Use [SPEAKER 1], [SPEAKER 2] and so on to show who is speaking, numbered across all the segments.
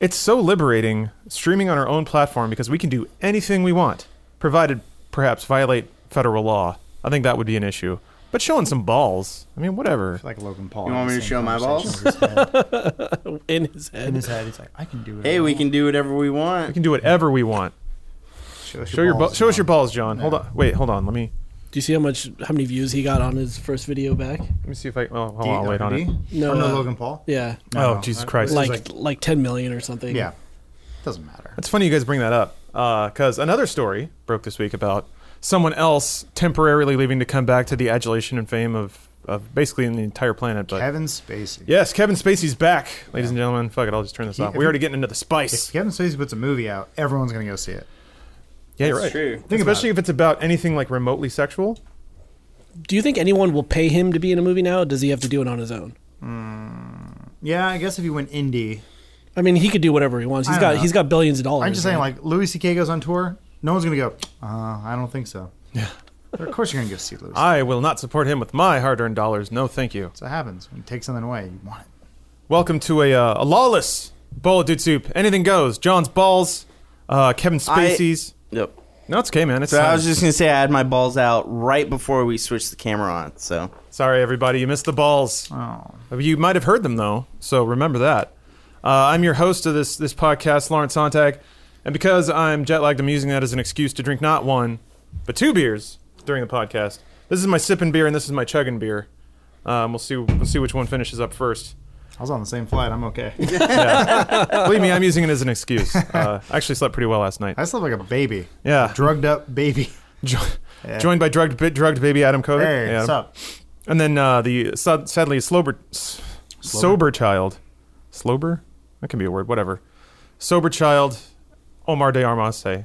[SPEAKER 1] It's so liberating streaming on our own platform because we can do anything we want, provided perhaps violate federal law. I think that would be an issue. But showing some balls, I mean, whatever.
[SPEAKER 2] like Logan Paul.
[SPEAKER 3] You
[SPEAKER 2] had
[SPEAKER 3] want
[SPEAKER 2] the
[SPEAKER 3] me to
[SPEAKER 2] same
[SPEAKER 3] show my
[SPEAKER 2] conversation in his head.
[SPEAKER 4] in his head.
[SPEAKER 2] In his head, he's like, I can do it.
[SPEAKER 3] Hey, we can do whatever we
[SPEAKER 1] We
[SPEAKER 3] want.
[SPEAKER 1] can do whatever we want.
[SPEAKER 2] show, us
[SPEAKER 1] Show your
[SPEAKER 2] balls,
[SPEAKER 1] ba- show us your
[SPEAKER 2] John.
[SPEAKER 1] balls, John. Hold on. Wait, hold on. Let me
[SPEAKER 4] Do you see how much how many views he got on his first video back?
[SPEAKER 1] let me see if I. Oh, hold
[SPEAKER 2] D-
[SPEAKER 1] on. Wait on it.
[SPEAKER 2] D?
[SPEAKER 4] No,
[SPEAKER 2] Oh, no
[SPEAKER 4] uh,
[SPEAKER 2] Logan Paul.
[SPEAKER 4] Yeah,
[SPEAKER 1] Oh,
[SPEAKER 2] No,
[SPEAKER 1] Jesus
[SPEAKER 2] I-
[SPEAKER 1] Christ.
[SPEAKER 2] this is
[SPEAKER 4] like, like 10 million or something.
[SPEAKER 2] yeah, doesn't matter.
[SPEAKER 1] It's funny you guys bring that up because another story broke this week about someone else temporarily leaving to come back to the adulation and fame of, of basically the entire planet. But
[SPEAKER 2] Kevin Spacey.
[SPEAKER 1] yes, Kevin Spacey's back, ladies and gentlemen. Fuck it, I'll just turn this
[SPEAKER 2] He-
[SPEAKER 1] off.
[SPEAKER 2] if
[SPEAKER 1] We're
[SPEAKER 2] he-
[SPEAKER 1] already getting into the
[SPEAKER 2] If
[SPEAKER 1] spice.
[SPEAKER 2] Kevin Spacey puts a movie out, everyone's gonna go see it.
[SPEAKER 1] Yeah, you're right.
[SPEAKER 3] That's true.
[SPEAKER 2] Think about
[SPEAKER 1] Especially if it's about anything like remotely sexual.
[SPEAKER 4] Do you think anyone will pay him to be in a movie now? Or does he have to do it on his own?
[SPEAKER 2] Yeah, I guess if you went indie,
[SPEAKER 4] I mean, he could do whatever he wants. He's
[SPEAKER 2] I don't
[SPEAKER 4] got
[SPEAKER 2] know.
[SPEAKER 4] he's got billions of
[SPEAKER 1] Oh,
[SPEAKER 4] dollars.
[SPEAKER 2] I'm just saying,
[SPEAKER 4] right?
[SPEAKER 2] like Louis C.K. goes on tour, no one's gonna go. Uh, I don't think so. Yeah, of course you're gonna go see Louis. C.K.
[SPEAKER 1] I will not support him with my hard earned dollars. No, thank you.
[SPEAKER 2] That's what happens when you take something away. You want it.
[SPEAKER 1] Welcome to a, uh, a lawless bowl of dude soup. Anything goes. John's balls, uh, Kevin
[SPEAKER 3] I-
[SPEAKER 1] Spacey's.
[SPEAKER 3] Yep.
[SPEAKER 1] no, it's okay, man. It's
[SPEAKER 3] So I
[SPEAKER 1] fine.
[SPEAKER 3] was just gonna say I had my balls out right before we switched the camera on. So
[SPEAKER 1] Sorry, everybody. You missed the balls.
[SPEAKER 2] Oh,
[SPEAKER 1] You might have heard them though, so remember that. Uh, I'm your host of this this podcast, Lawrence Sontag, and because I'm jet lagged, I'm using that as an excuse to drink not one, but two beers during the podcast. This is my sipping beer, and this is my chugging beer. Um, we'll see we'll see which one finishes up first.
[SPEAKER 2] I was on the same flight. I'm okay.
[SPEAKER 1] Believe me, I'm using it as an excuse. Uh, I actually slept pretty well last night.
[SPEAKER 2] I slept like a baby.
[SPEAKER 1] Yeah.
[SPEAKER 2] drugged up baby.
[SPEAKER 1] Jo- Joined by drugged bi- drugged baby Adam Kovic.
[SPEAKER 2] Hey,
[SPEAKER 1] Yeah.
[SPEAKER 2] what's up?
[SPEAKER 1] And then uh, the sad, sadly slober, s- sober child, slober, that can be a word, whatever. Sober child, Omar de Armase.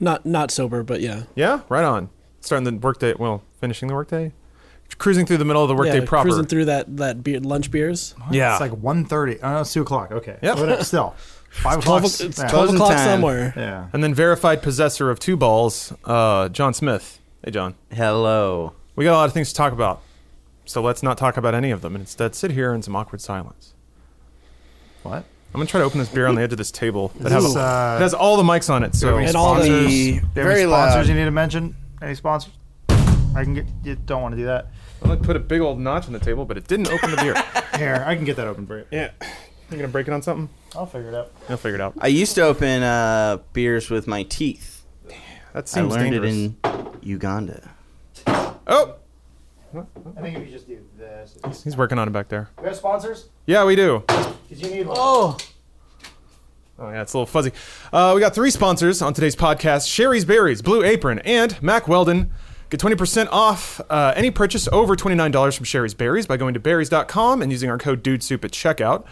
[SPEAKER 4] not not sober, but yeah.
[SPEAKER 1] Yeah, right on. Starting the workday, well, finishing the workday, cruising through the middle of the workday
[SPEAKER 4] yeah,
[SPEAKER 1] proper.
[SPEAKER 4] Cruising through that that beer, lunch beers.
[SPEAKER 1] yeah,
[SPEAKER 2] It's like 1.30. Oh, no, it's two o'clock. Okay.
[SPEAKER 1] Yep.
[SPEAKER 2] But it's still five o'clock.
[SPEAKER 4] Twelve, o- it's
[SPEAKER 2] yeah.
[SPEAKER 4] twelve
[SPEAKER 3] Closing
[SPEAKER 4] o'clock
[SPEAKER 3] time.
[SPEAKER 4] somewhere.
[SPEAKER 2] Yeah.
[SPEAKER 1] and then verified possessor of two balls, uh, John Smith. Hey, John,
[SPEAKER 3] hello.
[SPEAKER 1] we got a lot of things to talk about, so let's not talk about any of them, and instead sit here in some awkward silence.
[SPEAKER 2] What?
[SPEAKER 1] I'm gonna try to open this beer on the edge of this table that
[SPEAKER 2] This
[SPEAKER 1] has,
[SPEAKER 2] is, uh,
[SPEAKER 1] it has all the mics on it. So
[SPEAKER 2] Any
[SPEAKER 4] And all the-
[SPEAKER 2] sponsors?
[SPEAKER 4] the-
[SPEAKER 2] Do you have
[SPEAKER 3] very
[SPEAKER 2] any sponsors
[SPEAKER 3] loud.
[SPEAKER 2] you need to mention? Any sponsors? I can get. You don't want to do that.
[SPEAKER 1] I put a big old notch on the table, but it didn't open the beer.
[SPEAKER 2] Here, I can get that open for you.
[SPEAKER 1] yeah. You gonna break it on something?
[SPEAKER 2] I'll figure it out.
[SPEAKER 1] You'll figure it out.
[SPEAKER 3] I used to open uh, beers with my teeth.
[SPEAKER 1] That seems
[SPEAKER 3] I learned
[SPEAKER 1] dangerous.
[SPEAKER 3] it in Uganda.
[SPEAKER 1] oh,
[SPEAKER 2] I think if you just do this,
[SPEAKER 1] he's working on it back there.
[SPEAKER 2] we have sponsors
[SPEAKER 1] Yeah, we do.
[SPEAKER 2] because you need one.
[SPEAKER 1] Oh yeah, it's a little fuzzy. Uh, we got three sponsors on today's podcast: Sherry's Berries, Blue Apron, and Mac Weldon. Get 20% off uh, any purchase over $29 from Sherry's Berries by going to berries.com and using our code DUDESOUP at checkout.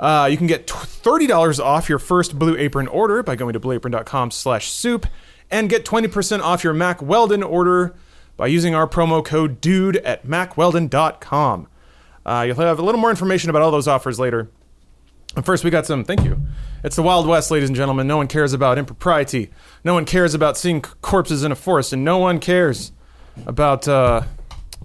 [SPEAKER 1] Uh, you can get tw- $30 off your first Blue Apron order by going to blueapron.com slash soup and get 20% off your Mac Weldon order by using our promo code DUDE at macweldon.com. Uh, you'll have a little more information about all those offers later. And First, we got some. Thank you. It's the Wild West, ladies and gentlemen. No one cares about impropriety. No one cares about seeing c- corpses in a forest, and no one cares about uh,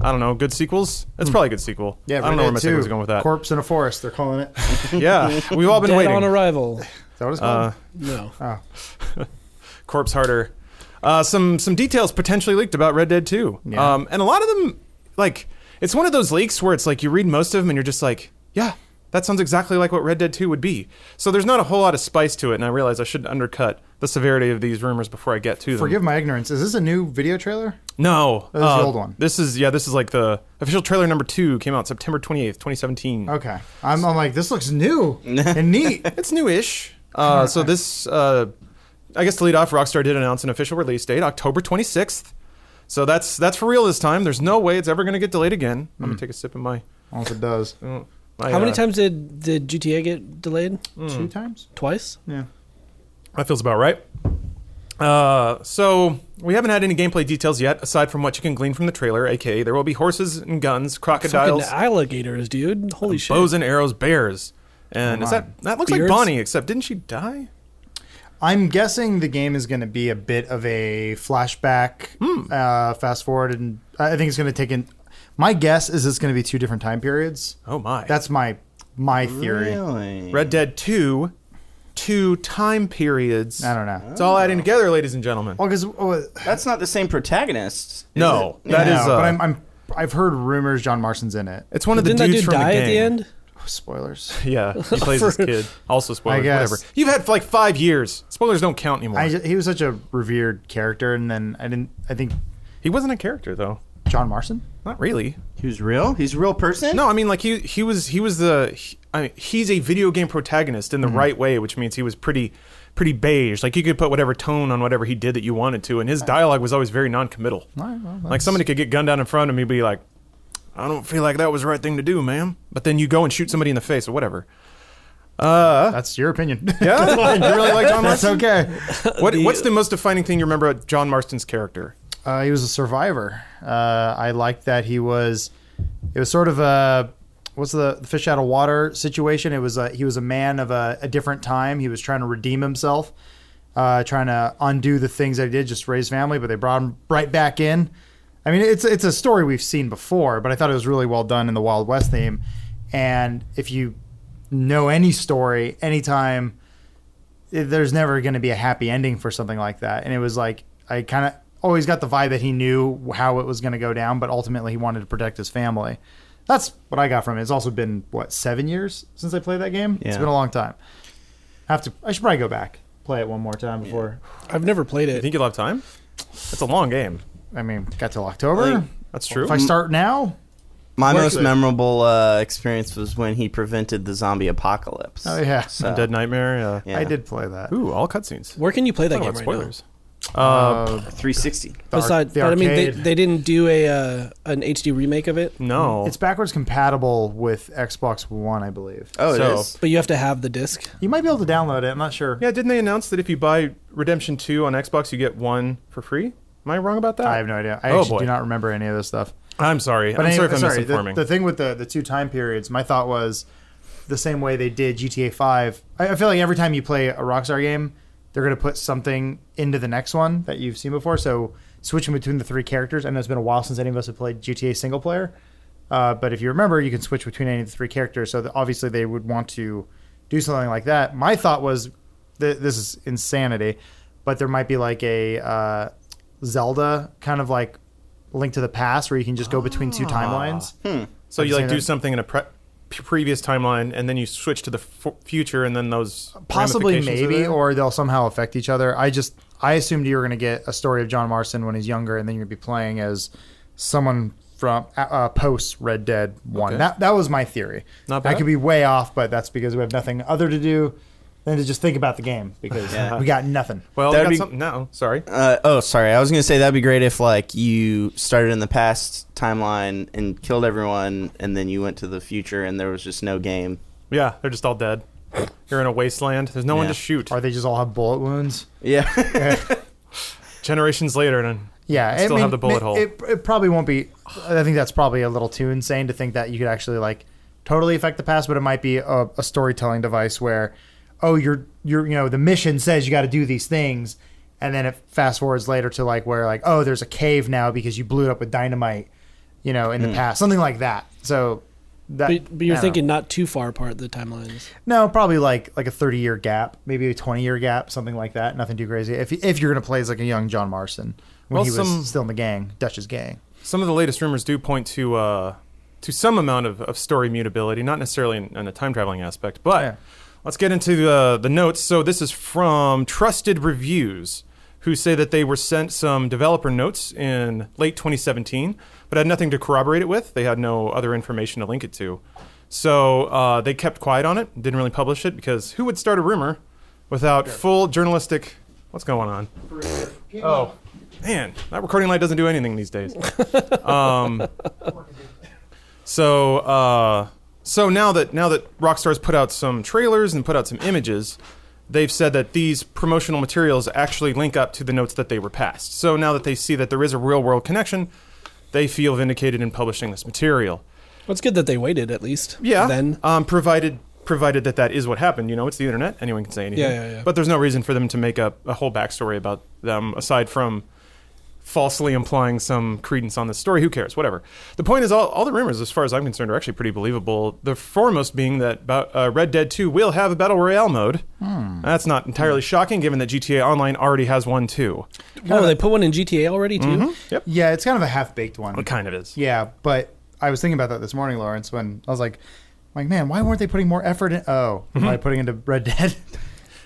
[SPEAKER 1] I don't know, good sequels.
[SPEAKER 4] Hmm.
[SPEAKER 1] It's probably a good sequel.
[SPEAKER 2] Yeah,
[SPEAKER 1] I don't know where my sequel's going with that.
[SPEAKER 2] Corpse in a forest. They're calling it. Is
[SPEAKER 1] yeah, we've all been
[SPEAKER 4] Dead
[SPEAKER 1] waiting.
[SPEAKER 4] on arrival.
[SPEAKER 2] that what it's called?
[SPEAKER 4] No.
[SPEAKER 1] corpse harder. Uh, some some details potentially leaked about Red Dead 2.
[SPEAKER 2] Yeah.
[SPEAKER 1] Um, and a lot of them, like, it's one of those leaks where it's like you read most of them and you're just like, yeah, that sounds exactly like what Red Dead 2 would be. So there's not a whole lot of spice to it, and I realize I should undercut the severity of these rumors before I get to them.
[SPEAKER 2] Forgive my ignorance. Is this a new video trailer?
[SPEAKER 1] No, Uh,
[SPEAKER 2] this is the old one.
[SPEAKER 1] This is yeah, this is like the official trailer number two came out September 28th, 2017.
[SPEAKER 2] Okay. I'm, I'm like, this looks new and neat.
[SPEAKER 1] It's newish. Uh, so this, uh, I guess to lead off, Rockstar did announce an official release date, October 26th. So that's that's for real this time. There's no way it's ever going to get delayed again. I'm gonna take a sip of my.
[SPEAKER 2] Oh, if it does.
[SPEAKER 1] my,
[SPEAKER 4] How many
[SPEAKER 1] uh,
[SPEAKER 4] times did did GTA get delayed?
[SPEAKER 2] Two times?
[SPEAKER 4] Twice.
[SPEAKER 2] Yeah.
[SPEAKER 1] That feels about right. Uh, so we haven't had any gameplay details yet, aside from what you can glean from the trailer. AKA, there will be horses and guns,
[SPEAKER 4] Fucking
[SPEAKER 1] crocodiles,
[SPEAKER 4] alligators, dude. Holy shit.
[SPEAKER 1] bows and arrows, bears, and is
[SPEAKER 2] Come
[SPEAKER 1] that
[SPEAKER 2] on.
[SPEAKER 1] that looks
[SPEAKER 4] Beards?
[SPEAKER 1] like Bonnie? Except didn't she die?
[SPEAKER 2] I'm guessing the game is going to be a bit of a flashback, uh, fast forward, and I I think it's going to take in. My guess is it's going to be two different time periods.
[SPEAKER 1] Oh my!
[SPEAKER 2] That's my my theory.
[SPEAKER 3] Really?
[SPEAKER 1] Red Dead 2 two time periods.
[SPEAKER 2] I don't know.
[SPEAKER 1] It's all adding together, ladies and gentlemen.
[SPEAKER 2] Well, because oh,
[SPEAKER 3] That's not the same protagonist. is
[SPEAKER 1] No,
[SPEAKER 3] it?
[SPEAKER 1] that
[SPEAKER 2] no,
[SPEAKER 1] is. Uh,
[SPEAKER 2] but I'm, I'm I've heard rumors John Marston's in it.
[SPEAKER 1] it's one of the
[SPEAKER 4] Didn't that
[SPEAKER 1] dudes
[SPEAKER 4] dude
[SPEAKER 1] from
[SPEAKER 4] die
[SPEAKER 1] the
[SPEAKER 4] at the
[SPEAKER 1] gang.
[SPEAKER 4] end?
[SPEAKER 2] Oh, Spoilers.
[SPEAKER 1] Yeah, he plays this kid. Also, spoilers.
[SPEAKER 2] I guess.
[SPEAKER 1] Whatever. You've had like five years. Spoilers don't count anymore.
[SPEAKER 2] I ju- he was such a revered character, and then I didn't. I think
[SPEAKER 1] he wasn't a character though.
[SPEAKER 2] John Marston.
[SPEAKER 1] Not really.
[SPEAKER 3] He was real. He's a real person.
[SPEAKER 1] No, I mean like he he was he was the he- I mean, he's a video game protagonist in the right way, which means he was pretty pretty beige. Like you could put whatever tone on whatever he did that you wanted to, and his dialogue was always very non-committal.
[SPEAKER 2] right, well,
[SPEAKER 1] like
[SPEAKER 2] that's-
[SPEAKER 1] somebody could get gunned down in front of me, be like, "I don't feel like that was the right thing to do, ma'am." But then you go and shoot somebody in the face or whatever. Uh,
[SPEAKER 2] That's your opinion.
[SPEAKER 1] Yeah, you really like John
[SPEAKER 2] that's
[SPEAKER 1] Marston.
[SPEAKER 2] okay.
[SPEAKER 1] What, what's the most defining thing you remember about John Marston's character?
[SPEAKER 2] Uh, he was a survivor. Uh, I liked that he was. It was sort of a what's the, the fish out of water situation. It was a, he was a man of a, a different time. He was trying to redeem himself, uh, trying to undo the things that he did, just raise family. But they brought him right back in. I mean, it's it's a story we've seen before, but I thought it was really well done in the Wild West theme. And if you know any story, anytime there's never going to be a happy ending for something like that. And it was like I kind of always got the vibe that he knew how it was going to go down, but ultimately he wanted to protect his family. That's what I got from it. It's also been what seven years since I played that game. It's
[SPEAKER 3] Yeah.
[SPEAKER 2] been a long time. I have to. I should probably go back play it one more time before.
[SPEAKER 4] I've never played
[SPEAKER 1] You
[SPEAKER 4] it.
[SPEAKER 1] think you'll have time? That's a long game.
[SPEAKER 2] I mean, got till October.
[SPEAKER 3] Like,
[SPEAKER 1] That's true.
[SPEAKER 2] if I start now,
[SPEAKER 3] My
[SPEAKER 2] Worth
[SPEAKER 3] most
[SPEAKER 2] it.
[SPEAKER 3] memorable uh, experience was when he prevented the zombie apocalypse.
[SPEAKER 2] oh yeah,
[SPEAKER 3] So,
[SPEAKER 1] Dead Nightmare. Uh,
[SPEAKER 3] yeah.
[SPEAKER 2] I did play that.
[SPEAKER 1] Ooh, all cutscenes.
[SPEAKER 4] Where can you play that
[SPEAKER 1] Talk
[SPEAKER 4] game
[SPEAKER 1] about
[SPEAKER 4] right
[SPEAKER 1] spoilers.
[SPEAKER 2] Uh,
[SPEAKER 3] 360.
[SPEAKER 2] the
[SPEAKER 4] now?
[SPEAKER 2] ar-
[SPEAKER 4] Besides,
[SPEAKER 2] the
[SPEAKER 4] but I mean, they,
[SPEAKER 2] arcade.
[SPEAKER 4] they didn't do a uh, an HD remake of it,
[SPEAKER 1] No.
[SPEAKER 2] it's backwards compatible with Xbox One, I believe.
[SPEAKER 3] Oh, it is.
[SPEAKER 1] So-
[SPEAKER 4] but you have to have the disc.
[SPEAKER 2] You might be able to download it. I'm not sure.
[SPEAKER 1] yeah, didn't they announce that if you buy Redemption 2 on Xbox, you get one for free? Am I wrong about that?
[SPEAKER 2] I have no idea. I
[SPEAKER 1] Oh,
[SPEAKER 2] actually
[SPEAKER 1] boy.
[SPEAKER 2] do not remember any of this stuff.
[SPEAKER 1] I'm sorry. I'm
[SPEAKER 2] anyway-
[SPEAKER 1] sorry if I'm
[SPEAKER 2] sorry,
[SPEAKER 1] misinforming.
[SPEAKER 2] The, the thing with the, the two time periods, my thought was the same way they did GTA 5. I, I feel like every time you play a Rockstar game, they're going to put something into the next one that you've seen before. So switching between the three characters, I know it's been a while since any of us have played GTA single player. Uh, but if you remember, you can switch between any of the three characters. So that obviously they would want to do something like that. My thought was th- this is insanity, but there might be like a uh, Zelda kind of like Link to the Past where you can just go between
[SPEAKER 1] Ah.
[SPEAKER 2] two timelines.
[SPEAKER 1] so you like
[SPEAKER 2] I've seen
[SPEAKER 1] do
[SPEAKER 2] it.
[SPEAKER 1] something in a pre- p- previous timeline, and then you switch to the f- future, and then those
[SPEAKER 2] Possibly,
[SPEAKER 1] ramifications are
[SPEAKER 2] maybe,
[SPEAKER 1] there?
[SPEAKER 2] or they'll somehow affect each other. I just I assumed you were going to get a story of John Marston when he's younger, and then you're going to be playing as someone from uh, uh, post Red Dead One.
[SPEAKER 1] Okay.
[SPEAKER 2] That that was my theory.
[SPEAKER 1] Not
[SPEAKER 2] I
[SPEAKER 1] bad.
[SPEAKER 2] could be way off, but that's because we have nothing other to do than to just think about the game because
[SPEAKER 3] Yeah.
[SPEAKER 2] we got nothing.
[SPEAKER 1] well,
[SPEAKER 3] That'd
[SPEAKER 1] we got
[SPEAKER 3] be-
[SPEAKER 1] something now. Sorry.
[SPEAKER 3] Uh, oh, sorry. I was gonna say that'd be great if like you started in the past timeline and killed everyone, and then you went to the future, and there was just no game.
[SPEAKER 1] Yeah, they're just all dead. You're in a wasteland. There's no one
[SPEAKER 3] Yeah.
[SPEAKER 1] to shoot.
[SPEAKER 2] Or they just all have bullet wounds.
[SPEAKER 3] Yeah,
[SPEAKER 1] Generations later, and
[SPEAKER 2] Yeah,
[SPEAKER 1] still have the bullet
[SPEAKER 2] it,
[SPEAKER 1] hole.
[SPEAKER 2] It, it probably won't be. I think that's probably a little too insane to think that you could actually like totally affect the past, but it might be a, a storytelling device where, oh, you're you're you know the mission says you got to do these things, and then it fast forwards later to like where like oh there's a cave now because you blew it up with dynamite, you know in the past something like that. So that
[SPEAKER 4] Hmm. But, but
[SPEAKER 2] I don't
[SPEAKER 4] you're
[SPEAKER 2] know.
[SPEAKER 4] thinking not too far apart the timelines.
[SPEAKER 2] No, probably like like a thirty year gap, maybe a twenty year gap, something like that. Nothing too crazy. If if you're gonna play as like a young John Marston when
[SPEAKER 1] Well,
[SPEAKER 2] he was
[SPEAKER 1] some-
[SPEAKER 2] still in the gang, Dutch's gang.
[SPEAKER 1] some of the latest rumors do point to uh, to some amount of, of story mutability, not necessarily in, in a time traveling aspect. But
[SPEAKER 2] Yeah.
[SPEAKER 1] let's get into the the notes. So this is from Trusted Reviews, who say that they were sent some developer notes in late 2017, but had nothing to corroborate it with. They had no other information to link it to, so uh, they kept quiet on it. Didn't really publish it because who would start a rumor without full journalistic? What's going on? Oh. Man, that recording light doesn't do anything these days. So uh, so now that now that Rockstar's put out some trailers and put out some images, they've said that these promotional materials actually link up to the notes that they were passed. So now that they see that there is a real world connection, they feel vindicated in publishing this material.
[SPEAKER 4] Well, it's good that they waited at least.
[SPEAKER 1] Yeah.
[SPEAKER 2] Uh,
[SPEAKER 4] Then
[SPEAKER 1] um, provided provided that that is what happened, you know, it's the internet. Anyone can say anything.
[SPEAKER 4] Yeah, yeah, yeah.
[SPEAKER 1] But there's no reason for them to make up a whole backstory about them aside from falsely implying some credence on this story. Who cares? Whatever. The point is, all, all the rumors, as far as I'm concerned, are actually pretty believable. The foremost being that Ba- uh, Red Dead 2 will have a battle royale mode. That's not entirely shocking, given that GTA Online already has one too.
[SPEAKER 4] Oh, they put one in GTA already too.
[SPEAKER 2] Mm-hmm.
[SPEAKER 1] Yep.
[SPEAKER 2] Yeah, it's kind of a half baked one.
[SPEAKER 1] It kind of is.
[SPEAKER 2] Yeah, but I was thinking about that this morning, Lawrence, when I was like, like, man, why weren't they putting more effort in? Oh, by putting into Red Dead.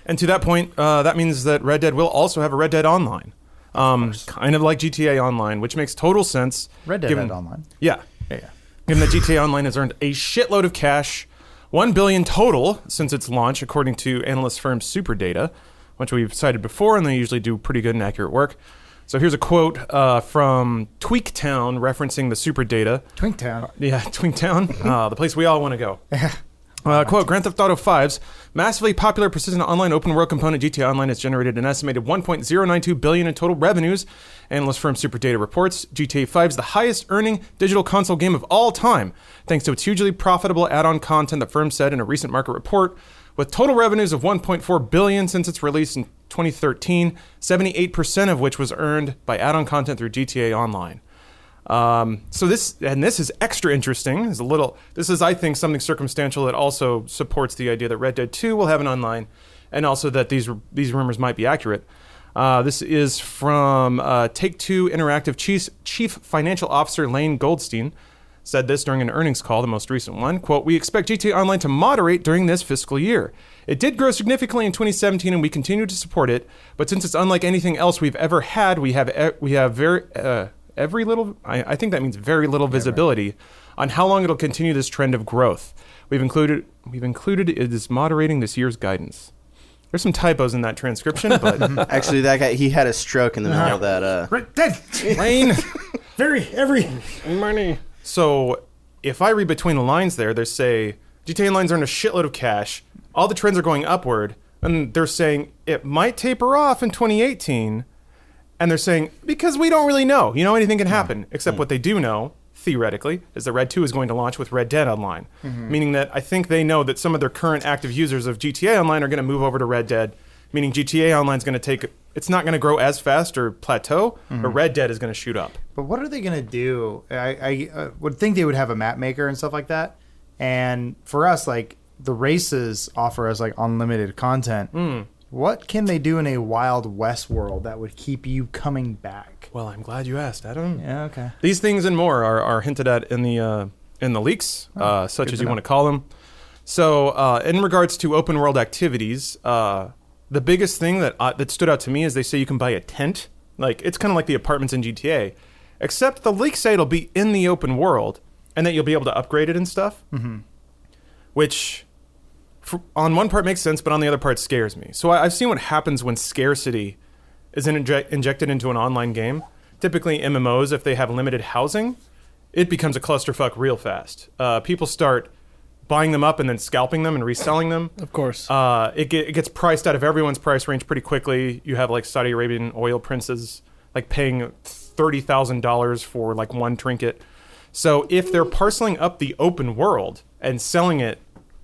[SPEAKER 1] And to that point, uh, that means that Red Dead will also have a Red Dead Online, um, kind of like GTA Online, which makes total sense.
[SPEAKER 2] Red Dead
[SPEAKER 1] given-
[SPEAKER 2] had online.
[SPEAKER 1] Yeah. Yeah, yeah. Given that GTA Online has earned a shitload of cash, 1 billion total since its launch, according to analyst firm Superdata, which we've cited before, and they usually do pretty good and accurate work. So here's a quote uh, from Tweaktown referencing the Superdata.
[SPEAKER 2] Twinktown.
[SPEAKER 1] Yeah, Twintown, uh, the place we all want to go. Uh, quote, Grand Theft Auto 5's massively popular persistent online open world component GTA Online has generated an estimated 1.092 billion in total revenues. Analyst firm Superdata reports GTA 5's the highest earning digital console game of all time, thanks to its hugely profitable add-on content the firm said in a recent market report. With total revenues of 1.4 billion since its release in 2013, 78% of which was earned by add-on content through GTA Online. Um, so this and this is extra interesting. Is a little. This is, I think, something circumstantial that also supports the idea that Red Dead Two will have an online, and also that these these rumors might be accurate. Uh, this is from uh, Take Two Interactive Chief Chief Financial Officer Lane Goldstein said this during an earnings call, the most recent one. Quote, we expect GTA Online to moderate during this fiscal year. It did grow significantly in 2017 and we continue to support it, but since it's unlike anything else we've ever had, we have e- we have very uh, every little I, I think that means very little visibility on how long it'll continue this trend of growth. We've included we've included it is moderating this year's guidance. There's some typos in that transcription, but
[SPEAKER 3] Actually, that guy he had a stroke in the middle of that. Uh,
[SPEAKER 2] Red Dead.
[SPEAKER 1] Lane
[SPEAKER 2] Very every.
[SPEAKER 4] Money.
[SPEAKER 1] So if I read between the lines there, they say GTA lines earn a shitload of cash. All the trends are going upward, and they're saying it might taper off in 2018. And they're saying because we don't really know. You know, anything can happen. Except what they do know, theoretically, is that Red 2 is going to launch with Red Dead Online, meaning that I think they know that some of their current active users of GTA Online are going to move over to Red Dead, meaning GTA Online is going to take. It's not going to grow as fast or plateau, but Red Dead is going to shoot up.
[SPEAKER 2] But what are they gonna do? I, I uh, would think they would have a map maker and stuff like that. And for us, like the races offer us like unlimited content. What can they do in a Wild West world that would keep you coming back?
[SPEAKER 1] Well, I'm glad you asked, Adam.
[SPEAKER 2] Yeah. Okay.
[SPEAKER 1] These things and more are, are hinted at in the uh, in the leaks, uh, such as you want to call them. So, uh, in regards to open world activities, uh, the biggest thing that uh, that stood out to me is they say you can buy a tent. Like it's kind of like the apartments in GTA, except the leaks say it'll be in the open world and that you'll be able to upgrade it and stuff. Mm-hmm. Which for, on one part makes sense, but on the other part scares me. So I, I've seen what happens when scarcity is in inject, injected into an online game. Typically, MMOs, if they have limited housing, it becomes a clusterfuck real fast. Uh, people start buying them up and then scalping them and reselling them.
[SPEAKER 4] Of course.
[SPEAKER 1] Uh, it, get, it gets priced out of everyone's price range pretty quickly. You have like Saudi Arabian oil princes like paying thirty thousand dollars for like one trinket. So if they're parceling up the open world and selling it,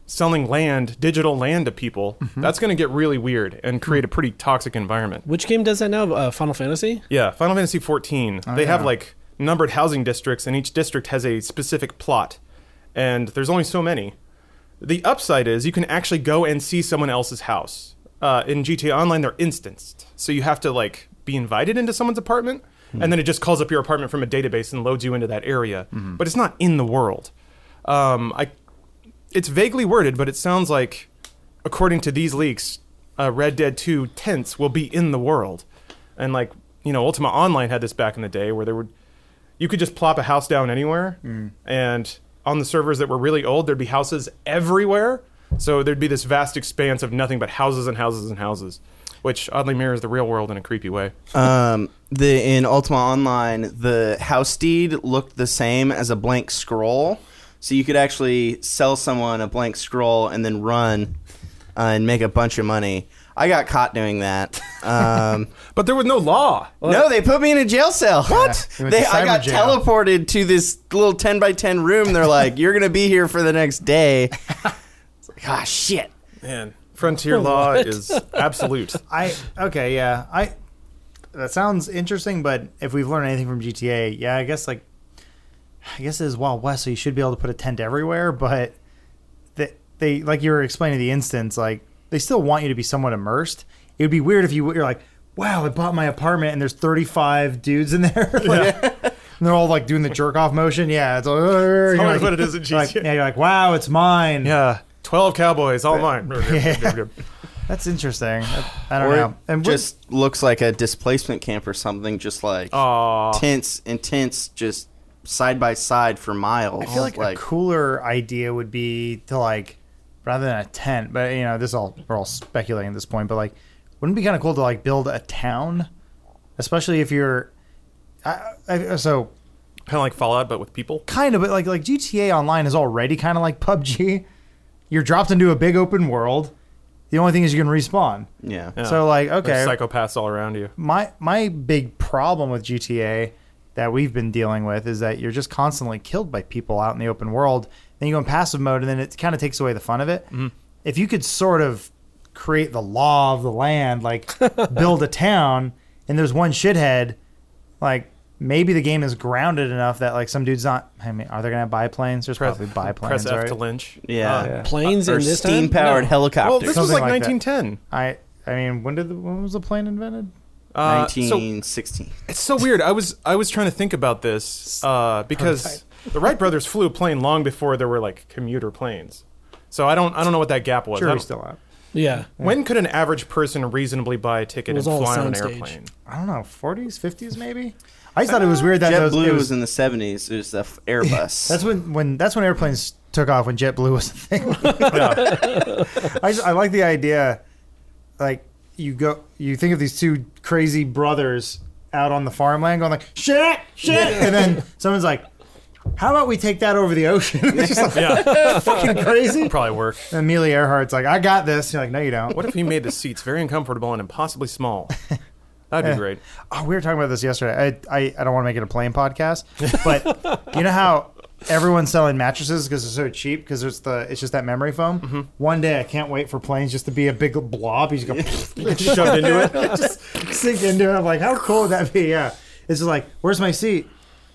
[SPEAKER 1] selling land, digital land to people, that's going to get really weird and create a pretty toxic environment.
[SPEAKER 4] Which game does that now? Uh, Final Fantasy.
[SPEAKER 1] Yeah, Final Fantasy 14. they have like numbered housing districts, and each district has a specific plot, and there's only so many. The upside is you can actually go and see someone else's house. Uh, in GTA Online, they're instanced, so you have to like be invited into someone's apartment, and then it just calls up your apartment from a database and loads you into that area. But it's not in the world. Um, I, it's vaguely worded, but it sounds like, according to these leaks, uh, Red Dead 2 tents will be in the world. And like, you know, Ultima Online had this back in the day where there would, you could just plop a house down anywhere. And on the servers that were really old, there'd be houses everywhere. So there'd be this vast expanse of nothing but houses and houses and houses, which oddly mirrors the real world in a creepy way.
[SPEAKER 3] um, the in Ultima Online, the house deed looked the same as a blank scroll, so you could actually sell someone a blank scroll and then run uh, and make a bunch of money. I got caught doing that. Um,
[SPEAKER 1] But there was no law.
[SPEAKER 3] no, they put me in a jail cell. What?
[SPEAKER 2] you went
[SPEAKER 3] they,
[SPEAKER 2] to
[SPEAKER 3] I
[SPEAKER 2] cyber
[SPEAKER 3] got
[SPEAKER 2] jail.
[SPEAKER 3] teleported to this little ten by ten room. They're like, "You're gonna be here for the next day." It's like, ah, shit.
[SPEAKER 1] Man, frontier law is absolute.
[SPEAKER 2] I okay, yeah. I that sounds interesting, but if we've learned anything from GTA, yeah, I guess like I guess it is Wild West, so you should be able to put a tent everywhere, but they, they like you were explaining the instance, like they still want you to be somewhat immersed. It would be weird if you you're like, wow, I bought my apartment and there's 35 dudes in there, like, and they're all like doing the jerk off motion. Yeah, it's like, you're
[SPEAKER 1] much
[SPEAKER 2] like-
[SPEAKER 1] fun it is in
[SPEAKER 2] like,
[SPEAKER 1] GTA.
[SPEAKER 2] yeah, you're like, wow, it's mine.
[SPEAKER 1] Yeah, twelve cowboys, all mine.
[SPEAKER 2] that's interesting. I, I don't
[SPEAKER 3] Or
[SPEAKER 2] know.
[SPEAKER 3] it
[SPEAKER 2] we're-
[SPEAKER 3] just looks like a displacement camp or something, just like
[SPEAKER 1] Aw.
[SPEAKER 3] tense, intense, just side by side for miles.
[SPEAKER 2] I feel Oh, like, a cooler idea would be to like rather than a tent, but you know, this all we're all speculating at this point, but like wouldn't it be kind of cool to like build a town, especially if you're I, I, so
[SPEAKER 1] Kind of like Fallout, but with people.
[SPEAKER 2] kind of but like like GTA online is already kind of like PUBG. You're dropped into a big open world. The only thing is you can respawn.
[SPEAKER 3] yeah.
[SPEAKER 1] Yeah.
[SPEAKER 2] So like okay,
[SPEAKER 1] There's psychopaths all around you.
[SPEAKER 2] my my big problem with GTA that we've been dealing with is that you're just constantly killed by people out in the open world. Then you go in passive mode, and then it kind of takes away the fun of it.
[SPEAKER 1] Mm-hmm.
[SPEAKER 2] If you could sort of create the law of the land, like build a town, and there's one shithead, like maybe the game is grounded enough that like some dude's not. I mean, are they gonna have biplanes? There's probably biplanes,
[SPEAKER 1] Press F
[SPEAKER 2] right?
[SPEAKER 1] to lynch.
[SPEAKER 3] Yeah.
[SPEAKER 1] Uh,
[SPEAKER 4] Planes
[SPEAKER 3] Or
[SPEAKER 4] in this time?
[SPEAKER 3] steam powered
[SPEAKER 4] No.
[SPEAKER 3] helicopters.
[SPEAKER 1] well, this was
[SPEAKER 2] Something
[SPEAKER 1] like,
[SPEAKER 2] like that.
[SPEAKER 1] 1910.
[SPEAKER 2] I I mean, when did the, when was the plane invented?
[SPEAKER 1] Uh, so
[SPEAKER 3] 1916.
[SPEAKER 1] It's so weird. I was I was trying to think about this uh, because the Wright brothers flew a plane long before there were like commuter planes. So I don't I don't know what that gap was. I
[SPEAKER 2] Jury's
[SPEAKER 1] don't-
[SPEAKER 2] still out.
[SPEAKER 4] Yeah.
[SPEAKER 1] when could an average person reasonably buy a ticket and
[SPEAKER 4] It was all
[SPEAKER 1] fly on an
[SPEAKER 4] soundstage.
[SPEAKER 1] airplane?
[SPEAKER 2] I don't know, 40s, 50s maybe. I just thought it was weird that those,
[SPEAKER 3] JetBlue
[SPEAKER 2] it
[SPEAKER 3] was,
[SPEAKER 2] was,
[SPEAKER 3] in the 70s. It was the f- Airbus.
[SPEAKER 2] that's when when that's when airplanes took off when JetBlue was a thing. I just, I like the idea, like you go you think of these two crazy brothers out on the farmland going like shit shit, and then someone's like, how about we take that over the ocean? it's just like
[SPEAKER 1] Yeah,
[SPEAKER 2] fucking crazy.
[SPEAKER 1] probably work.
[SPEAKER 2] And Amelia Earhart's like, I got this. You're like, no, you don't.
[SPEAKER 1] What if he made the seats very uncomfortable and impossibly small? That'd be great.
[SPEAKER 2] Oh, we were talking about this yesterday. I, I, I don't want to make it a plane podcast, but you know how everyone's selling mattresses because they're so cheap because it's the it's just that memory foam.
[SPEAKER 1] Mm-hmm.
[SPEAKER 2] One day I can't wait for planes just to be a big blob. You just go
[SPEAKER 1] Shoved into it.
[SPEAKER 2] just sink into it. I'm like, how cool would that be? Yeah, it's just like, where's my seat?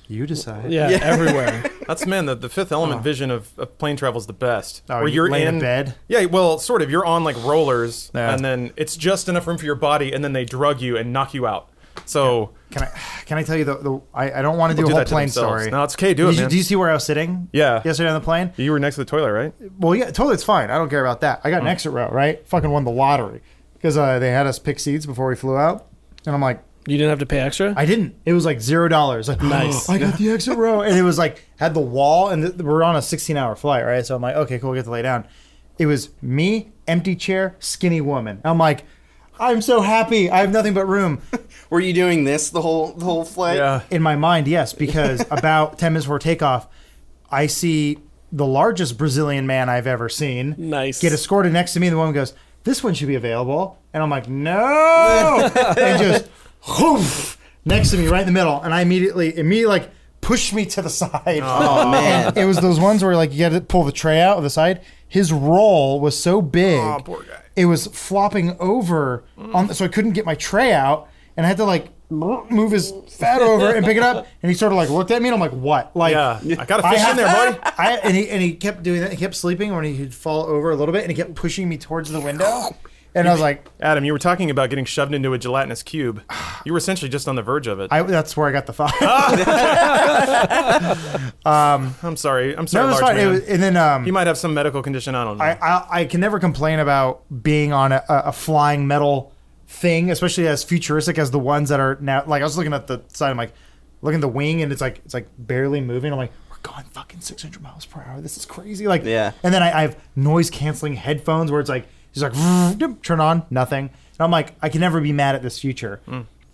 [SPEAKER 2] You decide.
[SPEAKER 4] Yeah, everywhere.
[SPEAKER 1] That's man. The, the fifth element vision of, of plane travel is the best.
[SPEAKER 2] Oh, you lay in a bed?
[SPEAKER 1] Yeah, well, sort of. You're on like rollers,
[SPEAKER 2] Yeah.
[SPEAKER 1] and then it's just enough room for your body, and then they drug you and knock you out. So
[SPEAKER 2] Can I can I tell you the, the I, I don't want to do
[SPEAKER 1] do
[SPEAKER 2] a whole
[SPEAKER 1] that to
[SPEAKER 2] plane
[SPEAKER 1] themselves.
[SPEAKER 2] story.
[SPEAKER 1] No, it's okay. Do it,
[SPEAKER 2] Did you,
[SPEAKER 1] man.
[SPEAKER 2] do you see where I was sitting?
[SPEAKER 1] Yeah.
[SPEAKER 2] Yesterday on the plane.
[SPEAKER 1] you were next to the toilet, right?
[SPEAKER 2] Well, yeah, totally. It's fine. I don't care about that. I
[SPEAKER 4] Mm.
[SPEAKER 2] got an exit row, right? Fucking won the lottery because uh, they had us pick seats before we flew out, and I'm like,
[SPEAKER 4] You didn't have to pay extra?
[SPEAKER 2] I didn't. It was like zero dollars. Like, "Oh,
[SPEAKER 4] Nice.
[SPEAKER 2] I got the exit row, and it was like had the wall, and th- we're on a 16 hour flight, right? So I'm like, okay, cool, get to lay down. It was me, empty chair, skinny woman. I'm like, I'm so happy. I have nothing but room.
[SPEAKER 3] Were you doing this the whole the whole flight?
[SPEAKER 1] Yeah.
[SPEAKER 2] In my mind, yes, because about 10 minutes before takeoff, I see the largest Brazilian man I've ever seen.
[SPEAKER 4] Nice.
[SPEAKER 2] Get escorted next to me, and the woman goes, This one should be available. And I'm like, No! and just, whoof, next to me, right in the middle. And I immediately, immediately, like, pushed me to the side. Oh,
[SPEAKER 3] man.
[SPEAKER 2] it was those ones where, like, you had to pull the tray out of the side. His roll was so big.
[SPEAKER 1] Aw, poor guy.
[SPEAKER 2] It was flopping over, on, so I couldn't get my tray out. And I had to, like, move his fat over and pick it up. And he sort of, like, looked at me, and I'm like, What? Like,
[SPEAKER 1] Yeah, I got a fish in
[SPEAKER 2] have-
[SPEAKER 1] there, buddy.
[SPEAKER 2] I, and he and he kept doing that. He kept sleeping when he'd fall over a little bit, and he kept pushing me towards the window. And I was like,
[SPEAKER 1] Adam, you were talking about getting shoved into a gelatinous cube. You were essentially just on the verge of it. I,
[SPEAKER 2] I, that's where I got the five.
[SPEAKER 1] Ah, am sorry. I'm sorry,
[SPEAKER 2] that was
[SPEAKER 1] large
[SPEAKER 2] fine. It
[SPEAKER 1] man.
[SPEAKER 2] was, and then um,
[SPEAKER 1] you might have some medical condition. I don't know.
[SPEAKER 2] I, I I can never complain about being on a, a a flying metal thing, especially as futuristic as the ones that are now. Like I was looking at the side, I'm like, looking at the wing, and it's like it's like barely moving. I'm like, we're going fucking 600 miles per hour. This is crazy. Like
[SPEAKER 3] Yeah.
[SPEAKER 2] And then I, I have noise canceling headphones where it's like it's like vroom, turn on nothing, and I'm like, I can never be mad at this future.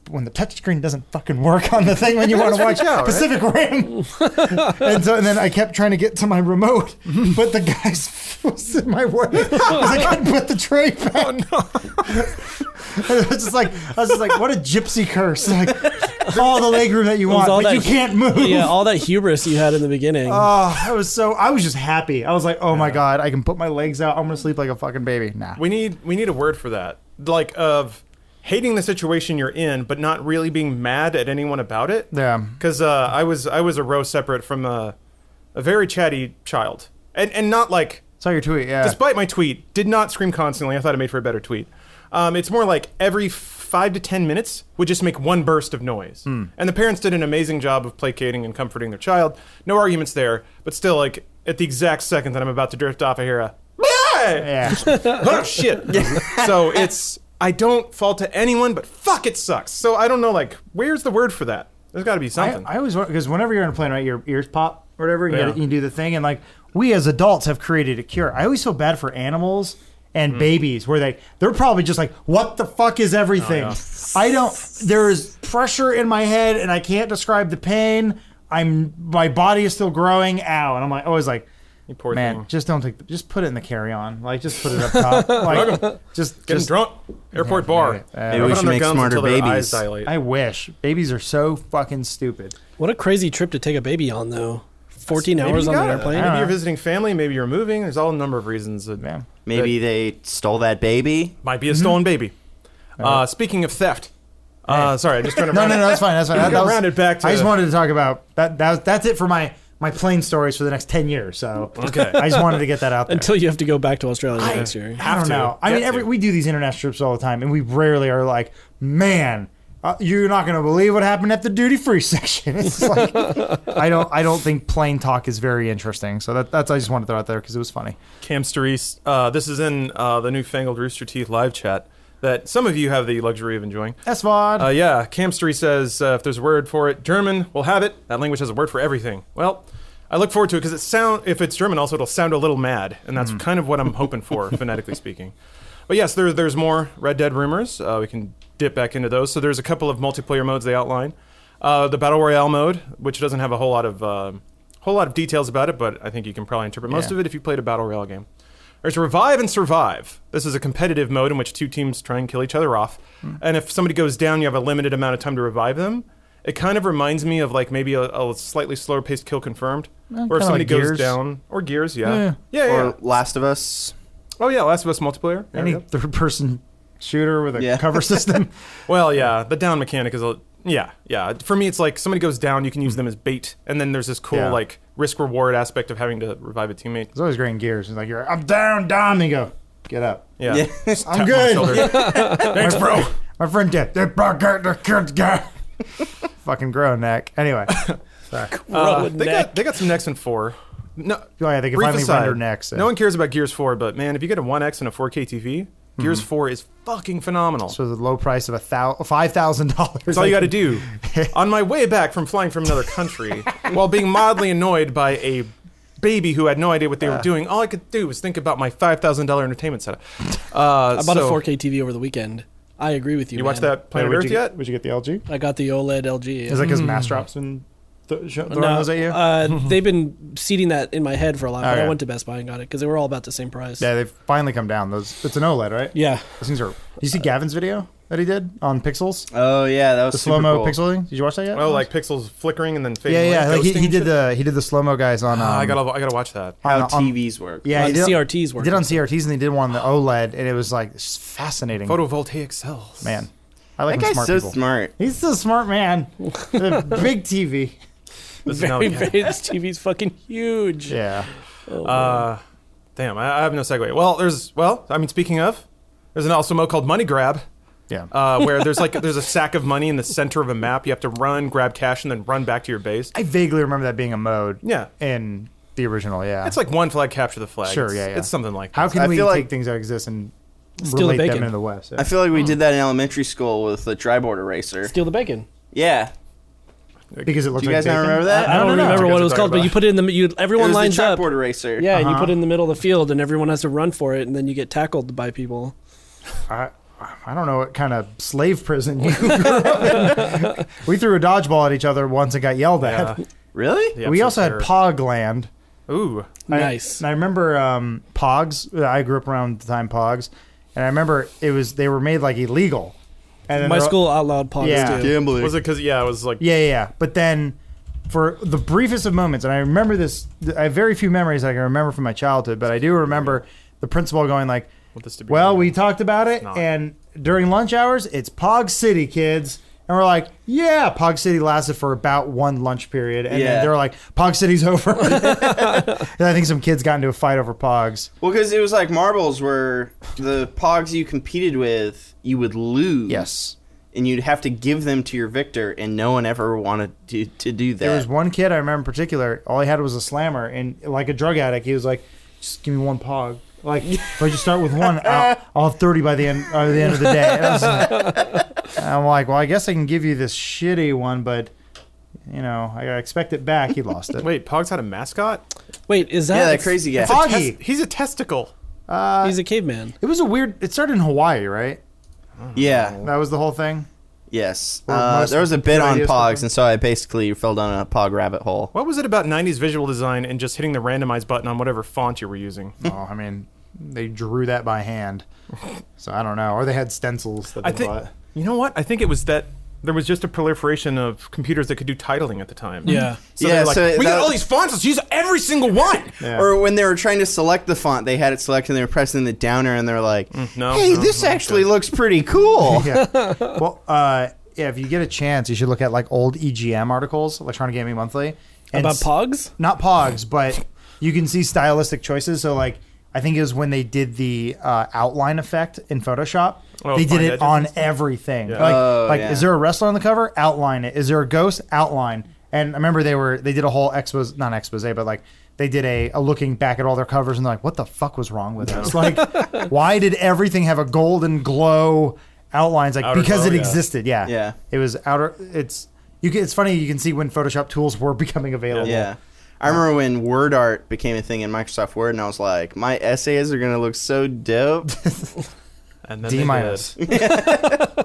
[SPEAKER 2] When the touchscreen doesn't fucking work on the thing when you want to watch
[SPEAKER 1] freaked out, right?
[SPEAKER 2] Pacific Rim, and so and then I kept trying to get to my remote, but the guys was in my way 'cause I couldn't put the tray
[SPEAKER 4] Oh,
[SPEAKER 2] back. I was just like, I was just like, what a gypsy curse! Like, all the legroom that you want,
[SPEAKER 4] all
[SPEAKER 2] but
[SPEAKER 4] that-
[SPEAKER 2] you can't move.
[SPEAKER 4] yeah, all that hubris you had in the beginning.
[SPEAKER 2] Oh, I was so I was just happy. I was like, oh my god, I can put my legs out. I'm gonna sleep like a fucking baby. Nah.
[SPEAKER 1] we need we need a word for that. Like of hating the situation you're in, but not really being mad at anyone about it.
[SPEAKER 2] Yeah.
[SPEAKER 1] Because uh, I was I was a row separate from a, a very chatty child, and and not like
[SPEAKER 2] Saw your tweet. Yeah.
[SPEAKER 1] despite my tweet, did not scream constantly. I thought it made for a better tweet. Um, it's more like every five to ten minutes would just make one burst of noise.
[SPEAKER 2] Hmm.
[SPEAKER 1] And the parents did an amazing job of placating and comforting their child. No arguments there, but still, like at the exact second that I'm about to drift off, I hear a
[SPEAKER 2] yeah.
[SPEAKER 1] oh shit. so it's I don't fault to anyone, but fuck it sucks. So I don't know, like where's the word for that? There's got to be
[SPEAKER 2] I,
[SPEAKER 1] something.
[SPEAKER 2] I always because whenever you're in a plane, right, your ears pop or whatever. You,
[SPEAKER 1] Yeah.
[SPEAKER 2] gotta- you do the thing, and like we as adults have created a cure. I always feel bad for animals
[SPEAKER 1] Hmm.
[SPEAKER 2] and babies where they they're probably just like, "What the fuck is everything?"
[SPEAKER 1] Oh,
[SPEAKER 2] I don't. There is pressure in my head, and I can't describe the pain. I'm my body is still growing. Ow, and I'm like always like.
[SPEAKER 1] You poor
[SPEAKER 2] Man,
[SPEAKER 1] thing.
[SPEAKER 2] just don't take. The, just put it in the carry-on. Like, just put it up top. Like, just
[SPEAKER 1] Getting
[SPEAKER 2] just,
[SPEAKER 1] drunk, airport bar.
[SPEAKER 2] maybe. Uh,
[SPEAKER 1] Rub
[SPEAKER 2] Maybe
[SPEAKER 1] it
[SPEAKER 2] we
[SPEAKER 1] on
[SPEAKER 3] should
[SPEAKER 1] their
[SPEAKER 3] make
[SPEAKER 1] gums
[SPEAKER 3] smarter
[SPEAKER 1] until their eyes
[SPEAKER 3] babies.
[SPEAKER 1] dilate.
[SPEAKER 2] I wish babies are so fucking stupid.
[SPEAKER 4] What a crazy trip to take a baby on, though. 14 hours
[SPEAKER 1] you
[SPEAKER 4] on the
[SPEAKER 1] gotta-
[SPEAKER 4] airplane.
[SPEAKER 1] Maybe
[SPEAKER 2] Uh-huh.
[SPEAKER 1] you're visiting family. Maybe you're moving. There's all a number of reasons. That
[SPEAKER 2] Man,
[SPEAKER 3] Maybe they stole that baby.
[SPEAKER 1] might be a stolen baby. Uh, speaking of theft, uh, sorry, I'm just trying to.
[SPEAKER 2] No,
[SPEAKER 1] round
[SPEAKER 2] no,
[SPEAKER 1] it-
[SPEAKER 2] no, that's fine. That's fine.
[SPEAKER 1] We
[SPEAKER 2] That,
[SPEAKER 1] got
[SPEAKER 2] that was-
[SPEAKER 1] rounded back to-
[SPEAKER 2] I just wanted to talk about that. that was- that's it for my my plane stories for the next ten years. So
[SPEAKER 1] Okay.
[SPEAKER 2] I just wanted to get that out there.
[SPEAKER 4] Until you have to go back to Australia next year.
[SPEAKER 2] I don't
[SPEAKER 1] to.
[SPEAKER 2] know. I mean,
[SPEAKER 1] Get
[SPEAKER 2] every
[SPEAKER 1] to.
[SPEAKER 2] we do these international trips all the time, and we rarely are like, man. Uh, you're not going to believe what happened at the duty free section. It's like, I don't. I don't think plane talk is very interesting. So that, that's I just wanted to throw out there because it was funny.
[SPEAKER 1] Camster East. Uh, this is in uh, the newfangled Rooster Teeth live chat that some of you have the luxury of enjoying.
[SPEAKER 2] SVOD.
[SPEAKER 1] Uh, yeah, Camstery says uh, if there's a word for it, German will have it. That language has a word for everything. Well, I look forward to it because it sound if it's German, also it'll sound a little mad, and that's kind of what I'm hoping for, phonetically speaking. But yes, there, there's more Red Dead rumors. Uh, we can dip back into those. So there's a couple of multiplayer modes they outline. Uh, the battle royale mode, which doesn't have a whole lot of um whole lot of details about it, but I think you can probably interpret most
[SPEAKER 2] Yeah.
[SPEAKER 1] of it if you played a battle royale game. There's Revive and Survive. This is a competitive mode in which two teams try and kill each other off.
[SPEAKER 2] Hmm.
[SPEAKER 1] And if somebody goes down, you have a limited amount of time to revive them. It kind of reminds me of like maybe a, a slightly slower paced kill confirmed. or
[SPEAKER 2] kinda
[SPEAKER 1] if somebody
[SPEAKER 2] like
[SPEAKER 1] goes
[SPEAKER 2] Gears.
[SPEAKER 1] down. Or Gears, yeah.
[SPEAKER 2] Yeah.
[SPEAKER 1] Yeah, yeah.
[SPEAKER 3] or
[SPEAKER 1] yeah.
[SPEAKER 3] Last of Us.
[SPEAKER 1] Oh, yeah, Last of Us multiplayer. There we go.
[SPEAKER 2] Any third person shooter with a
[SPEAKER 3] Yeah.
[SPEAKER 2] cover system.
[SPEAKER 1] Well, yeah, the down mechanic is a yeah, yeah. For me, it's like somebody goes down, you can use them as bait, and then there's this cool
[SPEAKER 2] Hmm. Yeah.
[SPEAKER 1] like risk reward aspect of having to revive a teammate.
[SPEAKER 2] It's always great in gears. It's like you're I'm down, down, and you go, get up.
[SPEAKER 1] Yeah,
[SPEAKER 3] Yeah.
[SPEAKER 2] I'm
[SPEAKER 1] shoulder.
[SPEAKER 2] good.
[SPEAKER 1] thanks, bro.
[SPEAKER 2] My friend did. They brought her the kids guy. Fucking grown neck. Anyway.
[SPEAKER 1] Uh,
[SPEAKER 4] Rowan
[SPEAKER 1] they
[SPEAKER 4] neck.
[SPEAKER 1] got they got some next and four. No,
[SPEAKER 2] Oh yeah, they can
[SPEAKER 1] Brief
[SPEAKER 2] finally
[SPEAKER 1] aside,
[SPEAKER 2] render necks.
[SPEAKER 1] No one cares about Gears 4, but man, if you get a 1X and a 4K TV, Gears 4 is fucking phenomenal.
[SPEAKER 2] Hmm. so the low price of a thousand, five thousand dollars.
[SPEAKER 1] That's all you got to do. On my way back from flying from another country, while being mildly annoyed by a baby who had no idea what they were doing, all I could do was think about my $5,000 entertainment setup. Uh,
[SPEAKER 4] I bought
[SPEAKER 1] so-
[SPEAKER 4] a 4K TV over the weekend. I agree with you.
[SPEAKER 1] You
[SPEAKER 4] man.
[SPEAKER 1] watched that Planet Earth
[SPEAKER 2] you,
[SPEAKER 1] yet?
[SPEAKER 2] Would you get the LG?
[SPEAKER 4] I got the E OLED LG.
[SPEAKER 2] Is like
[SPEAKER 1] Hmm.
[SPEAKER 2] his mass drops and th- sh- throwing
[SPEAKER 4] No,
[SPEAKER 2] those at you?
[SPEAKER 4] Uh, they've been seeding that in my head for a while. but
[SPEAKER 2] Okay.
[SPEAKER 4] I went to Best Buy and got it because they were all about the same price.
[SPEAKER 2] yeah, they've finally come down. Those it's an OLED, right?
[SPEAKER 4] yeah.
[SPEAKER 2] Those things are.
[SPEAKER 1] Uh,
[SPEAKER 2] You see Gavin's video that he did on pixels,
[SPEAKER 3] Oh yeah, that was
[SPEAKER 2] the
[SPEAKER 3] super
[SPEAKER 2] slow mo
[SPEAKER 3] cool.
[SPEAKER 2] pixeling. Did you watch that yet?
[SPEAKER 1] Oh, like pixels flickering and then fading.
[SPEAKER 2] yeah, yeah.
[SPEAKER 1] away,
[SPEAKER 2] Like he,
[SPEAKER 1] ghosting
[SPEAKER 2] he
[SPEAKER 1] and
[SPEAKER 2] did
[SPEAKER 1] shit?
[SPEAKER 2] the he did the slow mo guys on. Um,
[SPEAKER 1] Ah, I gotta, I gotta watch that.
[SPEAKER 3] How
[SPEAKER 2] on- on-
[SPEAKER 3] TVs work.
[SPEAKER 2] Yeah,
[SPEAKER 4] On
[SPEAKER 2] he did,
[SPEAKER 4] CRTs
[SPEAKER 2] He did on
[SPEAKER 4] working.
[SPEAKER 2] CRTs and he did one on the OLED, and it was like it's fascinating.
[SPEAKER 1] Photovoltaic cells.
[SPEAKER 2] man, I like
[SPEAKER 3] That
[SPEAKER 2] when
[SPEAKER 3] guy's
[SPEAKER 2] smart
[SPEAKER 3] so
[SPEAKER 2] people.
[SPEAKER 3] smart.
[SPEAKER 2] He's so smart, man. The big TV.
[SPEAKER 1] This is now
[SPEAKER 4] Very,
[SPEAKER 1] the-
[SPEAKER 4] very, this TV's fucking huge.
[SPEAKER 2] Yeah.
[SPEAKER 1] Uh, damn, I, I have no segue. Well, there's well, I mean, speaking of, there's an also mode called Money Grab,
[SPEAKER 2] Yeah.
[SPEAKER 1] uh, where there's like there's a sack of money in the center of a map. You have to run, grab cash, and then run back to your base.
[SPEAKER 2] I vaguely remember that being a mode.
[SPEAKER 1] Yeah.
[SPEAKER 2] In the original, yeah.
[SPEAKER 1] It's like one flag capture the flag.
[SPEAKER 2] Sure,
[SPEAKER 1] It's-
[SPEAKER 2] yeah, yeah.
[SPEAKER 1] It's something like
[SPEAKER 2] how
[SPEAKER 1] that.
[SPEAKER 2] can
[SPEAKER 3] I
[SPEAKER 2] we
[SPEAKER 3] feel
[SPEAKER 2] take
[SPEAKER 3] like-
[SPEAKER 2] things that exist and
[SPEAKER 4] Steal the
[SPEAKER 2] relate them
[SPEAKER 4] bacon.
[SPEAKER 2] in the West? Yeah.
[SPEAKER 3] I feel like we did that in elementary school with the triboard eraser.
[SPEAKER 4] Steal the bacon.
[SPEAKER 3] Yeah.
[SPEAKER 2] because it looks
[SPEAKER 3] Do you
[SPEAKER 2] like
[SPEAKER 3] guys not
[SPEAKER 2] bacon.
[SPEAKER 3] remember that?
[SPEAKER 4] I,
[SPEAKER 2] I
[SPEAKER 4] don't,
[SPEAKER 2] don't know.
[SPEAKER 4] remember
[SPEAKER 1] You
[SPEAKER 4] what
[SPEAKER 1] guys
[SPEAKER 4] it was
[SPEAKER 1] are
[SPEAKER 4] called,
[SPEAKER 1] talking
[SPEAKER 4] but you put it in the you,
[SPEAKER 3] It
[SPEAKER 4] everyone
[SPEAKER 3] was
[SPEAKER 4] lines
[SPEAKER 3] the
[SPEAKER 4] up.
[SPEAKER 3] chalkboard eraser.
[SPEAKER 4] Yeah, and you put it in the middle of the field, and everyone has to run for it, and then you get tackled by people.
[SPEAKER 2] I, I don't know what kind of slave prison you grew up in. We threw a dodgeball at each other once and got yelled
[SPEAKER 1] Yeah.
[SPEAKER 2] at.
[SPEAKER 3] Really?
[SPEAKER 1] Yeah,
[SPEAKER 2] we
[SPEAKER 1] so
[SPEAKER 2] also
[SPEAKER 1] fair.
[SPEAKER 2] had Pog Land.
[SPEAKER 1] Ooh,
[SPEAKER 2] I-
[SPEAKER 4] Nice.
[SPEAKER 2] and I remember um, Pogs. I grew up around the time Pogs, and I remember it was they were made like illegal. And then
[SPEAKER 4] My
[SPEAKER 2] they're-
[SPEAKER 4] school outlawed pogs
[SPEAKER 2] Yeah.
[SPEAKER 4] too.
[SPEAKER 3] Gambling.
[SPEAKER 1] was it because yeah, it was like
[SPEAKER 2] Yeah, yeah, yeah. But then, for the briefest of moments, and I remember this. I have very few memories I can remember from my childhood, but I do remember the principal going like,
[SPEAKER 1] Want this to be
[SPEAKER 2] "Well,
[SPEAKER 1] real.
[SPEAKER 2] we talked about it,
[SPEAKER 1] not.
[SPEAKER 2] and during lunch hours, it's Pog City, kids. And we're like, yeah, Pog City lasted for about one lunch period. And
[SPEAKER 3] Yeah.
[SPEAKER 2] then they were like, Pog City's over. and I think some kids got into a fight over Pogs.
[SPEAKER 3] Well, because it was like marbles where the pogs you competed with, you would lose.
[SPEAKER 2] Yes.
[SPEAKER 3] And you'd have to give them to your victor, and no one ever wanted to, to do that.
[SPEAKER 2] There was one kid I remember in particular. All he had was a slammer, and like a drug addict, he was like, "Just give me one pog." Like if I just start with one, I'll, I'll have thirty by the end by the end of the day. And I was like- I'm like, well, I guess I can give you this shitty one, but you know, I expect it back. He lost it.
[SPEAKER 1] Wait, Pog's had a mascot?
[SPEAKER 4] Wait, is that?
[SPEAKER 3] yeah, that crazy guy.
[SPEAKER 2] Pog-
[SPEAKER 1] Tes-
[SPEAKER 2] Poggy.
[SPEAKER 1] he's a testicle.
[SPEAKER 4] He's a caveman.
[SPEAKER 2] It was a weird. It started in Hawaii, right?
[SPEAKER 3] Yeah.
[SPEAKER 2] That was the whole thing.
[SPEAKER 3] Yes.
[SPEAKER 2] Or
[SPEAKER 3] Uh,
[SPEAKER 2] most
[SPEAKER 3] there was a bit on
[SPEAKER 2] ideas for
[SPEAKER 3] pogs,
[SPEAKER 2] them.
[SPEAKER 3] and so I basically fell down a pog rabbit hole.
[SPEAKER 1] What was it about 90s visual design and just hitting the randomize button on whatever font you were using?
[SPEAKER 2] oh, I mean, they drew that by hand, so I don't know. Or they had stencils that they
[SPEAKER 1] I think
[SPEAKER 2] bought.
[SPEAKER 1] you know what? I think it was that there was just a proliferation of computers that could do titling at the time.
[SPEAKER 4] Yeah.
[SPEAKER 1] So
[SPEAKER 3] Yeah,
[SPEAKER 1] yeah, like,
[SPEAKER 3] so
[SPEAKER 1] we
[SPEAKER 3] that-
[SPEAKER 1] got all these fonts. Let's use every single one.
[SPEAKER 2] Yeah.
[SPEAKER 3] Or when they were trying to select the font, they had it selected, and they were pressing the downer, and they're like,
[SPEAKER 1] Mm, no,
[SPEAKER 3] hey,
[SPEAKER 1] no,
[SPEAKER 3] this
[SPEAKER 1] no,
[SPEAKER 3] actually looks pretty cool.
[SPEAKER 2] yeah. Well, uh, yeah. If you get a chance, you should look at like old EGM articles, Electronic Gaming Monthly, and
[SPEAKER 4] About
[SPEAKER 2] s-
[SPEAKER 4] pogs?
[SPEAKER 2] Not Pogs, but you can see stylistic choices. So like. I think it was when they did the uh, outline effect in Photoshop.
[SPEAKER 1] Oh,
[SPEAKER 2] they did
[SPEAKER 1] fine,
[SPEAKER 2] it
[SPEAKER 1] that
[SPEAKER 2] on
[SPEAKER 1] doesn't-
[SPEAKER 2] everything.
[SPEAKER 1] Yeah.
[SPEAKER 2] Like,
[SPEAKER 3] Oh,
[SPEAKER 2] like
[SPEAKER 3] yeah.
[SPEAKER 2] is there a wrestler on the cover? Outline it. Is there a ghost? Outline. And I remember they were they did a whole expose, not expose, but like they did a, a looking back at all their covers and they're like, what the fuck was wrong with us? Like, why did everything have a golden glow outlines? Like
[SPEAKER 1] Outer
[SPEAKER 2] because
[SPEAKER 1] glow,
[SPEAKER 2] it
[SPEAKER 1] yeah.
[SPEAKER 2] existed. Yeah.
[SPEAKER 3] Yeah.
[SPEAKER 2] It was outer. It's you. Can, it's funny. You can see when Photoshop tools were becoming available.
[SPEAKER 3] Yeah. I remember when Word Art became a thing in Microsoft Word, and I was like, my essays are going to look so dope.
[SPEAKER 1] And then
[SPEAKER 2] D
[SPEAKER 1] they
[SPEAKER 2] minus.
[SPEAKER 1] did.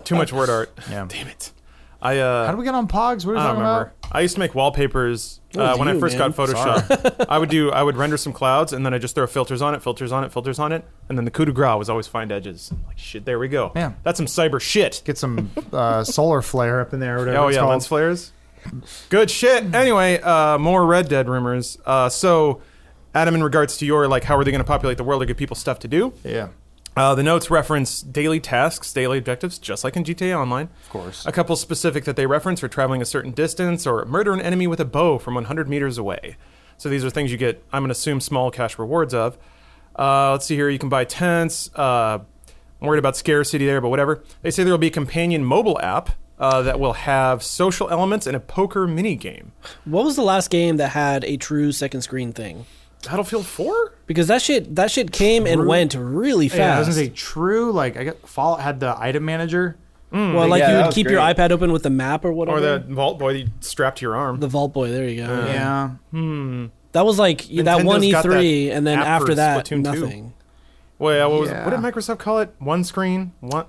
[SPEAKER 1] Too much word art.
[SPEAKER 2] Yeah.
[SPEAKER 1] Damn it. I uh,
[SPEAKER 2] How do we get on Pogs? What is
[SPEAKER 1] I
[SPEAKER 2] that
[SPEAKER 1] don't remember.
[SPEAKER 2] about?
[SPEAKER 1] I used to make wallpapers
[SPEAKER 4] Uh-huh. What
[SPEAKER 1] uh,
[SPEAKER 4] was
[SPEAKER 1] when I
[SPEAKER 4] you,
[SPEAKER 1] first
[SPEAKER 4] man?
[SPEAKER 1] got Photoshop. I would do I would render some clouds and then I just throw filters on it, filters on it, filters on it, and then the coup de grace was always find edges. I'm like shit, there we go.
[SPEAKER 2] Yeah.
[SPEAKER 1] that's some cyber shit.
[SPEAKER 2] Get some uh, solar flare up in there. Or whatever
[SPEAKER 1] Oh
[SPEAKER 2] it's
[SPEAKER 1] yeah,
[SPEAKER 2] called.
[SPEAKER 1] lens flares. Good shit. Anyway, uh, more Red Dead rumors. Uh, so, Adam, in regards to your like, how are they going to populate the world or give people stuff to do?
[SPEAKER 2] Yeah.
[SPEAKER 1] Uh, the notes reference daily tasks, daily objectives, just like in GTA Online. Of
[SPEAKER 2] course.
[SPEAKER 1] A couple specific that they reference are traveling a certain distance or murder an enemy with a bow from 100 meters away. So these are things you get, I'm going to assume, small cash rewards of. Uh, let's see here. You can buy tents. Uh, I'm worried about scarcity there, but whatever. They say there will be a companion mobile app uh, that will have social elements and a poker mini game.
[SPEAKER 4] What was the last game that had a true second screen thing?
[SPEAKER 1] Battlefield 4?
[SPEAKER 4] Because that shit that shit came and went really fast.
[SPEAKER 2] Yeah, I was gonna say true. Like I got Fallout had the item manager.
[SPEAKER 4] well, like
[SPEAKER 3] Yeah, that
[SPEAKER 4] you would
[SPEAKER 3] was
[SPEAKER 4] keep your
[SPEAKER 3] great.
[SPEAKER 4] iPad open with the map or whatever.
[SPEAKER 1] Or the vault boy that you strap to your arm.
[SPEAKER 4] the Vault Boy. There you go.
[SPEAKER 2] Yeah.
[SPEAKER 4] That was like that one
[SPEAKER 1] Nintendo's got
[SPEAKER 4] E3,
[SPEAKER 1] that
[SPEAKER 4] and then
[SPEAKER 1] app for
[SPEAKER 4] after that,
[SPEAKER 1] Splatoon 2.
[SPEAKER 4] nothing.
[SPEAKER 1] well, yeah, uh, what, was,
[SPEAKER 2] Yeah.
[SPEAKER 1] what did Microsoft call it? One screen? One.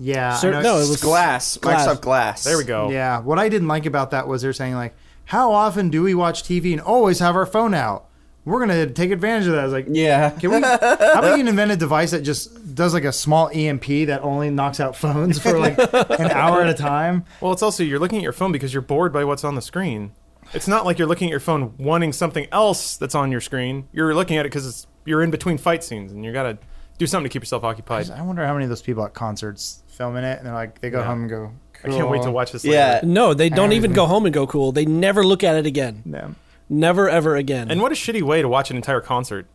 [SPEAKER 2] Yeah. I
[SPEAKER 4] Sir-
[SPEAKER 2] know-
[SPEAKER 4] no, it was
[SPEAKER 3] Glass.
[SPEAKER 4] Glass.
[SPEAKER 3] Microsoft Glass.
[SPEAKER 1] There we go.
[SPEAKER 2] Yeah. What I didn't like about that was they're saying like, how often do we watch TV and always have our phone out? We're gonna take advantage of that. I was like,
[SPEAKER 3] Yeah.
[SPEAKER 2] Can we? How about you invent a device that just does like a small EMP that only knocks out phones for like an hour at a time?
[SPEAKER 1] Well, it's also you're looking at your phone because you're bored by what's on the screen. It's not like you're looking at your phone wanting something else that's on your screen. You're looking at it because you're in between fight scenes and you gotta do something to keep yourself occupied.
[SPEAKER 2] I wonder how many of those people at concerts filming it and they're like, they go
[SPEAKER 1] Yeah.
[SPEAKER 2] home and go,
[SPEAKER 1] I can't wait to watch this. Later.
[SPEAKER 3] Yeah.
[SPEAKER 4] No, they don't even go home and go cool. They never look at it again.
[SPEAKER 2] them.
[SPEAKER 4] Never ever again.
[SPEAKER 1] And what a shitty way to watch an entire concert.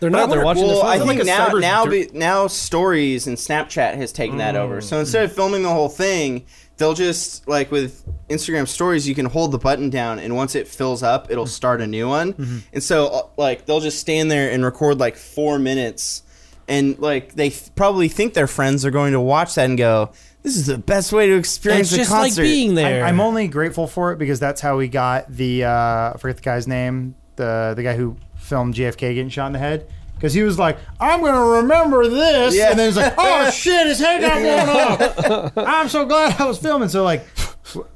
[SPEAKER 4] they're
[SPEAKER 1] I
[SPEAKER 4] not.
[SPEAKER 1] wonder-
[SPEAKER 4] They're watching
[SPEAKER 3] Well,
[SPEAKER 4] the
[SPEAKER 3] I
[SPEAKER 4] phone.
[SPEAKER 1] like
[SPEAKER 3] think
[SPEAKER 1] a
[SPEAKER 3] now
[SPEAKER 1] cyber
[SPEAKER 3] now,
[SPEAKER 1] dir-
[SPEAKER 3] be, now stories and Snapchat has taken that over.
[SPEAKER 4] Mm-hmm.
[SPEAKER 3] So instead of filming the whole thing, they'll just like with Instagram stories, you can hold the button down, and once it fills up,
[SPEAKER 4] Mm-hmm.
[SPEAKER 3] it'll start a new one. And so uh, like they'll just stand there and record like four minutes, and like they th- probably think their friends are going to watch that and go, "This is the best way to experience
[SPEAKER 4] it's
[SPEAKER 3] the
[SPEAKER 4] just like
[SPEAKER 3] concert."
[SPEAKER 4] being there.
[SPEAKER 2] I'm, I'm only grateful for it because that's how we got the uh, I forget the guy's name, the the guy who filmed JFK getting shot in the head. Because he was like, I'm gonna remember this,
[SPEAKER 3] Yeah.
[SPEAKER 2] and then he's like, Oh shit, his head got blown off. I'm so glad I was filming. So like,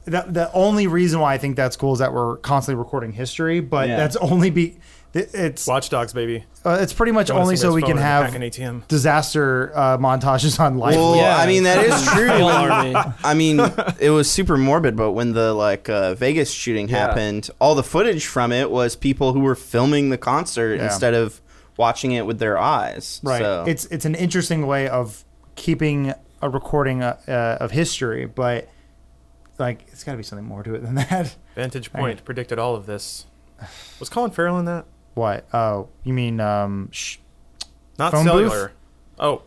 [SPEAKER 2] the the only reason why I think that's cool is that we're constantly recording history, but
[SPEAKER 3] Yeah.
[SPEAKER 2] that's only be it- it's
[SPEAKER 1] Watch Dogs, baby.
[SPEAKER 2] uh, it's pretty much
[SPEAKER 1] wanna
[SPEAKER 2] only
[SPEAKER 1] see
[SPEAKER 2] so
[SPEAKER 1] his
[SPEAKER 2] we
[SPEAKER 1] phone
[SPEAKER 2] can
[SPEAKER 1] and
[SPEAKER 2] have
[SPEAKER 1] hack an ATM.
[SPEAKER 2] disaster uh, montages on life.
[SPEAKER 3] Well, I mean that is true.
[SPEAKER 4] Real army.
[SPEAKER 3] I mean, it was super morbid, but when the like uh, Vegas shooting happened, all the footage from it was people who were filming the concert
[SPEAKER 2] Yeah.
[SPEAKER 3] instead of watching it with their eyes.
[SPEAKER 2] Right.
[SPEAKER 3] So.
[SPEAKER 2] It's it's an interesting way of keeping a recording uh, uh, of history, but like it's got to be something more to it than that.
[SPEAKER 1] Vantage Point predicted all of this. Was Colin Farrell in that?
[SPEAKER 2] what? Oh, you mean um? Sh-
[SPEAKER 1] Not
[SPEAKER 2] Phone booth?
[SPEAKER 1] cellular. Oh,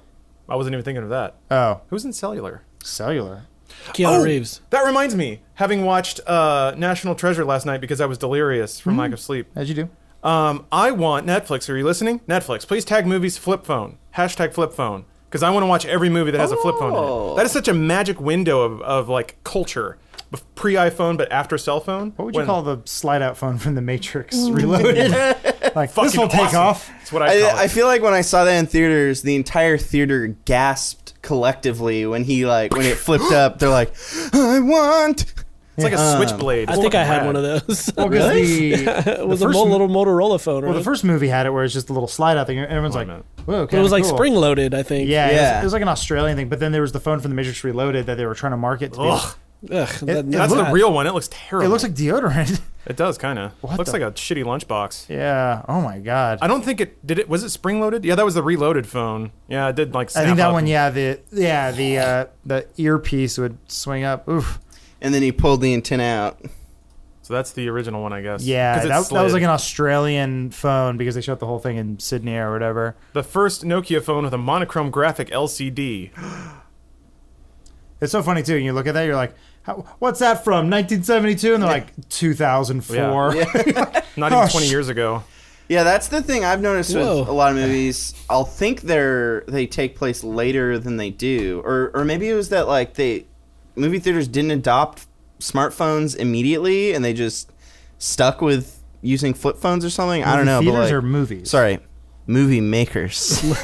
[SPEAKER 1] I wasn't even thinking of that.
[SPEAKER 2] oh,
[SPEAKER 1] Who's in cellular?
[SPEAKER 2] cellular.
[SPEAKER 4] Keanu
[SPEAKER 1] Oh!
[SPEAKER 4] Reeves.
[SPEAKER 1] That reminds me, having watched uh, National Treasure last night because I was delirious from lack of sleep.
[SPEAKER 2] How'd you do?
[SPEAKER 1] Um, I want Netflix. Are you listening? Netflix, please tag movies flip phone. Hashtag flip phone. Because I want to watch every movie that has a flip phone in it.
[SPEAKER 3] Oh.
[SPEAKER 1] That is such a magic window of, of like culture. Pre iPhone, but after cell phone.
[SPEAKER 2] What would you call the slide out phone from the Matrix Reloaded? like this will take off.
[SPEAKER 1] That's what I, call
[SPEAKER 3] I, I
[SPEAKER 1] it.
[SPEAKER 3] feel like when I saw that in theaters, the entire theater gasped collectively when he like when it flipped up. They're like, "I want."
[SPEAKER 1] It's like a
[SPEAKER 3] Um,
[SPEAKER 1] switchblade.
[SPEAKER 4] I
[SPEAKER 1] It's
[SPEAKER 4] think I had
[SPEAKER 1] rad.
[SPEAKER 4] one of those.
[SPEAKER 2] Well, 'cause
[SPEAKER 3] Really?
[SPEAKER 2] the,
[SPEAKER 4] it was
[SPEAKER 2] the
[SPEAKER 4] a
[SPEAKER 2] first
[SPEAKER 4] mo-
[SPEAKER 2] m-
[SPEAKER 4] little Motorola phone, right?
[SPEAKER 2] well, the first movie had it where it's just a little slide out thing, and everyone's
[SPEAKER 1] Wait a
[SPEAKER 2] like,
[SPEAKER 1] minute.
[SPEAKER 2] "Whoa!"
[SPEAKER 4] it
[SPEAKER 2] kinda
[SPEAKER 4] was like
[SPEAKER 2] cool.
[SPEAKER 4] spring loaded, I think.
[SPEAKER 2] Yeah, It, was,
[SPEAKER 3] Yeah.
[SPEAKER 2] it was like an Australian thing, but then there was the phone from the Matrix Reloaded that they were trying to market. To be-
[SPEAKER 1] Ugh,
[SPEAKER 4] Ugh, that-
[SPEAKER 2] it
[SPEAKER 1] that's
[SPEAKER 2] looked-
[SPEAKER 1] the real one. It looks terrible.
[SPEAKER 2] It looks like deodorant.
[SPEAKER 1] It does kind of.
[SPEAKER 2] What
[SPEAKER 1] Looks
[SPEAKER 2] the-
[SPEAKER 1] like a shitty lunchbox.
[SPEAKER 2] yeah. Oh my god.
[SPEAKER 1] I don't think it did. It was it spring loaded? Yeah, that was the reloaded phone. Yeah, it did like.
[SPEAKER 2] I
[SPEAKER 1] Snap
[SPEAKER 2] think that
[SPEAKER 1] up.
[SPEAKER 2] one. Yeah. The yeah the uh, the earpiece would swing up. Oof.
[SPEAKER 3] And then he pulled the antenna out.
[SPEAKER 1] So that's the original one, I guess.
[SPEAKER 2] Yeah.
[SPEAKER 1] 'Cause it
[SPEAKER 2] That, that was
[SPEAKER 1] slid.
[SPEAKER 2] like an Australian phone because they shot the whole thing in Sydney or whatever.
[SPEAKER 1] The first Nokia phone with a monochrome graphic LCD.
[SPEAKER 2] It's so funny too. You look at that, you're like, How, "What's that from? 1972?" And they're like,
[SPEAKER 1] Not
[SPEAKER 2] "2004."
[SPEAKER 1] even
[SPEAKER 2] Oh,
[SPEAKER 1] 20
[SPEAKER 2] sh-
[SPEAKER 1] years ago.
[SPEAKER 3] Yeah, that's the thing I've noticed
[SPEAKER 4] Whoa.
[SPEAKER 3] with a lot of movies. I'll think they're they take place later than they do, or or maybe it was that like they movie theaters didn't adopt smartphones immediately, and they just stuck with using flip phones or something. I
[SPEAKER 2] Movie
[SPEAKER 3] don't know.
[SPEAKER 2] Theaters
[SPEAKER 3] but
[SPEAKER 2] or
[SPEAKER 3] like,
[SPEAKER 2] movies.
[SPEAKER 3] sorry, movie makers.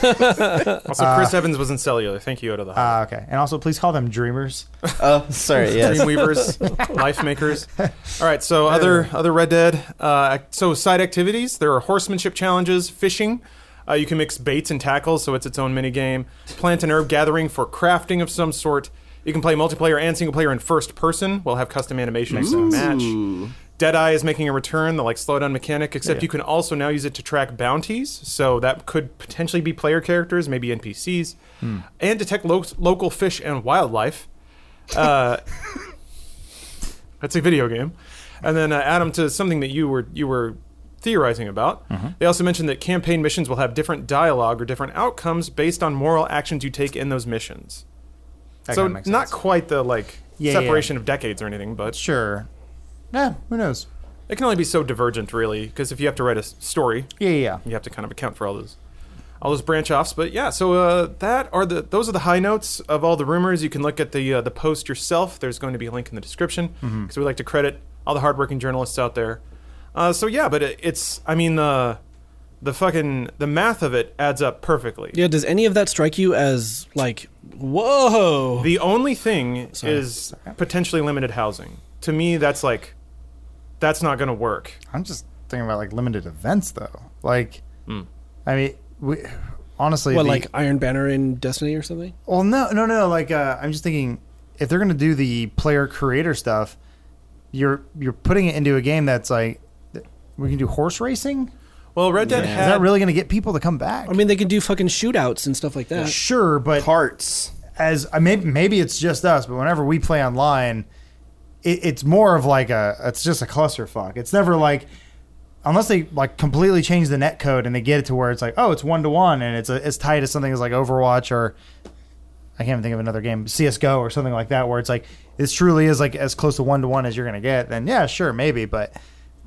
[SPEAKER 1] Also, Chris Evans was in cellular. Thank you, Oda the Hot.
[SPEAKER 2] Ah, okay. And also, please call them dreamers.
[SPEAKER 3] oh, sorry. Yes.
[SPEAKER 1] Dreamweavers, life makers. All right, so other other Red Dead. Uh, ac- so side activities. There are horsemanship challenges, fishing. Uh, you can mix baits and tackles, so it's its own mini game. Plant and herb gathering for crafting of some sort. You can play multiplayer and single player in first person. We'll have custom animations to match. Deadeye is making a return, the like slowdown mechanic, except you can also now use it to track bounties. So that could potentially be player characters, maybe NPCs, and detect lo- local fish and wildlife. Uh, that's a video game. And then uh, Adam, to something that you were you were theorizing about,
[SPEAKER 2] Mm-hmm.
[SPEAKER 1] they also mentioned that campaign missions will have different dialogue or different outcomes based on moral actions you take in those missions.
[SPEAKER 2] That
[SPEAKER 1] so
[SPEAKER 2] kinda makes
[SPEAKER 1] not
[SPEAKER 2] sense.
[SPEAKER 1] quite the like
[SPEAKER 2] Yeah, yeah, yeah.
[SPEAKER 1] separation of decades or anything, but
[SPEAKER 2] sure. Yeah. Who knows?
[SPEAKER 1] it can only be so divergent, really, because if you have to write a s- story,
[SPEAKER 2] Yeah. Yeah. yeah.
[SPEAKER 1] you have to kind of account for all those all those branch offs but yeah so uh, that are the those are the high notes of all the rumors you can look at the uh, the post yourself there's going to be a link in the description because
[SPEAKER 2] Mm-hmm.
[SPEAKER 1] we like to credit all the hardworking journalists out there uh, so yeah but it, it's i mean the the fucking the math of it adds up perfectly
[SPEAKER 4] Yeah, does any of that strike you as like, whoa?
[SPEAKER 1] the only thing is potentially limited housing to me that's like that's not going to work
[SPEAKER 2] I'm just thinking about like limited events though. Like,
[SPEAKER 1] Hmm.
[SPEAKER 2] I mean, we, honestly,
[SPEAKER 4] what,
[SPEAKER 2] the-
[SPEAKER 4] like Iron Banner in Destiny or something?
[SPEAKER 2] Well, no, no, no. Like, uh, I'm just thinking, if they're gonna do the player creator stuff, you're you're putting it into a game that's like, th- we can do horse racing.
[SPEAKER 1] well red dead
[SPEAKER 2] Is
[SPEAKER 1] had
[SPEAKER 2] that really gonna get people to come back?
[SPEAKER 4] Uh, I mean, uh, they can do fucking shootouts and stuff like that.
[SPEAKER 2] sure, but
[SPEAKER 3] Parts.
[SPEAKER 2] as I maybe maybe it's just us, but whenever we play online, it, it's more of like a it's just a clusterfuck. It's never like unless they like completely change the net code and they get it to where it's like oh it's one to one and it's a, it's tied to something as like Overwatch or I can't even think of another game CS:GO or something like that where it's like this truly is like as close to one to one as you're gonna get. Then yeah, sure maybe, but.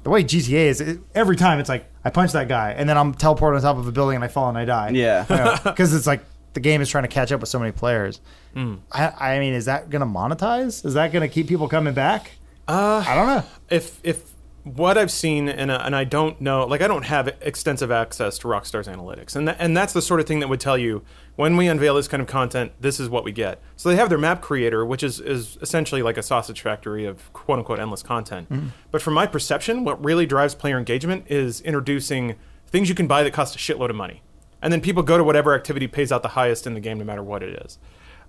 [SPEAKER 2] The way GTA is, it, every time it's like I punch that guy, and then I'm teleported on top of a building, and I fall and I die
[SPEAKER 3] Yeah.
[SPEAKER 2] because it's like the game is trying to catch up with so many players.
[SPEAKER 1] Hmm.
[SPEAKER 2] I, I mean, is that going to monetize? Is that going to keep people coming back?
[SPEAKER 1] Uh,
[SPEAKER 2] I don't know.
[SPEAKER 1] if if what I've seen and uh, and I don't know, like I don't have extensive access to Rockstar's analytics, and tha- and that's the sort of thing that would tell you when we unveil this kind of content, this is what we get. So they have their map creator, which is is essentially like a sausage factory of quote unquote endless content. But from my perception, what really drives player engagement is introducing things you can buy that cost a shitload of money, and then people go to whatever activity pays out the highest in the game, no matter what it is.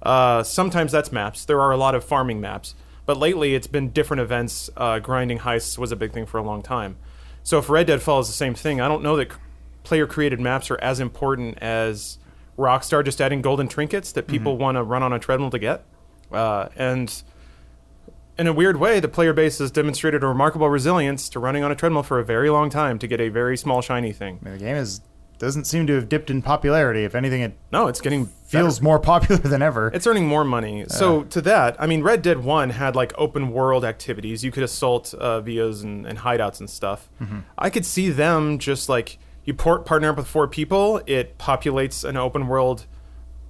[SPEAKER 1] Uh, sometimes that's maps. There are a lot of farming maps, but lately it's been different events. Uh, grinding heists was a big thing for a long time. So if Red Dead follows the same thing, I don't know that player created maps are as important as Rockstar just adding golden trinkets that people want to run on a treadmill to get. Uh, and in a weird way, the player base has demonstrated a remarkable resilience to running on a treadmill for a very long time to get a very small shiny thing.
[SPEAKER 2] I mean, the game is doesn't seem to have dipped in popularity. If anything, it
[SPEAKER 1] No, it's getting
[SPEAKER 2] feels more popular than ever.
[SPEAKER 1] It's earning more money. So to that, I mean, Red Dead One had like open world activities. You could assault uh, VOs and, and hideouts and stuff.
[SPEAKER 4] Mm-hmm.
[SPEAKER 1] I could see them just like you port partner up with four people. It populates an open world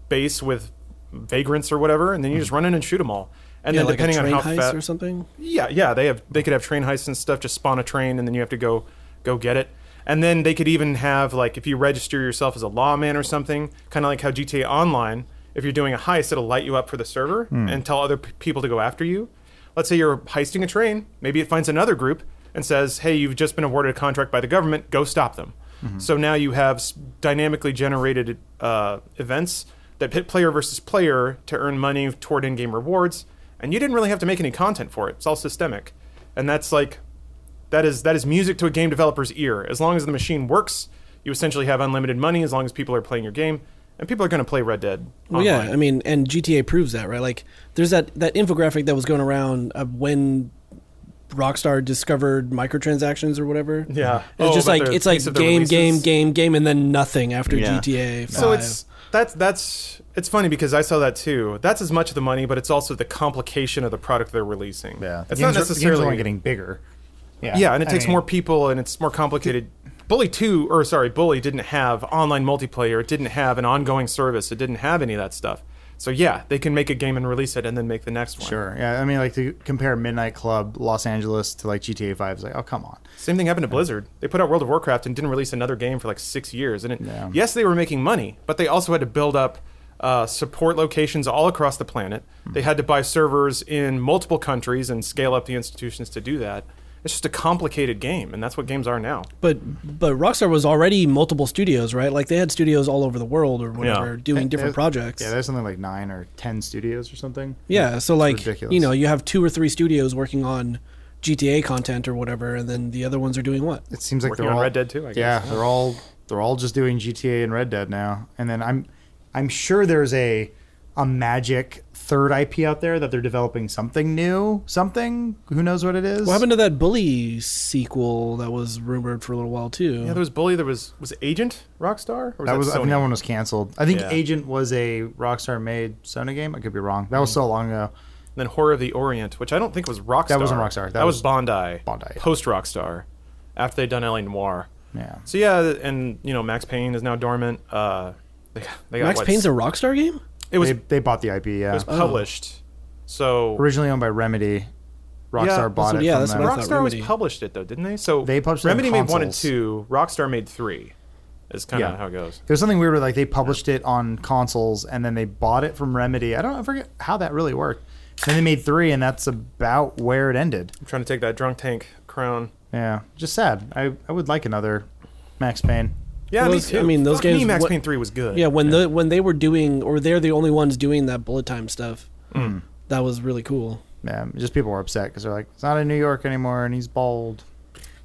[SPEAKER 1] base with vagrants or whatever, and then you just run in and shoot them all. And
[SPEAKER 4] Mm-hmm. yeah,
[SPEAKER 1] then
[SPEAKER 4] like a
[SPEAKER 1] depending
[SPEAKER 4] train
[SPEAKER 1] on how
[SPEAKER 4] heist
[SPEAKER 1] fast,
[SPEAKER 4] or something.
[SPEAKER 1] yeah, yeah, they have they could have train heists and stuff. Just spawn a train, and then you have to go go get it. And then they could even have like if you register yourself as a lawman or something, kind of like how GTA Online, if you're doing a heist, it'll light you up for the server and tell other p- people to go after you. Let's say you're heisting a train, maybe it finds another group and says, "Hey, you've just been awarded a contract by the government. Go stop them." So now you have s- dynamically generated uh, events that pit player versus player to earn money toward in-game rewards and you didn't really have to make any content for it. It's all systemic, and that's like that is that is music to a game developer's ear. As long as the machine works, you essentially have unlimited money. As long as people are playing your game, and people are going to play Red Dead.
[SPEAKER 4] Well, yeah,
[SPEAKER 1] online.
[SPEAKER 4] I mean, and GTA proves that, right? Like, there's that that infographic that was going around of when Rockstar discovered microtransactions or whatever.
[SPEAKER 1] Yeah.
[SPEAKER 4] it's
[SPEAKER 1] Oh,
[SPEAKER 4] just
[SPEAKER 1] but
[SPEAKER 4] like
[SPEAKER 1] their
[SPEAKER 4] it's like
[SPEAKER 1] piece of their
[SPEAKER 4] game, game,
[SPEAKER 1] releases.
[SPEAKER 4] game, game, and then nothing after
[SPEAKER 3] Yeah.
[SPEAKER 4] GTA. 5.
[SPEAKER 1] So it's that's that's it's funny because I saw that too. That's as much of the money, but it's also the complication of the product they're releasing.
[SPEAKER 2] yeah, the
[SPEAKER 1] it's not
[SPEAKER 2] games are- the games are only
[SPEAKER 1] necessarily
[SPEAKER 2] getting bigger.
[SPEAKER 1] Yeah, and it
[SPEAKER 2] I
[SPEAKER 1] takes
[SPEAKER 2] mean,
[SPEAKER 1] more people and it's more complicated. Bully 2, or sorry, Bully didn't have online multiplayer. It didn't have an ongoing service. It didn't have any of that stuff. So, yeah, they can make a game and release it and then make the next one.
[SPEAKER 2] Sure. Yeah, I mean, like to compare Midnight Club Los Angeles to like GTA Five is like, oh come on.
[SPEAKER 1] Same thing happened to Blizzard. They put out World of Warcraft and didn't release another game for like six years. And it,
[SPEAKER 2] Yeah.
[SPEAKER 1] yes, they were making money, but they also had to build up uh, support locations all across the planet.
[SPEAKER 2] Hmm.
[SPEAKER 1] They had to buy servers in multiple countries and scale up the institutions to do that. It's just a complicated game, and that's what games are now.
[SPEAKER 4] But but Rockstar was already multiple studios, right? Like they had studios all over the world or whatever, doing
[SPEAKER 2] There's-
[SPEAKER 4] different projects.
[SPEAKER 2] Yeah, there's something like nine or ten studios or something.
[SPEAKER 4] Yeah, so like
[SPEAKER 2] ridiculous.
[SPEAKER 4] you know, you have two or three studios working on GTA content or whatever, and then the other ones are doing what?
[SPEAKER 2] It seems like
[SPEAKER 1] Working
[SPEAKER 2] they're
[SPEAKER 1] on
[SPEAKER 2] all
[SPEAKER 1] Red Dead 2, I guess.
[SPEAKER 2] Yeah, they're all they're all just doing GTA and Red Dead now. And then I'm I'm sure there's a a magic third IP out there that they're developing something new, something who knows what it is.
[SPEAKER 4] What happened to that Bully sequel that was rumored for a little while too?
[SPEAKER 1] Yeah, there was Bully. There was was it Agent Rockstar. Or was
[SPEAKER 2] that was I think
[SPEAKER 1] Sony?
[SPEAKER 2] that one was canceled. I think
[SPEAKER 1] Yeah.
[SPEAKER 2] Agent was a Rockstar made Sony game. I could be wrong. That
[SPEAKER 4] Hmm.
[SPEAKER 2] was so long ago.
[SPEAKER 1] And then Horror of the Orient, which I don't think was Rockstar.
[SPEAKER 2] wasn't Rockstar. That
[SPEAKER 1] That, was,
[SPEAKER 2] was
[SPEAKER 1] Bondi.
[SPEAKER 2] Bondi.
[SPEAKER 1] Post Rockstar, after they'd done L.A. Noir.
[SPEAKER 2] Yeah.
[SPEAKER 1] So yeah, and you know Max Payne is now dormant. Uh, they, got- they got
[SPEAKER 4] Max
[SPEAKER 1] what's-
[SPEAKER 4] Payne's a Rockstar game?
[SPEAKER 1] it was
[SPEAKER 2] they,
[SPEAKER 1] it
[SPEAKER 2] they bought the IP, yeah.
[SPEAKER 4] Oh.
[SPEAKER 1] was published. So
[SPEAKER 2] Originally owned by Remedy. Rockstar
[SPEAKER 1] Yeah,
[SPEAKER 2] bought
[SPEAKER 4] that's what-
[SPEAKER 2] it
[SPEAKER 4] yeah,
[SPEAKER 2] from
[SPEAKER 4] that's
[SPEAKER 2] them.
[SPEAKER 4] what I thought.
[SPEAKER 1] Rockstar always
[SPEAKER 4] Remedy.
[SPEAKER 1] published it though, didn't they? So
[SPEAKER 2] They published it on
[SPEAKER 1] Remedy made one and
[SPEAKER 2] consoles.
[SPEAKER 1] two. Rockstar made three. Is kind of
[SPEAKER 2] Yeah.
[SPEAKER 1] how it goes.
[SPEAKER 2] There's something weird with like they published it on consoles and then they bought it from Remedy. I don't I forget how that really worked. Then they made three, and that's about where it ended.
[SPEAKER 1] I'm trying to take that drunk tank crown.
[SPEAKER 2] Yeah, just sad. I, I would like another Max Payne.
[SPEAKER 1] Yeah,
[SPEAKER 4] Those-
[SPEAKER 1] me too.
[SPEAKER 4] I mean, those
[SPEAKER 1] Fuck Me,
[SPEAKER 4] games-
[SPEAKER 1] Max
[SPEAKER 4] what-
[SPEAKER 1] Payne three was good.
[SPEAKER 4] Yeah, when the when they were doing or they're the only ones doing that bullet time stuff. That was really cool.
[SPEAKER 2] Yeah, just people were upset because they're like, it's not in New York anymore, and he's bald.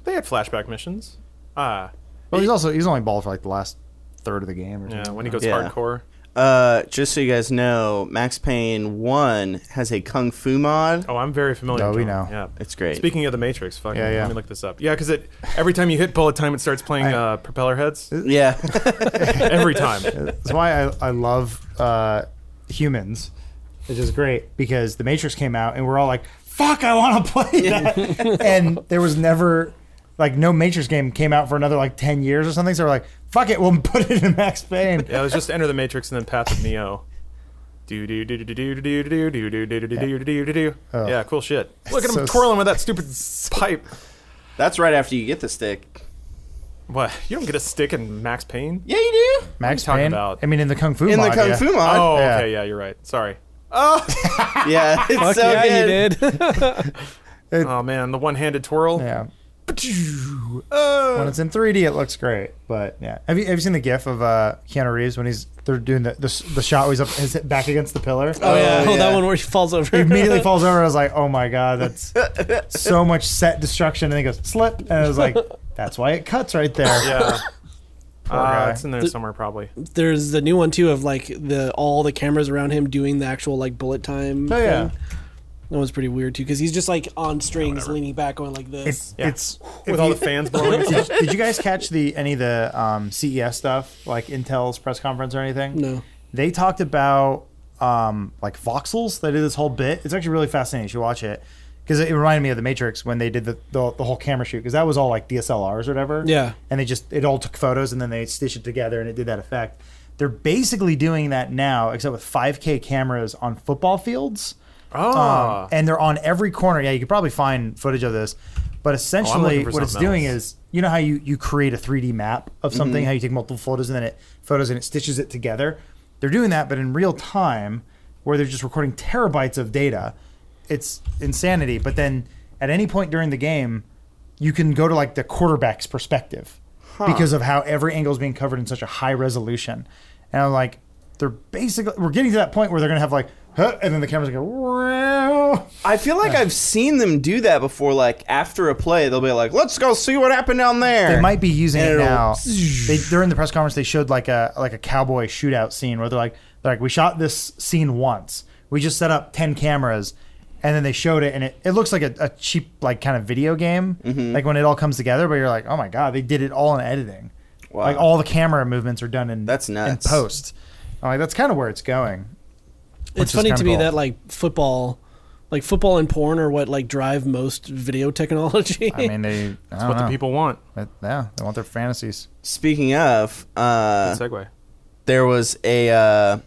[SPEAKER 1] they had flashback missions. Ah,
[SPEAKER 2] Well, he's also he's only bald for like the last third of the game. Or
[SPEAKER 1] yeah,
[SPEAKER 2] something.
[SPEAKER 1] when he goes
[SPEAKER 3] Yeah.
[SPEAKER 1] hardcore.
[SPEAKER 3] Uh, just so you guys know, Max Payne One has a kung fu mod.
[SPEAKER 1] Oh, I'm very familiar.
[SPEAKER 2] No,
[SPEAKER 1] with
[SPEAKER 2] we
[SPEAKER 1] him.
[SPEAKER 2] know.
[SPEAKER 1] Yeah,
[SPEAKER 3] It's great.
[SPEAKER 1] Speaking of the Matrix, fucking,
[SPEAKER 2] Yeah, yeah.
[SPEAKER 1] let me look this up. Yeah, because it every time you hit bullet time, it starts playing
[SPEAKER 2] I-
[SPEAKER 1] uh, propeller heads.
[SPEAKER 3] yeah,
[SPEAKER 1] every time.
[SPEAKER 2] That's why I, I love uh, humans, which is great because The Matrix came out and we're all like, fuck, I want to play that. and there was never, like, no Matrix game came out for another like 10 years or something. So we're like, fuck it, we'll put it in Max Payne.
[SPEAKER 1] Yeah, it was just Enter the Matrix and then Path of Neo. Do do do do do do do do do do do do do do do do do do.
[SPEAKER 2] Oh.
[SPEAKER 1] Yeah, cool shit. Look at
[SPEAKER 2] So
[SPEAKER 1] him
[SPEAKER 2] s-
[SPEAKER 1] twirling with that stupid pipe.
[SPEAKER 3] that's right after you get the stick.
[SPEAKER 1] What? You don't get a stick in Max Payne?
[SPEAKER 3] Yeah, you do.
[SPEAKER 2] Max
[SPEAKER 1] talking
[SPEAKER 2] Payne.
[SPEAKER 1] about?
[SPEAKER 2] I mean, in the Kung Fu
[SPEAKER 3] In
[SPEAKER 2] mod,
[SPEAKER 3] the kung
[SPEAKER 2] yeah.
[SPEAKER 3] fu mod.
[SPEAKER 1] Oh,
[SPEAKER 2] Yeah.
[SPEAKER 1] okay, yeah, you're right. Sorry.
[SPEAKER 3] Yeah, it's so
[SPEAKER 4] yeah,
[SPEAKER 3] good.
[SPEAKER 4] you did.
[SPEAKER 1] Oh man, the one-handed twirl.
[SPEAKER 2] Yeah.
[SPEAKER 1] Uh,
[SPEAKER 2] When it's in 3D, it looks great. But yeah, have you have you seen the GIF of uh, Keanu Reeves when he's they're doing the the, the shot where he's up his back against the pillar?
[SPEAKER 4] oh yeah,
[SPEAKER 3] Oh,
[SPEAKER 4] oh, that
[SPEAKER 3] yeah.
[SPEAKER 4] one where he falls over.
[SPEAKER 2] He immediately falls over. I was like, oh my god, that's so much set destruction. And he goes slip, and I was like, that's why it cuts right there.
[SPEAKER 1] yeah.
[SPEAKER 2] Poor
[SPEAKER 1] Uh,
[SPEAKER 2] guy.
[SPEAKER 1] it's in there
[SPEAKER 4] Th-
[SPEAKER 1] somewhere probably.
[SPEAKER 4] There's the new one too of like the all the cameras around him doing the actual like bullet time.
[SPEAKER 2] Oh, yeah.
[SPEAKER 4] thing. that one's pretty weird too because he's just like on strings, leaning back, going like this.
[SPEAKER 2] It's
[SPEAKER 1] Yeah.
[SPEAKER 2] it's
[SPEAKER 1] With
[SPEAKER 2] if
[SPEAKER 1] all
[SPEAKER 2] you-
[SPEAKER 1] the fans blowing.
[SPEAKER 2] did, did you guys catch the any of the um, CES stuff, like Intel's press conference or anything?
[SPEAKER 4] No.
[SPEAKER 2] They talked about um, like voxels. They did this whole bit. It's actually really fascinating. You should watch it because it reminded me of the Matrix when they did the the, the whole camera shoot because that was all like DSLRs or whatever.
[SPEAKER 4] Yeah.
[SPEAKER 2] and they just it all took photos and then they stitched it together and it did that effect. They're basically doing that now, except with 5K cameras on football fields.
[SPEAKER 1] Ah.
[SPEAKER 2] Um, and they're on every corner. Yeah, you could probably find footage of this. But essentially,
[SPEAKER 1] Oh, for
[SPEAKER 2] what it's
[SPEAKER 1] something
[SPEAKER 2] doing
[SPEAKER 1] else.
[SPEAKER 2] is you know how you, you create a 3D map of something, how you take multiple photos and then it photos and it stitches it together. They're doing that, but in real time, where they're just recording terabytes of data. It's insanity. But then at any point during the game, you can go to like the quarterback's perspective because of how every angle is being covered in such a high resolution. And I'm like, they're basically we're getting to that point where they're gonna have like, huh, and then the cameras go. Wow.
[SPEAKER 3] I feel like I've seen them do that before. Like after a play, they'll be like, "Let's go see what happened down there."
[SPEAKER 2] They might be using it
[SPEAKER 3] It'll-
[SPEAKER 2] now. They, during the press conference, they showed like a like a cowboy shootout scene where they're like, they're like, we shot this scene once. We just set up ten cameras, and then they showed it, and it, it looks like a, a cheap like kind of video game,
[SPEAKER 1] Mm-hmm.
[SPEAKER 2] like when it all comes together. But you're like, oh my god, they did it all in editing.
[SPEAKER 3] Wow.
[SPEAKER 2] Like all the camera movements are done in
[SPEAKER 3] That's nuts.
[SPEAKER 2] in post. I'm like that's kind of where it's going.
[SPEAKER 4] it's
[SPEAKER 2] is
[SPEAKER 4] funny
[SPEAKER 2] kind
[SPEAKER 4] to
[SPEAKER 2] of
[SPEAKER 4] me
[SPEAKER 2] cool.
[SPEAKER 4] that like football, like football and porn are what like drive most video technology.
[SPEAKER 2] I mean, they that's
[SPEAKER 1] what the people want.
[SPEAKER 2] yeah, they want their fantasies.
[SPEAKER 3] Speaking of, uh,
[SPEAKER 1] Segue.
[SPEAKER 3] there was a. Uh,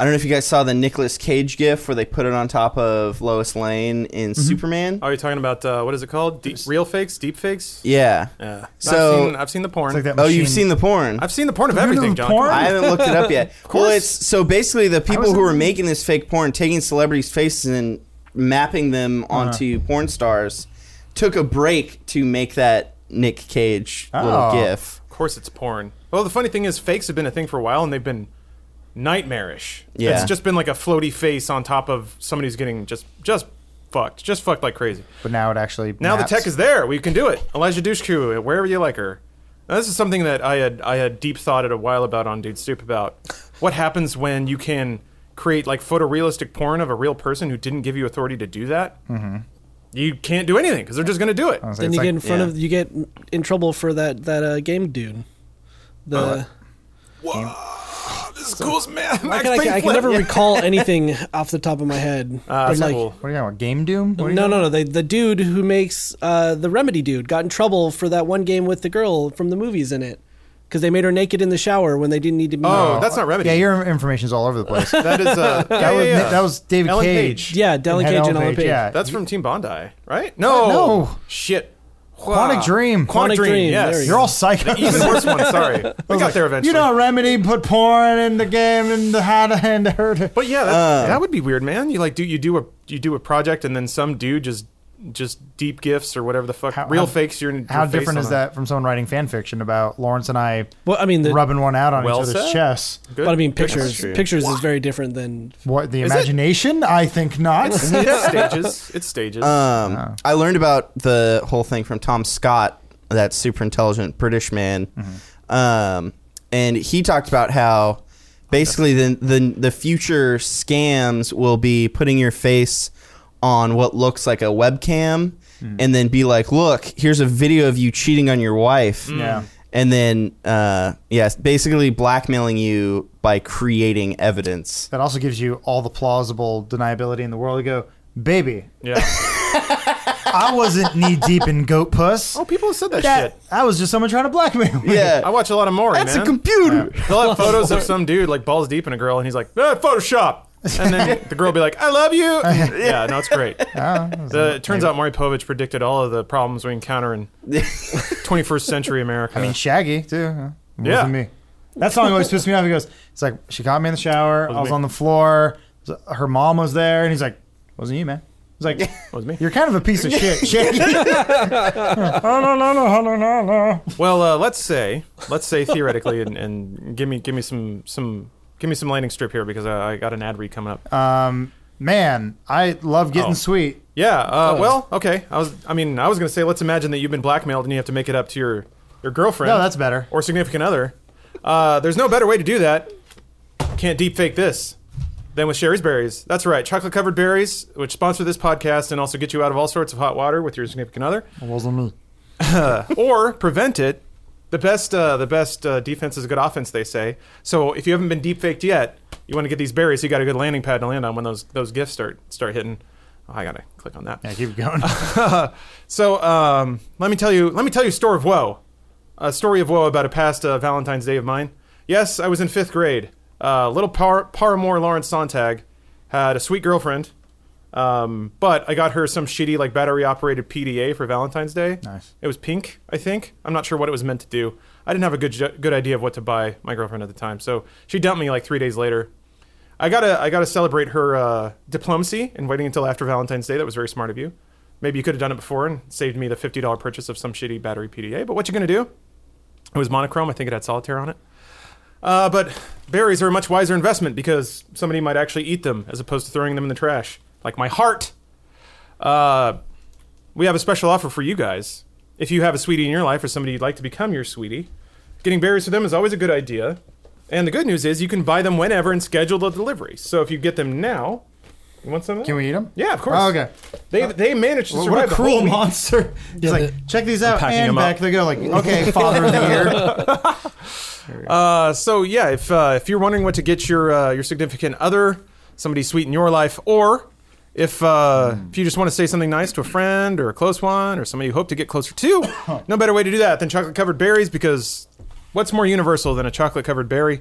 [SPEAKER 3] I don't know if you guys saw the Nicolas Cage gif where they put it on top of Lois Lane in Superman.
[SPEAKER 1] Are you talking about uh, what is it called? Deep, real fakes, deep fakes.
[SPEAKER 3] Yeah.
[SPEAKER 1] Yeah.
[SPEAKER 3] So-
[SPEAKER 1] I've seen, I've seen the porn.
[SPEAKER 2] It's like that
[SPEAKER 3] Oh, you've
[SPEAKER 2] machine-
[SPEAKER 3] seen the porn.
[SPEAKER 1] I've seen the porn of
[SPEAKER 2] Have you
[SPEAKER 1] everything,
[SPEAKER 2] seen
[SPEAKER 1] John.
[SPEAKER 2] porn?
[SPEAKER 3] I haven't looked it up yet. well, it's so basically the people
[SPEAKER 2] was
[SPEAKER 3] who
[SPEAKER 2] in-
[SPEAKER 3] were making this fake porn, taking celebrities' faces and mapping them
[SPEAKER 2] Uh-huh.
[SPEAKER 3] onto porn stars, took a break to make that Nick Cage
[SPEAKER 2] Oh.
[SPEAKER 3] little gif.
[SPEAKER 1] Of course, it's porn. Well, the funny thing is, fakes have been a thing for a while, and they've been nightmarish.
[SPEAKER 3] Yeah.
[SPEAKER 1] It's just been like a floaty face on top of somebody who's getting just just fucked, just fucked like crazy.
[SPEAKER 2] But now it actually
[SPEAKER 1] Now
[SPEAKER 2] maps.
[SPEAKER 1] the tech is there. We can do it. Elijah Dushku, wherever you like her. Now, this is something that I had I had deep thoughted a while about on Dude Stoop about what happens when you can create like photorealistic porn of a real person who didn't give you authority to do that. Mm-hmm. You can't do anything because they're just going to do it.
[SPEAKER 2] It's
[SPEAKER 4] then you
[SPEAKER 2] like-
[SPEAKER 4] get in front
[SPEAKER 3] yeah.
[SPEAKER 4] of you get in trouble for that that uh, game dude. The
[SPEAKER 2] Uh,
[SPEAKER 1] This is cool, as man.
[SPEAKER 4] I
[SPEAKER 1] Max
[SPEAKER 4] can, I, can, I can
[SPEAKER 1] Payne
[SPEAKER 4] never
[SPEAKER 1] Flynn.
[SPEAKER 4] recall anything off the top of my head.
[SPEAKER 1] Uh,
[SPEAKER 4] but, like,
[SPEAKER 1] cool.
[SPEAKER 2] What are you talking about? Game Doom? What are you
[SPEAKER 4] No,
[SPEAKER 2] talking-
[SPEAKER 4] no, no. They, the dude who makes uh, the remedy dude got in trouble for that one game with the girl from the movies in it because they made her naked in the shower when they didn't need to be.
[SPEAKER 1] Oh, that's not remedy.
[SPEAKER 2] Yeah, your information's all over the place. that
[SPEAKER 1] that is uh, yeah,
[SPEAKER 2] was
[SPEAKER 1] yeah, yeah.
[SPEAKER 2] that was David
[SPEAKER 1] Ellen
[SPEAKER 2] Cage.
[SPEAKER 1] Page.
[SPEAKER 4] yeah, Dellen
[SPEAKER 2] had
[SPEAKER 4] Cage and Ellen Page.
[SPEAKER 2] Yeah,
[SPEAKER 1] That's from Team Bondi, right? No,
[SPEAKER 2] no.
[SPEAKER 1] shit.
[SPEAKER 2] Quantic
[SPEAKER 1] Wow.
[SPEAKER 2] Dream.
[SPEAKER 1] uh, Quantic
[SPEAKER 4] Quantic
[SPEAKER 1] Dream.
[SPEAKER 4] Dream, there
[SPEAKER 1] Yes,
[SPEAKER 4] you
[SPEAKER 2] you're all psycho.
[SPEAKER 1] even worse one. Sorry, we got there eventually.
[SPEAKER 2] You know, remedy put porn in the game and the how to hand hurt it.
[SPEAKER 1] But yeah, that,
[SPEAKER 3] Um,
[SPEAKER 1] that would be weird, man. You like do you do a you do a project and then some dude just just deep gifts or whatever the fuck
[SPEAKER 2] How-
[SPEAKER 1] real
[SPEAKER 2] how-
[SPEAKER 1] fakes your, your
[SPEAKER 2] How
[SPEAKER 1] face
[SPEAKER 2] different
[SPEAKER 1] on
[SPEAKER 2] is
[SPEAKER 1] a-
[SPEAKER 2] that from someone writing fan fiction about Lawrence and I
[SPEAKER 4] Well, I mean, the,
[SPEAKER 2] rubbing one out on
[SPEAKER 1] Well
[SPEAKER 2] each other's
[SPEAKER 1] said.
[SPEAKER 2] chests?
[SPEAKER 1] Good.
[SPEAKER 4] but I mean,
[SPEAKER 1] Good
[SPEAKER 4] pictures.
[SPEAKER 3] true.
[SPEAKER 4] Pictures is very different than.
[SPEAKER 2] What the
[SPEAKER 1] Is it?
[SPEAKER 2] imagination? I think not.
[SPEAKER 1] question. it's stages. It's stages.
[SPEAKER 3] Um, I learned about the whole thing from Tom Scott, that super intelligent British man, um, and he talked about how basically the, the the future scams will be putting your face on what looks like a webcam, and then be like, "Look, here's a video of you cheating on your wife."
[SPEAKER 2] Yeah.
[SPEAKER 3] And then, uh, yes, basically blackmailing you by creating evidence.
[SPEAKER 2] That also gives you all the plausible deniability in the world. You go, baby,
[SPEAKER 1] yeah.
[SPEAKER 2] I wasn't knee deep in goat puss.
[SPEAKER 1] oh, people have said that,
[SPEAKER 2] that,
[SPEAKER 1] shit.
[SPEAKER 2] that was just someone trying to blackmail me.
[SPEAKER 1] I
[SPEAKER 3] Yeah,
[SPEAKER 1] watch a lot of Maury,
[SPEAKER 3] that's
[SPEAKER 1] man.
[SPEAKER 3] a computer.
[SPEAKER 1] They'll have photos of some dude like balls deep in a girl, and he's like, ah, Photoshop. And then the girl will be like, I love you. yeah, no, it's great. The, it turns out Maury Povich predicted all of the problems we encounter in 21st century America.
[SPEAKER 2] I mean, Shaggy too. huh? More
[SPEAKER 1] Yeah.
[SPEAKER 2] than me. That song always pissed me off. He goes, "It's like she caught me in the shower. I was
[SPEAKER 1] me.
[SPEAKER 2] on the floor. So- Her mom was there, and he's like, wasn't you, man?" He's like,
[SPEAKER 1] was me.
[SPEAKER 2] You're kind of a piece of shit, Shaggy." oh no no no no no no.
[SPEAKER 1] Well, uh, let's say, let's say theoretically, and, and give me give me some some give me some landing strip here because I, I got an ad read coming up.
[SPEAKER 2] Um, man, I love getting
[SPEAKER 1] Oh.
[SPEAKER 2] sweet.
[SPEAKER 1] yeah. Uh, Well, okay. I was. I mean, I was gonna say, let's imagine that you've been blackmailed and you have to make it up to your your girlfriend.
[SPEAKER 2] No, that's better.
[SPEAKER 1] Or significant other. Uh, there's no better way to do that. Can't deep fake this than with Sherry's Berries. That's right, chocolate covered berries, which sponsor this podcast and also get you out of all sorts of hot water with your significant other,
[SPEAKER 2] wasn't me.
[SPEAKER 1] or prevent it. The best, uh, the best uh, defense is a good offense, they say. So if you haven't been deep faked yet, you want to get these berries. You got a good landing pad to land on when those those gifts start start hitting. Oh, I gotta click on that.
[SPEAKER 2] Yeah, keep going.
[SPEAKER 1] So um, let me tell you, let me tell you a story of woe, a story of woe about a past uh, Valentine's Day of mine. Yes, I was in fifth grade. Uh, little par- paramour Lawrence Sontag had a sweet girlfriend, um, but I got her some shitty like battery operated PDA for Valentine's Day.
[SPEAKER 2] Nice.
[SPEAKER 1] It was pink, I think. I'm not sure what it was meant to do. I didn't have a good ju- good idea of what to buy my girlfriend at the time, so she dumped me like three days later. I gotta I gotta celebrate her uh, diplomacy and waiting until after Valentine's Day. That was very smart of you. Maybe you could have done it before and saved me the fifty dollar purchase of some shitty battery PDA. But what you gonna do? It was monochrome. I think it had solitaire on it. Uh, but berries are a much wiser investment because somebody might actually eat them as opposed to throwing them in the trash, like my heart. Uh, we have a special offer for you guys. If you have a sweetie in your life or somebody you'd like to become your sweetie, getting berries for them is always a good idea. And the good news is you can buy them whenever and schedule the delivery. So if you get them now, you want some of that?
[SPEAKER 2] Can we eat them?
[SPEAKER 1] Yeah, of course.
[SPEAKER 2] Oh, okay.
[SPEAKER 1] They they managed to
[SPEAKER 2] What,
[SPEAKER 1] survive
[SPEAKER 2] what a
[SPEAKER 1] the whole
[SPEAKER 2] cruel
[SPEAKER 1] week.
[SPEAKER 2] monster. He's like,
[SPEAKER 4] the-
[SPEAKER 2] check these out.
[SPEAKER 1] packing
[SPEAKER 2] And
[SPEAKER 1] them
[SPEAKER 2] back
[SPEAKER 1] up.
[SPEAKER 2] they go, like, okay, father of the year.
[SPEAKER 1] Uh, so yeah, if uh, if you're wondering what to get your uh, your significant other, somebody sweet in your life, or if uh, if you just want to say something nice to a friend or a close one or somebody you hope to get closer to, no better way to do that than chocolate covered berries because what's more universal than a chocolate covered berry?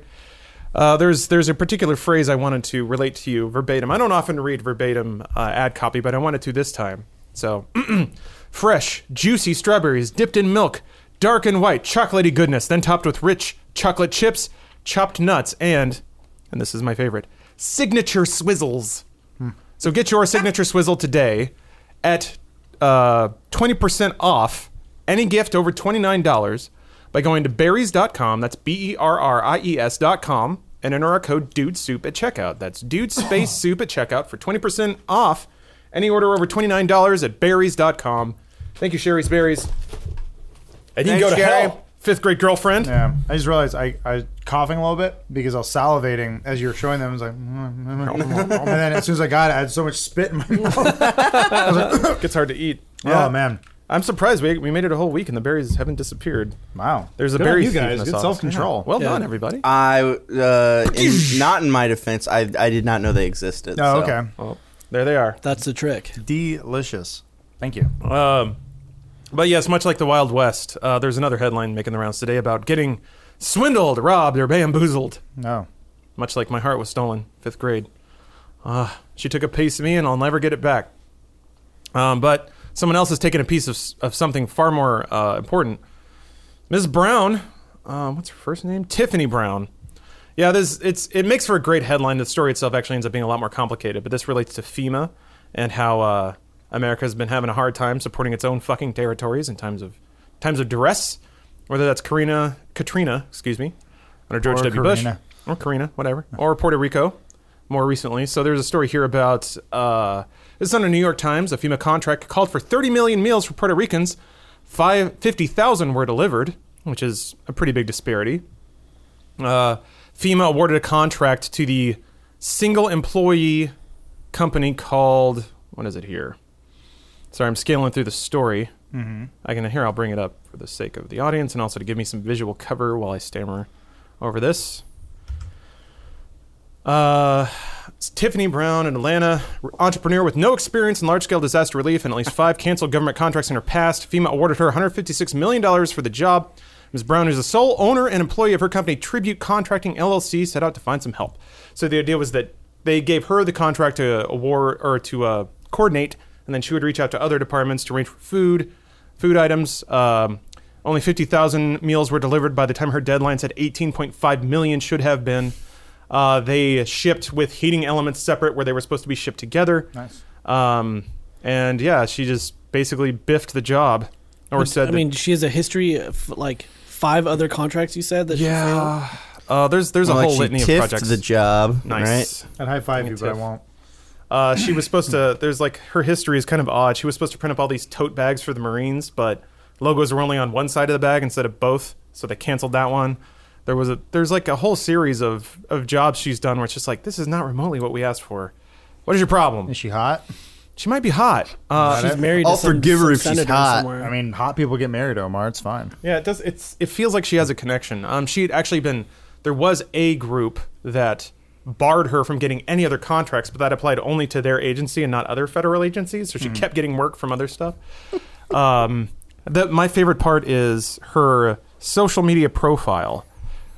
[SPEAKER 1] Uh, there's there's a particular phrase I wanted to relate to you verbatim. I don't often read verbatim uh, ad copy, but I wanted to this time. So, fresh, juicy strawberries dipped in milk, dark and white, chocolatey goodness, then topped with rich chocolate chips, chopped nuts, and and this is my favorite signature swizzles. So get your signature swizzle today at uh, 20% off any gift over $29 by going to berries.com. That's B E R R I E S.com and enter our code dude soup at checkout. That's dude space soup at checkout for 20% off any order over $29 at berries.com. Thank you, Sherry's Berries. And you can
[SPEAKER 3] Thanks,
[SPEAKER 1] go to
[SPEAKER 3] Sherry.
[SPEAKER 1] hell, fifth grade girlfriend.
[SPEAKER 2] Yeah, I just realized I, I was coughing a little bit because I was salivating as you were showing them. I was like, "Mm, and then as soon as I got it, I had so much spit in my mouth.
[SPEAKER 1] Gets hard to eat.
[SPEAKER 2] Oh, man.
[SPEAKER 1] I'm surprised we, we made it a whole week and the berries haven't disappeared.
[SPEAKER 2] Wow.
[SPEAKER 1] There's a
[SPEAKER 2] Good on
[SPEAKER 1] berry
[SPEAKER 2] you
[SPEAKER 1] thief in
[SPEAKER 2] guys.
[SPEAKER 1] the
[SPEAKER 2] Good
[SPEAKER 1] sauce.
[SPEAKER 2] self-control.
[SPEAKER 1] Yeah. Well
[SPEAKER 4] Yeah.
[SPEAKER 1] done, everybody.
[SPEAKER 3] I uh, in, not in my defense. I I did not know they existed.
[SPEAKER 2] Oh,
[SPEAKER 3] so.
[SPEAKER 2] okay.
[SPEAKER 1] Well, there they are.
[SPEAKER 4] That's the trick.
[SPEAKER 2] Delicious. Thank you.
[SPEAKER 1] Um, but yes, much like the Wild West, uh, there's another headline making the rounds today about getting swindled, robbed, or bamboozled.
[SPEAKER 2] No.
[SPEAKER 1] Much like my heart was stolen, fifth grade. Uh, she took a piece of me, and I'll never get it back. Um, but someone else has taken a piece of, s- of something far more uh, important. Ms. Brown, uh, what's her first name? Tiffany Brown. Yeah, this it's it makes for a great headline. The story itself actually ends up being a lot more complicated, but this relates to FEMA and how uh, America has been having a hard time supporting its own fucking territories in times of times of duress. Whether that's Karina, Katrina, excuse me, under George
[SPEAKER 2] Or
[SPEAKER 1] W.
[SPEAKER 2] Karina.
[SPEAKER 1] Bush, or Karina, whatever, or Puerto Rico, more recently. So there's a story here about uh, this is on the New York Times. A FEMA contract called for 30 million meals for Puerto Ricans. Five fifty thousand were delivered, which is a pretty big disparity uh, FEMA awarded a contract to the single employee company called what is it here? Sorry, I'm scaling through the story. Mm-hmm. I can here I'll bring it up for the sake of the audience and also to give me some visual cover while I stammer over this. Uh, it's Tiffany Brown in Atlanta, entrepreneur with no experience in large scale disaster relief and at least five canceled government contracts in her past. FEMA awarded her $156 million for the job. Ms. Brown is the sole owner and employee of her company, Tribute Contracting LLC, set out to find some help. So the idea was that they gave her the contract to award or to uh, coordinate, and then she would reach out to other departments to arrange for food, food items. Um, only 50,000 meals were delivered by the time her deadline said 18.5 million should have been. Uh, they shipped with heating elements separate where they were supposed to be shipped together.
[SPEAKER 2] Nice.
[SPEAKER 1] Um, and yeah, she just basically biffed the job or said
[SPEAKER 4] I
[SPEAKER 1] that-
[SPEAKER 4] mean, she has a history of like five other contracts. You said that. She failed.
[SPEAKER 1] yeah. Uh, there's there's a
[SPEAKER 3] Well, like
[SPEAKER 1] whole
[SPEAKER 3] she
[SPEAKER 1] litany of
[SPEAKER 3] tiffed
[SPEAKER 1] projects.
[SPEAKER 3] the job. Right?
[SPEAKER 1] nice.
[SPEAKER 2] I'd high five you, but I
[SPEAKER 1] tiff.
[SPEAKER 2] won't.
[SPEAKER 1] Uh, she was supposed to. There's like her history is kind of odd. She was supposed to print up all these tote bags for the Marines, but logos were only on one side of the bag instead of both, so they canceled that one. There was a there's like a whole series of of jobs she's done where it's just like this is not remotely what we asked for. What is your problem?
[SPEAKER 2] Is she hot?
[SPEAKER 1] She might be hot. Uh,
[SPEAKER 4] She's married.
[SPEAKER 3] I'll
[SPEAKER 4] to some,
[SPEAKER 3] forgive her
[SPEAKER 4] some
[SPEAKER 3] if she's
[SPEAKER 4] senator
[SPEAKER 3] hot.
[SPEAKER 4] Somewhere.
[SPEAKER 2] I mean, hot people get married, Omar. It's fine.
[SPEAKER 1] Yeah, it does. It's it feels like she has a connection. Um, she had actually been there was a group that barred her from getting any other contracts, but that applied only to their agency and not other federal agencies. So she kept getting work from other stuff. um, the, my favorite part is her social media profile,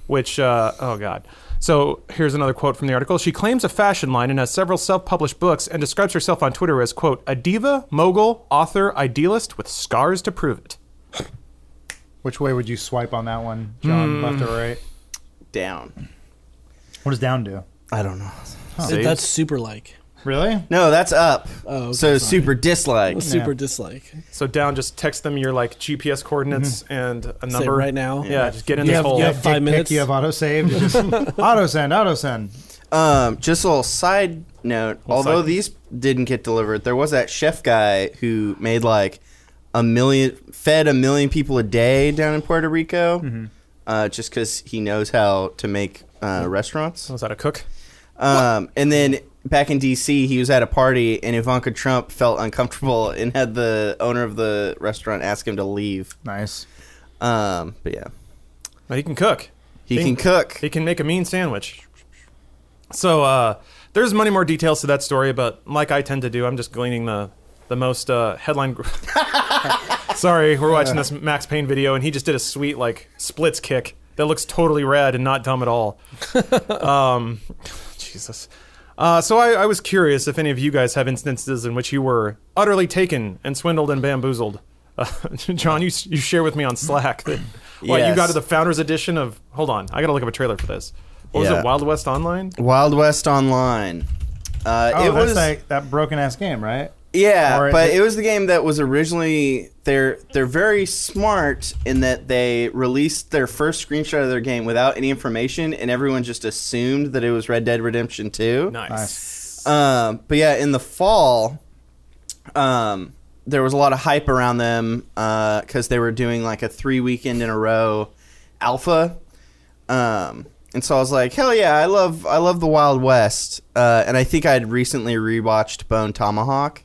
[SPEAKER 1] which uh, oh god. So here's another quote from the article. She claims a fashion line and has several self-published books, and describes herself on Twitter as quote a diva, mogul, author, idealist with scars to prove it.
[SPEAKER 2] Which way would you swipe on that one, John?
[SPEAKER 1] Hmm.
[SPEAKER 2] Left or right?
[SPEAKER 3] Down.
[SPEAKER 2] What does down do?
[SPEAKER 3] I don't know.
[SPEAKER 4] That- that's super like.
[SPEAKER 2] Really?
[SPEAKER 3] No, that's up.
[SPEAKER 4] Oh, okay,
[SPEAKER 3] so
[SPEAKER 4] sorry.
[SPEAKER 3] super dislike.
[SPEAKER 4] Super dislike.
[SPEAKER 1] So down, just text them your like GPS coordinates and a number
[SPEAKER 4] Say Mm-hmm. right now.
[SPEAKER 1] Yeah, just get in
[SPEAKER 4] You
[SPEAKER 1] this
[SPEAKER 4] have-
[SPEAKER 1] hole.
[SPEAKER 4] you
[SPEAKER 2] Dick
[SPEAKER 4] have- Five
[SPEAKER 2] pic
[SPEAKER 4] minutes.
[SPEAKER 2] You have auto saved. auto send. Auto send.
[SPEAKER 3] Um, just a little side note. although
[SPEAKER 1] side-
[SPEAKER 3] these didn't get delivered, there was that chef guy who made like a million, fed a million people a day down in Puerto Rico,
[SPEAKER 2] Mm-hmm.
[SPEAKER 3] uh, just because he knows how to make uh, restaurants.
[SPEAKER 1] Was that a cook?
[SPEAKER 3] Um, and then back in D.C., he was at a party, and Ivanka Trump felt uncomfortable and had the owner of the restaurant ask him to leave.
[SPEAKER 2] Nice.
[SPEAKER 3] Um, but yeah,
[SPEAKER 1] No, he can cook.
[SPEAKER 3] he
[SPEAKER 1] Think-
[SPEAKER 3] can cook.
[SPEAKER 1] He can make a mean sandwich. So uh, there's many more details to that story, but like I tend to do, I'm just gleaning the the most uh, headline. gr- Sorry, we're watching this Max Payne video, and he just did a sweet like splits kick that looks totally rad and not dumb at all. um, Jesus. Uh, so I, I was curious if any of you guys have instances in which you were utterly taken and swindled and bamboozled. Uh, John, you s- you share with me on Slack that well, you
[SPEAKER 3] Yes.
[SPEAKER 1] got to the founders edition of. Hold on, I got to look up a trailer for this. What was
[SPEAKER 3] Yeah.
[SPEAKER 1] it? Wild West Online.
[SPEAKER 3] Wild West Online. Uh,
[SPEAKER 2] Oh,
[SPEAKER 3] it
[SPEAKER 2] that's
[SPEAKER 3] was
[SPEAKER 2] like that broken ass game, right? Or
[SPEAKER 3] Yeah,
[SPEAKER 2] it-
[SPEAKER 3] but it was the game that was originally they're they're very smart in that they released their first screenshot of their game without any information and everyone just assumed that it was Red Dead Redemption 2.
[SPEAKER 1] Nice.
[SPEAKER 3] Um, but yeah, in the fall, um, there was a lot of hype around them because they were doing like a three weekend in a row alpha, um, and so I was like, hell yeah, I love I love the Wild West, uh, and I think I'd recently rewatched Bone Tomahawk,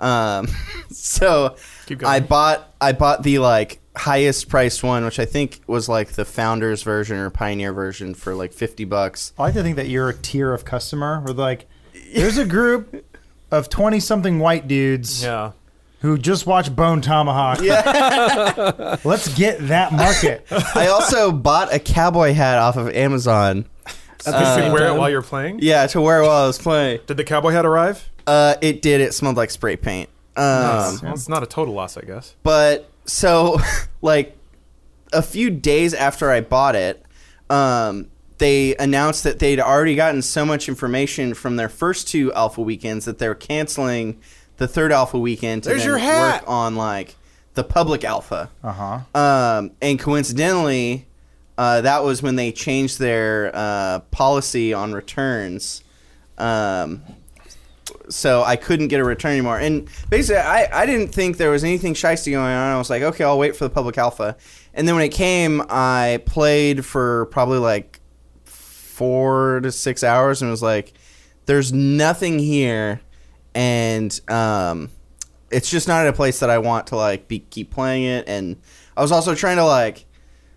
[SPEAKER 3] um, so
[SPEAKER 1] Keep going.
[SPEAKER 3] I bought I bought the like highest priced one, which I think was like the Founders version or Pioneer version for like fifty bucks.
[SPEAKER 2] I like to think that you're a tier of customer where like there's a group of 20 something white dudes
[SPEAKER 1] Yeah.
[SPEAKER 2] who just watch Bone Tomahawk. Let's get that market.
[SPEAKER 3] I also bought a cowboy hat off of Amazon.
[SPEAKER 1] So you
[SPEAKER 4] same
[SPEAKER 1] can wear it
[SPEAKER 4] time.
[SPEAKER 1] while you're playing.
[SPEAKER 3] Yeah, to wear while I was playing.
[SPEAKER 1] Did the cowboy hat arrive?
[SPEAKER 3] Uh, it did. It smelled like spray paint. Um,
[SPEAKER 1] well, it's not a total loss, I guess.
[SPEAKER 3] But so, like, a few days after I bought it, um, they announced that they'd already gotten so much information from their first two alpha weekends that they were canceling the third alpha weekend to
[SPEAKER 1] There's
[SPEAKER 3] then
[SPEAKER 1] your hat!
[SPEAKER 3] work on like the public alpha.
[SPEAKER 2] Uh huh.
[SPEAKER 3] Um, and coincidentally, uh, that was when they changed their uh, policy on returns. Um, so I couldn't get a return anymore. And basically, I, I didn't think there was anything shisty going on. I was like, okay, I'll wait for the public alpha. And then when it came, I played for probably like four to six hours and was like, there's nothing here. And um, it's just not at a place that I want to like be, keep playing it. And I was also trying to like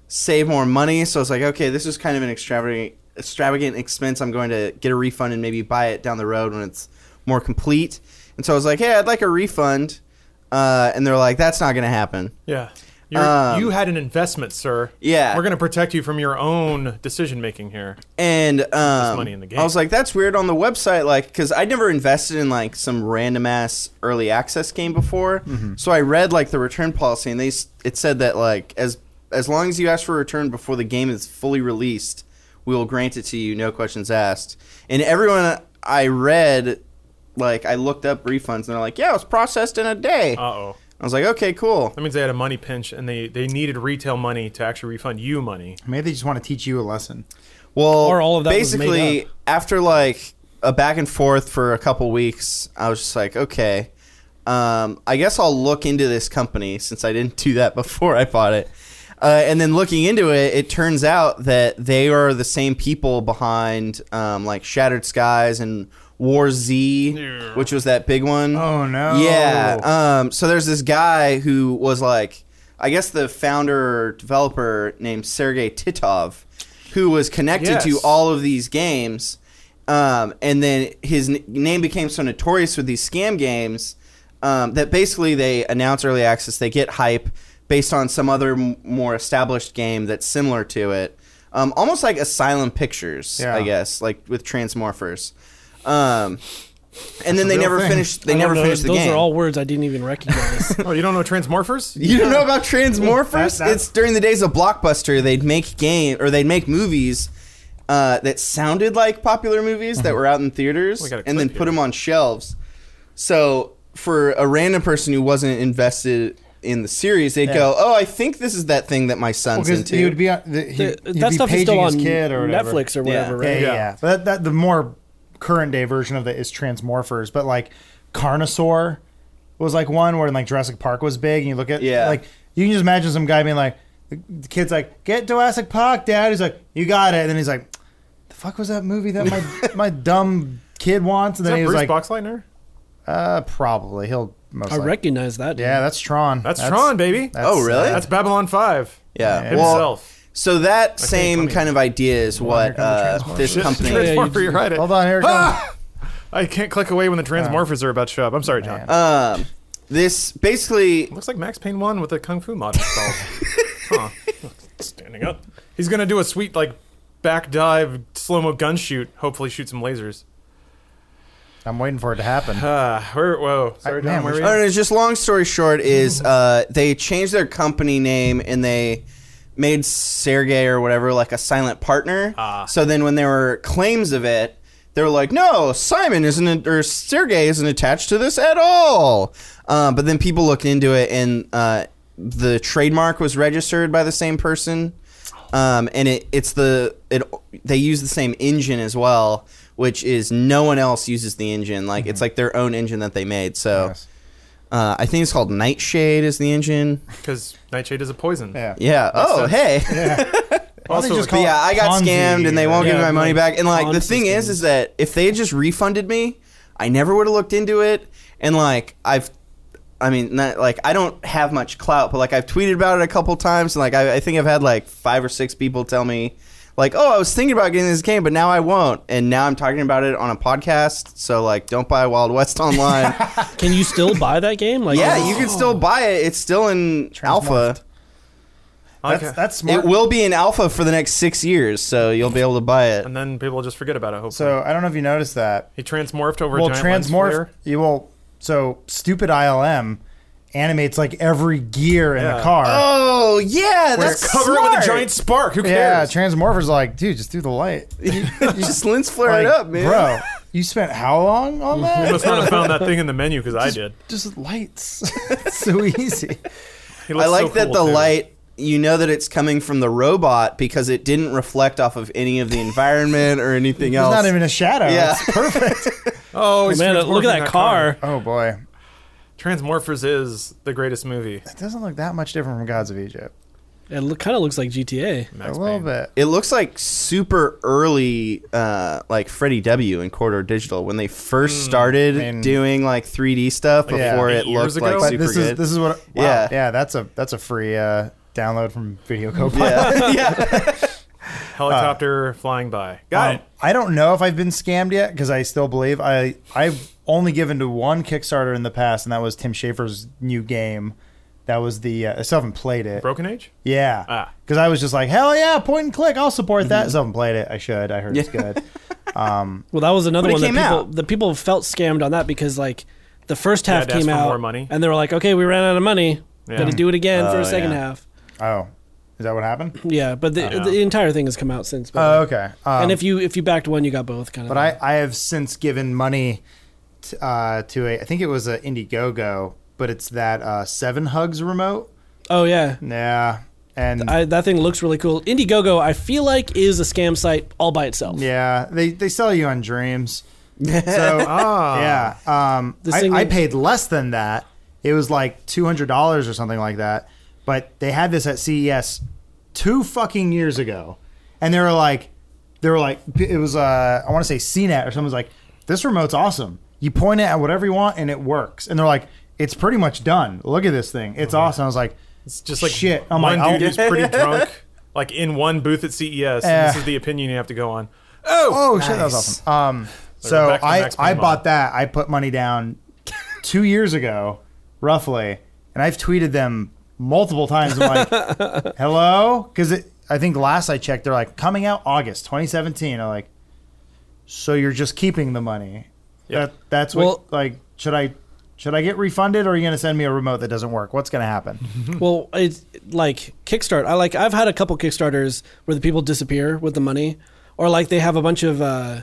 [SPEAKER 3] save more money. So I was like, okay, this is kind of an extravagant extravagant expense. I'm going to get a refund and maybe buy it down the road when it's more complete. And so I was like, hey, I'd like a refund. Uh, and they're like, that's not going to happen.
[SPEAKER 1] Yeah. You're,
[SPEAKER 3] Um,
[SPEAKER 1] you had an investment, sir.
[SPEAKER 3] Yeah.
[SPEAKER 1] We're going to protect you from your own decision making here.
[SPEAKER 3] And um,
[SPEAKER 1] money in the game.
[SPEAKER 3] I was like, that's weird on the website, like, because I never invested in like some random ass early access game before. So I read like the return policy, and they s- it said that like as as long as you ask for a return before the game is fully released, we will grant it to you, no questions asked. And everyone I read, like, I looked up refunds, and they're like, yeah, it was processed in a day.
[SPEAKER 1] Uh oh.
[SPEAKER 3] I was like, okay, cool.
[SPEAKER 1] That means they had a money pinch and they, they needed retail money to actually refund you money.
[SPEAKER 2] Maybe they just want to teach you a lesson.
[SPEAKER 3] Well,
[SPEAKER 4] Or all of that was made
[SPEAKER 3] basically
[SPEAKER 4] up.
[SPEAKER 3] after like a back and forth for a couple weeks, I was just like, okay, Um, I guess I'll look into this company since I didn't do that before I bought it. Uh, and then looking into it, it turns out that they are the same people behind um, like Shattered Skies and War Z, which was that big one.
[SPEAKER 2] Oh, no.
[SPEAKER 3] Yeah. Um, so there's this guy who was like, I guess the founder or developer named Sergey Titov, who was connected to
[SPEAKER 1] Yes.
[SPEAKER 3] all of these games. Um, and then his n- name became so notorious with these scam games um, that basically they announce early access, they get hype based on some other m- more established game that's similar to it. Um, almost like Asylum Pictures,
[SPEAKER 2] Yeah.
[SPEAKER 3] I guess, like with Transmorphers. Um, and then they
[SPEAKER 2] real
[SPEAKER 3] never
[SPEAKER 2] thing.
[SPEAKER 3] finished.
[SPEAKER 4] I
[SPEAKER 3] They
[SPEAKER 4] don't
[SPEAKER 3] never
[SPEAKER 4] know,
[SPEAKER 3] finished the
[SPEAKER 4] those
[SPEAKER 3] game.
[SPEAKER 4] are all words I didn't even recognize.
[SPEAKER 1] Oh, you don't know Transmorphers?
[SPEAKER 3] You don't know about Transmorphers?
[SPEAKER 2] That- that-
[SPEAKER 3] it's during the days of Blockbuster. They'd make game or they'd make movies uh, that sounded like popular movies
[SPEAKER 2] Mm-hmm.
[SPEAKER 3] that were out in theaters,
[SPEAKER 1] We got a
[SPEAKER 3] and then
[SPEAKER 1] clip
[SPEAKER 3] put them on shelves. So for a random person who wasn't invested in the series, they'd go, "Oh, I think this is that thing that my son's
[SPEAKER 2] Because
[SPEAKER 3] into."
[SPEAKER 2] he would be on, the, he,
[SPEAKER 4] The-
[SPEAKER 2] he'd
[SPEAKER 4] Uh, that
[SPEAKER 2] be
[SPEAKER 4] stuff is
[SPEAKER 2] paging
[SPEAKER 4] still on
[SPEAKER 2] his kid or whatever.
[SPEAKER 4] Netflix or
[SPEAKER 3] Yeah.
[SPEAKER 4] whatever,
[SPEAKER 2] Yeah,
[SPEAKER 4] right?
[SPEAKER 2] yeah,
[SPEAKER 1] Yeah.
[SPEAKER 2] yeah. But that, that, the more current day version of that is Transmorphers, but like Carnosaur was like one where like Jurassic Park was big, and you look at
[SPEAKER 3] Yeah.
[SPEAKER 2] like you can just imagine some guy being like, the the kid's like, "Get Jurassic Park, Dad." He's like, "You got it," and then he's like, "The fuck was that movie that my my dumb kid wants?" And
[SPEAKER 1] Is
[SPEAKER 2] then
[SPEAKER 1] that
[SPEAKER 2] he was
[SPEAKER 1] Bruce
[SPEAKER 2] like,
[SPEAKER 1] Boxleitner?
[SPEAKER 2] "Uh, probably he'll most
[SPEAKER 4] I
[SPEAKER 2] likely."
[SPEAKER 4] recognize that. dude.
[SPEAKER 2] yeah, that's Tron.
[SPEAKER 1] That's, Tron, baby.
[SPEAKER 2] that's-
[SPEAKER 3] Oh, really?
[SPEAKER 1] That's Babylon 5.
[SPEAKER 3] yeah,
[SPEAKER 2] Yeah.
[SPEAKER 3] well,
[SPEAKER 1] Himself.
[SPEAKER 3] so that same
[SPEAKER 1] let me-
[SPEAKER 3] kind of idea is
[SPEAKER 2] here
[SPEAKER 3] what
[SPEAKER 2] come the
[SPEAKER 3] uh,
[SPEAKER 2] Transmorphers.
[SPEAKER 3] this company.
[SPEAKER 4] Yeah, you-
[SPEAKER 1] Transmorpher, you're right.
[SPEAKER 2] Hold on, here it comes.
[SPEAKER 1] I can't click away when the Transmorphers are about to show up. I'm sorry, John.
[SPEAKER 2] Man.
[SPEAKER 3] Um, this basically
[SPEAKER 1] Looks like Max Payne 1 with a Kung Fu mod installed. huh. Standing up. He's going to do a sweet, like, back dive, slow mo gun shoot. Hopefully, shoot some lasers.
[SPEAKER 2] I'm waiting for it to happen.
[SPEAKER 1] Uh, where, whoa. Sorry,
[SPEAKER 2] I-
[SPEAKER 1] John.
[SPEAKER 2] man,
[SPEAKER 1] where
[SPEAKER 2] we
[SPEAKER 1] were
[SPEAKER 3] Oh,
[SPEAKER 1] you?
[SPEAKER 3] no, it's just long story short is uh, they changed their company name and they made Sergey or whatever like a silent partner.
[SPEAKER 1] Ah.
[SPEAKER 3] So then when there were claims of it, they were like, "No, Simon isn't or Sergey isn't attached to this at all." Uh, but then people looked into it and uh, the trademark was registered by the same person. Um, and it, it's the it they use the same engine as well, which is no one else uses the engine. Like it's like their own engine that they made. So
[SPEAKER 2] Yes.
[SPEAKER 3] uh, I think it's called Nightshade is the engine.
[SPEAKER 1] Because Nightshade is a poison.
[SPEAKER 2] Yeah.
[SPEAKER 3] Yeah. Oh, hey.
[SPEAKER 1] Also,
[SPEAKER 2] just
[SPEAKER 1] the-
[SPEAKER 2] call-
[SPEAKER 3] yeah, I got
[SPEAKER 2] Ponzi.
[SPEAKER 3] scammed and they won't give
[SPEAKER 4] Yeah,
[SPEAKER 3] me my money
[SPEAKER 4] like
[SPEAKER 3] back. And like the
[SPEAKER 4] con
[SPEAKER 3] thing is,
[SPEAKER 4] systems.
[SPEAKER 3] is that if they had just refunded me, I never would have looked into it. And like I've, I mean, not like I don't have much clout, but like I've tweeted about it a couple times, and like I, I think I've had like five or six people tell me, like, oh, I was thinking about getting this game, but now I won't, and now I'm talking about it on a podcast. So like, don't buy Wild West online.
[SPEAKER 4] Can you still buy that game? Like,
[SPEAKER 3] yeah,
[SPEAKER 2] Oh.
[SPEAKER 3] you can still buy it. It's still in alpha.
[SPEAKER 1] okay.
[SPEAKER 2] That's, that's smart.
[SPEAKER 3] It will be in alpha for the next six years, so you'll be able to buy it.
[SPEAKER 1] and then people will just forget about it, hopefully.
[SPEAKER 2] so I don't know if you noticed that.
[SPEAKER 1] he transmorphed over
[SPEAKER 2] well,
[SPEAKER 1] a giant lens
[SPEAKER 2] transmorph.
[SPEAKER 1] flare.
[SPEAKER 2] You will. So stupid ILM animates like every gear in
[SPEAKER 1] Yeah.
[SPEAKER 2] the car.
[SPEAKER 3] Oh yeah, that's
[SPEAKER 1] Cover it with a giant spark. Who
[SPEAKER 2] yeah,
[SPEAKER 1] cares?
[SPEAKER 2] Transmorphers are like, dude, just do the light. You-
[SPEAKER 3] Just lens flare
[SPEAKER 2] like,
[SPEAKER 3] it up, man.
[SPEAKER 2] Bro, you spent how long on
[SPEAKER 1] you must
[SPEAKER 2] that?
[SPEAKER 1] not have found that thing in the menu because I did.
[SPEAKER 2] just lights. It's so easy.
[SPEAKER 1] He
[SPEAKER 3] I
[SPEAKER 1] looks
[SPEAKER 3] like
[SPEAKER 1] so
[SPEAKER 3] that
[SPEAKER 1] cool,
[SPEAKER 3] the
[SPEAKER 1] too.
[SPEAKER 3] light. You know that it's coming from the robot because it didn't reflect off of any of the environment or anything
[SPEAKER 2] There's
[SPEAKER 3] else.
[SPEAKER 2] not even a shadow.
[SPEAKER 3] Yeah.
[SPEAKER 2] It's perfect.
[SPEAKER 1] Oh, he's
[SPEAKER 4] man, uh, look
[SPEAKER 1] transmorphing
[SPEAKER 4] at that car.
[SPEAKER 2] Oh boy,
[SPEAKER 1] Transmorphers is the greatest movie.
[SPEAKER 2] it doesn't look that much different from Gods of Egypt.
[SPEAKER 4] It look, kind of looks like GTA.
[SPEAKER 1] Max
[SPEAKER 2] a little
[SPEAKER 1] Payne.
[SPEAKER 2] bit.
[SPEAKER 3] it looks like super early, uh, like Freddie W. in Corridor Digital when they first
[SPEAKER 1] Hmm,
[SPEAKER 3] started
[SPEAKER 2] mean-
[SPEAKER 3] doing like 3D stuff before
[SPEAKER 2] Yeah.
[SPEAKER 3] it
[SPEAKER 1] Eight years
[SPEAKER 3] looked like
[SPEAKER 1] ago?
[SPEAKER 2] But
[SPEAKER 3] super
[SPEAKER 2] this
[SPEAKER 3] good.
[SPEAKER 2] is this is what. Wow.
[SPEAKER 3] Yeah.
[SPEAKER 2] Yeah, That's a that's a free uh, download from Video Copilot.
[SPEAKER 3] yeah, yeah.
[SPEAKER 1] Helicopter flying by. Got
[SPEAKER 2] Um,
[SPEAKER 1] it.
[SPEAKER 2] I don't know if I've been scammed yet because I still believe I I've only given to one Kickstarter in the past, and that was Tim Schafer's new game. That was the uh, I still haven't played it.
[SPEAKER 1] Broken Age?
[SPEAKER 2] Yeah,
[SPEAKER 1] Ah. Mm-hmm.
[SPEAKER 2] because I was just like, hell yeah, point and click. I'll support that. Still haven't played it. I should. I heard it's good.
[SPEAKER 4] Well, that was another
[SPEAKER 3] When it
[SPEAKER 4] one that
[SPEAKER 3] came
[SPEAKER 4] people
[SPEAKER 3] out.
[SPEAKER 4] the people felt scammed on that because like the first half
[SPEAKER 1] to ask
[SPEAKER 4] came
[SPEAKER 1] for
[SPEAKER 4] out
[SPEAKER 1] more money.
[SPEAKER 4] and they were like, okay, we ran out of money,
[SPEAKER 1] Yeah.
[SPEAKER 4] got to do it again for
[SPEAKER 3] Oh,
[SPEAKER 4] a second
[SPEAKER 3] yeah.
[SPEAKER 4] half.
[SPEAKER 2] oh, is that what happened?
[SPEAKER 4] Yeah, but the,
[SPEAKER 1] Yeah.
[SPEAKER 4] the entire thing has come out since. but-
[SPEAKER 2] Oh, okay. Um,
[SPEAKER 4] and if you if you backed one, you got both kind of.
[SPEAKER 2] but I I have since given money t- uh, to a I think it was an Indiegogo, but it's that uh, Seven Hugs remote.
[SPEAKER 4] oh yeah.
[SPEAKER 2] Yeah, and
[SPEAKER 4] I, that thing looks really cool. Indiegogo, I feel like, is a scam site all by itself.
[SPEAKER 2] Yeah, they they sell you on dreams. So
[SPEAKER 1] Ah.
[SPEAKER 2] yeah, um,
[SPEAKER 4] The
[SPEAKER 2] I,
[SPEAKER 4] single-
[SPEAKER 2] I paid less than that. It was like two hundred dollars or something like that. But they had this at CES two fucking years ago, and they were like, they were like, it was uh, I want to say CNET or someone's like, this remote's awesome. You point it at whatever you want and it works. And they're like, it's pretty much done. Look at this thing. It's awesome. I was like,
[SPEAKER 1] It's just like
[SPEAKER 2] Shit. Oh my
[SPEAKER 1] one
[SPEAKER 2] God.
[SPEAKER 1] dude who's pretty drunk, like in one booth at CES. and this
[SPEAKER 2] Eh.
[SPEAKER 1] is the opinion you have to go on. Oh,
[SPEAKER 2] Oh shit, that was
[SPEAKER 3] Nice.
[SPEAKER 2] awesome. Um,
[SPEAKER 1] we're
[SPEAKER 2] so
[SPEAKER 1] back to the
[SPEAKER 2] I
[SPEAKER 1] Max
[SPEAKER 2] I
[SPEAKER 1] Payne model.
[SPEAKER 2] bought that. I put money down two years ago, roughly, and I've tweeted them multiple times. I'm like, hello, because I think last I checked, they're like coming out August 2017. I'm like, so you're just keeping the money?
[SPEAKER 1] Yeah.
[SPEAKER 2] That that's what
[SPEAKER 4] Well-
[SPEAKER 2] like should I should I get refunded or are you gonna send me a remote that doesn't work? What's gonna happen?
[SPEAKER 4] Well, it's like Kickstarter. I like I've had a couple Kickstarters where the people disappear with the money, or like they have a bunch of uh,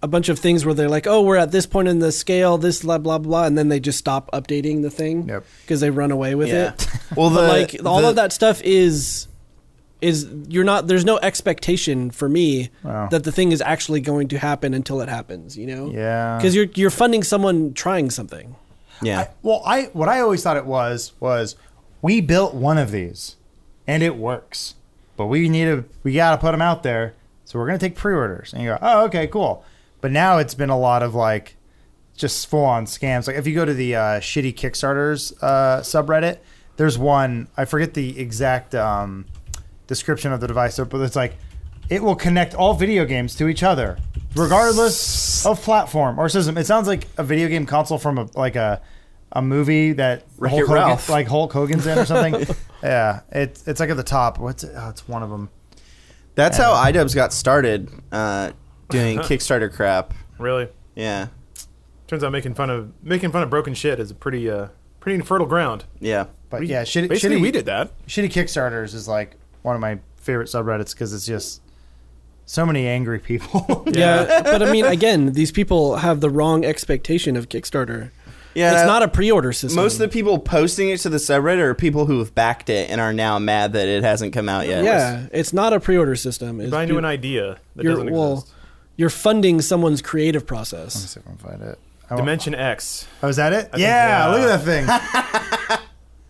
[SPEAKER 4] a bunch of things where they're like, oh, we're at this point in the scale, this blah blah blah, and then they just stop updating the thing
[SPEAKER 2] Yep.
[SPEAKER 4] because they run away with
[SPEAKER 3] yeah.
[SPEAKER 4] it.
[SPEAKER 3] Well, the
[SPEAKER 4] but like all
[SPEAKER 3] the-
[SPEAKER 4] of that stuff is is you're not there's no expectation for me
[SPEAKER 2] Wow.
[SPEAKER 4] that the thing is actually going to happen until it happens. You know?
[SPEAKER 2] Yeah.
[SPEAKER 4] Because you're you're funding someone trying something.
[SPEAKER 3] Yeah.
[SPEAKER 2] I, well, I what I always thought it was was we built one of these, and it works, but we need to we got to put them out there, so we're gonna take pre-orders. And you go, oh, okay, cool. But now it's been a lot of like just full-on scams. Like if you go to the uh, shitty Kickstarters uh, subreddit, there's one I forget the exact um, description of the device, but it's like it will connect all video games to each other, regardless of platform or system. It sounds like a video game console from a like a a movie that
[SPEAKER 3] Wreck-It
[SPEAKER 2] Hulk Hogan,
[SPEAKER 3] Ralph.
[SPEAKER 2] like Hulk Hogan's in or something. yeah, it's it's like at the top. What's it? Oh, it's one of them.
[SPEAKER 3] That's how iDubbbz got started uh, doing Kickstarter crap.
[SPEAKER 1] really?
[SPEAKER 3] Yeah,
[SPEAKER 1] Turns out making fun of making fun of broken shit is a pretty uh pretty infertile ground.
[SPEAKER 3] yeah.
[SPEAKER 2] But
[SPEAKER 1] We-
[SPEAKER 2] yeah, shitty,
[SPEAKER 1] Basically,
[SPEAKER 2] shitty,
[SPEAKER 1] we did that.
[SPEAKER 2] shitty Kickstarters is like one of my favorite subreddits because it's just so many angry people.
[SPEAKER 1] Yeah.
[SPEAKER 4] Yeah. but I mean, again, these people have the wrong expectation of Kickstarter.
[SPEAKER 3] Yeah,
[SPEAKER 4] it's
[SPEAKER 3] that-
[SPEAKER 4] not a pre-order system.
[SPEAKER 3] Most of the people posting it to the subreddit are people who have backed it and are now mad that it hasn't come out yet.
[SPEAKER 4] yeah, it's not a pre-order system. It's
[SPEAKER 1] Bind to
[SPEAKER 4] peop-
[SPEAKER 1] an idea that
[SPEAKER 4] you're,
[SPEAKER 1] doesn't
[SPEAKER 4] well,
[SPEAKER 1] exist.
[SPEAKER 4] you're funding someone's creative process.
[SPEAKER 2] see if I can find it. I-
[SPEAKER 1] Dimension X
[SPEAKER 2] Oh, is that it?
[SPEAKER 1] think- yeah.
[SPEAKER 2] at that thing.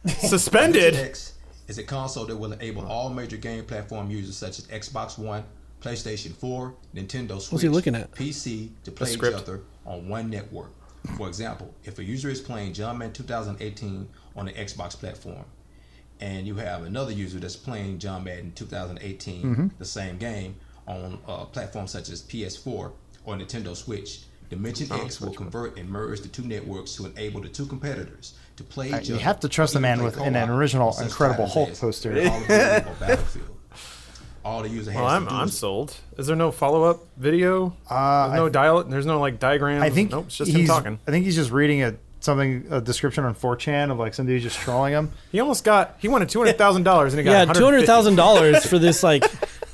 [SPEAKER 1] suspended.
[SPEAKER 5] X is a console that will enable all major game platform users such as Xbox One, PlayStation 4, Nintendo Switch,
[SPEAKER 4] he looking at?
[SPEAKER 5] PC to play each
[SPEAKER 1] script.
[SPEAKER 5] other on one network. For example, if a user is playing John Man 2018 on the Xbox platform, and you have another user that's playing John Madden 2018,
[SPEAKER 4] Mm-hmm.
[SPEAKER 5] the same game, on uh, platforms such as PS4 or Nintendo Switch. Dimension X will convert and merge the two networks to enable the two competitors to play each
[SPEAKER 2] you
[SPEAKER 5] other,
[SPEAKER 2] have to trust the
[SPEAKER 5] even
[SPEAKER 2] man
[SPEAKER 5] play
[SPEAKER 2] with an
[SPEAKER 5] co-op
[SPEAKER 2] original
[SPEAKER 5] on such
[SPEAKER 2] Incredible
[SPEAKER 5] titles
[SPEAKER 2] Hulk
[SPEAKER 5] as
[SPEAKER 2] poster.
[SPEAKER 5] Call of Duty or Battlefield. All the user has
[SPEAKER 1] Well,
[SPEAKER 5] to
[SPEAKER 1] I'm
[SPEAKER 5] do
[SPEAKER 1] I'm
[SPEAKER 5] is
[SPEAKER 1] sold. Is there no follow up video?
[SPEAKER 2] Uh,
[SPEAKER 1] there's no
[SPEAKER 2] I-
[SPEAKER 1] dial. There's no like diagram.
[SPEAKER 2] I think
[SPEAKER 1] nope. It's just him
[SPEAKER 2] he's,
[SPEAKER 1] talking.
[SPEAKER 2] I think he's just reading a something a description on 4chan of like somebody just trolling him.
[SPEAKER 1] He almost got. He wanted two hundred thousand dollars and he got.
[SPEAKER 4] Yeah, two hundred
[SPEAKER 1] 150.
[SPEAKER 4] thousand dollars for this like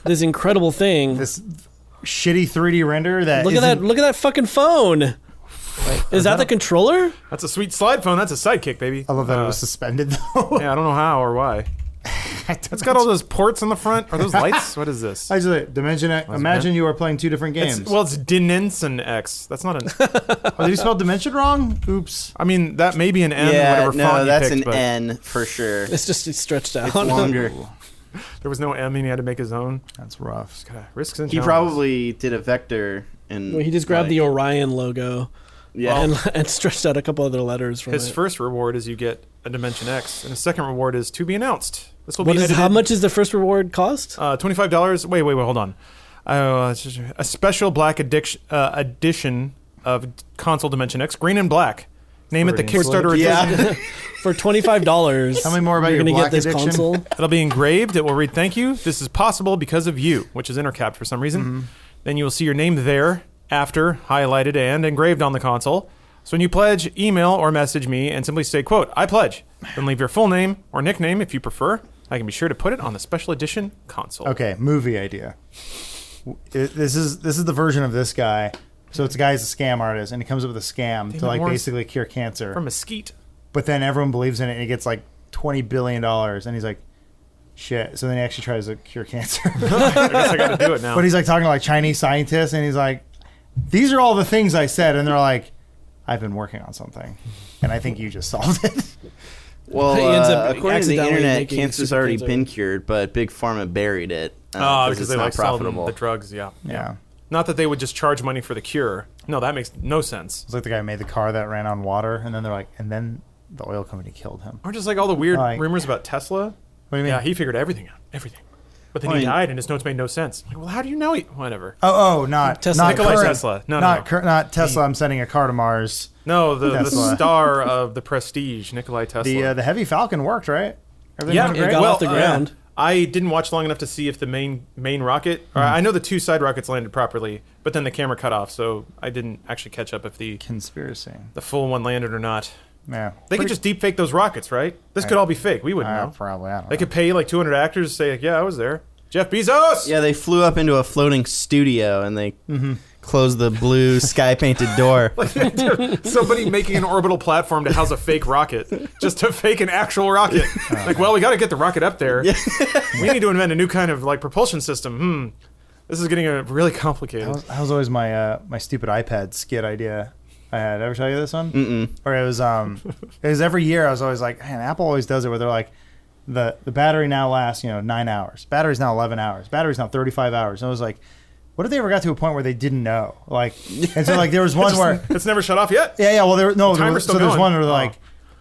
[SPEAKER 4] this incredible thing.
[SPEAKER 2] This shitty 3D render that
[SPEAKER 4] look at that!
[SPEAKER 2] isn't-
[SPEAKER 4] Look at that fucking phone. Is that the controller?
[SPEAKER 1] That's a sweet slide phone. That's a sidekick, baby.
[SPEAKER 2] I love that
[SPEAKER 1] Uh,
[SPEAKER 2] it was suspended though.
[SPEAKER 1] Yeah, I don't know how or why. It's got all those ports on the front. Are those lights? what is this?
[SPEAKER 2] I just like, dimension. X- imagine you are playing two different
[SPEAKER 1] It's-
[SPEAKER 2] games.
[SPEAKER 1] well, it's Denensen X. That's not an.
[SPEAKER 2] oh, did he spell dimension wrong? Oops.
[SPEAKER 1] I mean, that may be an N.
[SPEAKER 3] yeah.
[SPEAKER 1] whatever font
[SPEAKER 3] No,
[SPEAKER 1] he
[SPEAKER 3] that's
[SPEAKER 1] picked,
[SPEAKER 3] an
[SPEAKER 1] but
[SPEAKER 3] N for sure.
[SPEAKER 4] It's just it's stretched out.
[SPEAKER 3] Longer.
[SPEAKER 1] There was no M, and he had to make his own.
[SPEAKER 2] That's rough.
[SPEAKER 1] God, risks and
[SPEAKER 3] He
[SPEAKER 1] challenges.
[SPEAKER 3] probably did a vector and
[SPEAKER 4] Well, he just grabbed
[SPEAKER 3] like,
[SPEAKER 4] the Orion logo
[SPEAKER 3] yeah.
[SPEAKER 4] and, and stretched out a couple other letters from
[SPEAKER 1] His
[SPEAKER 4] it.
[SPEAKER 1] first reward is you get a Dimension X, and his second reward is to be announced. This will
[SPEAKER 4] What
[SPEAKER 1] be
[SPEAKER 4] is,
[SPEAKER 1] edited.
[SPEAKER 4] how much is the first reward cost?
[SPEAKER 1] Uh, twenty-five dollars. Wait, wait, wait. Hold on. Uh, it's just a special black addiction, uh, edition of console Dimension X, green and black. Name it the
[SPEAKER 2] Freudian slip.
[SPEAKER 1] Kickstarter edition.
[SPEAKER 3] Yeah.
[SPEAKER 4] for twenty five dollars.
[SPEAKER 2] Tell me more about
[SPEAKER 4] you're
[SPEAKER 2] your
[SPEAKER 4] gonna
[SPEAKER 2] black
[SPEAKER 4] get this
[SPEAKER 2] addiction.
[SPEAKER 4] console.
[SPEAKER 1] It'll be engraved. It will read "Thank you. This is possible because of you," which is intercapped for some reason. Then you will see your name there, after highlighted and engraved on the console. So when you pledge, email or message me and simply say, "quote I pledge." Then leave your full name or nickname if you prefer. I can be sure to put it on the special edition console.
[SPEAKER 2] Okay, movie idea. W- it- This is this is the version of this guy. So it's a guy who's a scam artist, and he comes up with a scam to like
[SPEAKER 1] Morrison.
[SPEAKER 2] basically cure cancer.
[SPEAKER 1] From Mesquite.
[SPEAKER 2] but then everyone believes in it and he gets like 20 billion dollars and he's like shit so then he actually tries to cure cancer
[SPEAKER 1] I guess I got to do it now.
[SPEAKER 2] but he's like talking to like chinese scientists and he's like these are all the things I said, and they're like, I've been working on something, and I think you just solved it.
[SPEAKER 3] Well,
[SPEAKER 4] He ends
[SPEAKER 3] uh,
[SPEAKER 4] up
[SPEAKER 3] according to the
[SPEAKER 4] accidentally
[SPEAKER 3] internet,
[SPEAKER 4] making
[SPEAKER 3] cancer's
[SPEAKER 4] super
[SPEAKER 3] already
[SPEAKER 4] cancer.
[SPEAKER 3] been cured, but big pharma buried it uh,
[SPEAKER 1] Ah,
[SPEAKER 3] it's
[SPEAKER 1] because they
[SPEAKER 3] not
[SPEAKER 1] like
[SPEAKER 3] profitable.
[SPEAKER 1] profitable. the drugs. Yeah.
[SPEAKER 2] yeah.
[SPEAKER 1] Not that they would just charge money for the cure. No, that makes no sense.
[SPEAKER 2] It's like the guy who made the car that ran on water, and then they're like, and then the oil company killed him.
[SPEAKER 1] Or just like all the weird
[SPEAKER 2] Like-
[SPEAKER 1] rumors about Tesla.
[SPEAKER 2] What do you mean?
[SPEAKER 1] Yeah, he figured everything out. Everything. But then
[SPEAKER 3] Well,
[SPEAKER 1] he
[SPEAKER 3] I mean-
[SPEAKER 1] died, and his notes made no sense. Like, well, how do you know he? Whatever.
[SPEAKER 2] oh, oh, not
[SPEAKER 4] Tesla.
[SPEAKER 2] not
[SPEAKER 1] Nikolai
[SPEAKER 2] current-
[SPEAKER 1] Tesla. No, no,
[SPEAKER 2] not
[SPEAKER 1] no.
[SPEAKER 2] cur- not Tesla. I'm sending a car to Mars.
[SPEAKER 1] No, the, the
[SPEAKER 2] Tesla.
[SPEAKER 1] star of the Prestige, Nikolai Tesla.
[SPEAKER 2] The uh, the heavy Falcon worked, right? Everything
[SPEAKER 1] yeah,
[SPEAKER 2] went
[SPEAKER 4] it
[SPEAKER 2] great?
[SPEAKER 4] got
[SPEAKER 1] well,
[SPEAKER 4] off the
[SPEAKER 1] uh,
[SPEAKER 4] ground.
[SPEAKER 1] I didn't watch long enough to see if the main main rocket. Or
[SPEAKER 2] Hmm.
[SPEAKER 1] I know the two side rockets landed properly, but then the camera cut off, so I didn't actually catch up if the
[SPEAKER 2] conspiracy.
[SPEAKER 1] the full one landed or not.
[SPEAKER 2] Yeah,
[SPEAKER 1] They could just deep fake those rockets, right? This could all be fake. We wouldn't
[SPEAKER 2] Uh,
[SPEAKER 1] know.
[SPEAKER 2] probably. I don't
[SPEAKER 1] They
[SPEAKER 2] know.
[SPEAKER 1] could pay like 200 actors to say, like, "Yeah, I was there." Jeff Bezos.
[SPEAKER 3] Yeah, they flew up into a floating studio and they
[SPEAKER 4] Mm-hmm.
[SPEAKER 3] closed the blue sky painted door.
[SPEAKER 1] Somebody making an orbital platform to house a fake rocket, just to fake an actual rocket.
[SPEAKER 2] Uh-huh.
[SPEAKER 1] like, well, we got to get the rocket up there. we need to invent a new kind of like propulsion system. Hmm. This is getting uh, really complicated.
[SPEAKER 2] That was, that was always my uh, my stupid iPad skit idea. I had ever tell you this one? Mm-mm. Or it was um, it was every year. I was always like, man, Apple always does it where they're like, the the battery now lasts you know nine hours. Battery's now eleven hours. Battery's now thirty five hours. And I was like, what if they ever got to a point where they didn't know? Like, and so like there was one where
[SPEAKER 1] it's never shut off yet.
[SPEAKER 2] yeah, yeah. Well, there no. There
[SPEAKER 1] timer's
[SPEAKER 2] was, so
[SPEAKER 1] still
[SPEAKER 2] there's
[SPEAKER 1] going.
[SPEAKER 2] one where they're
[SPEAKER 1] Oh.
[SPEAKER 2] like,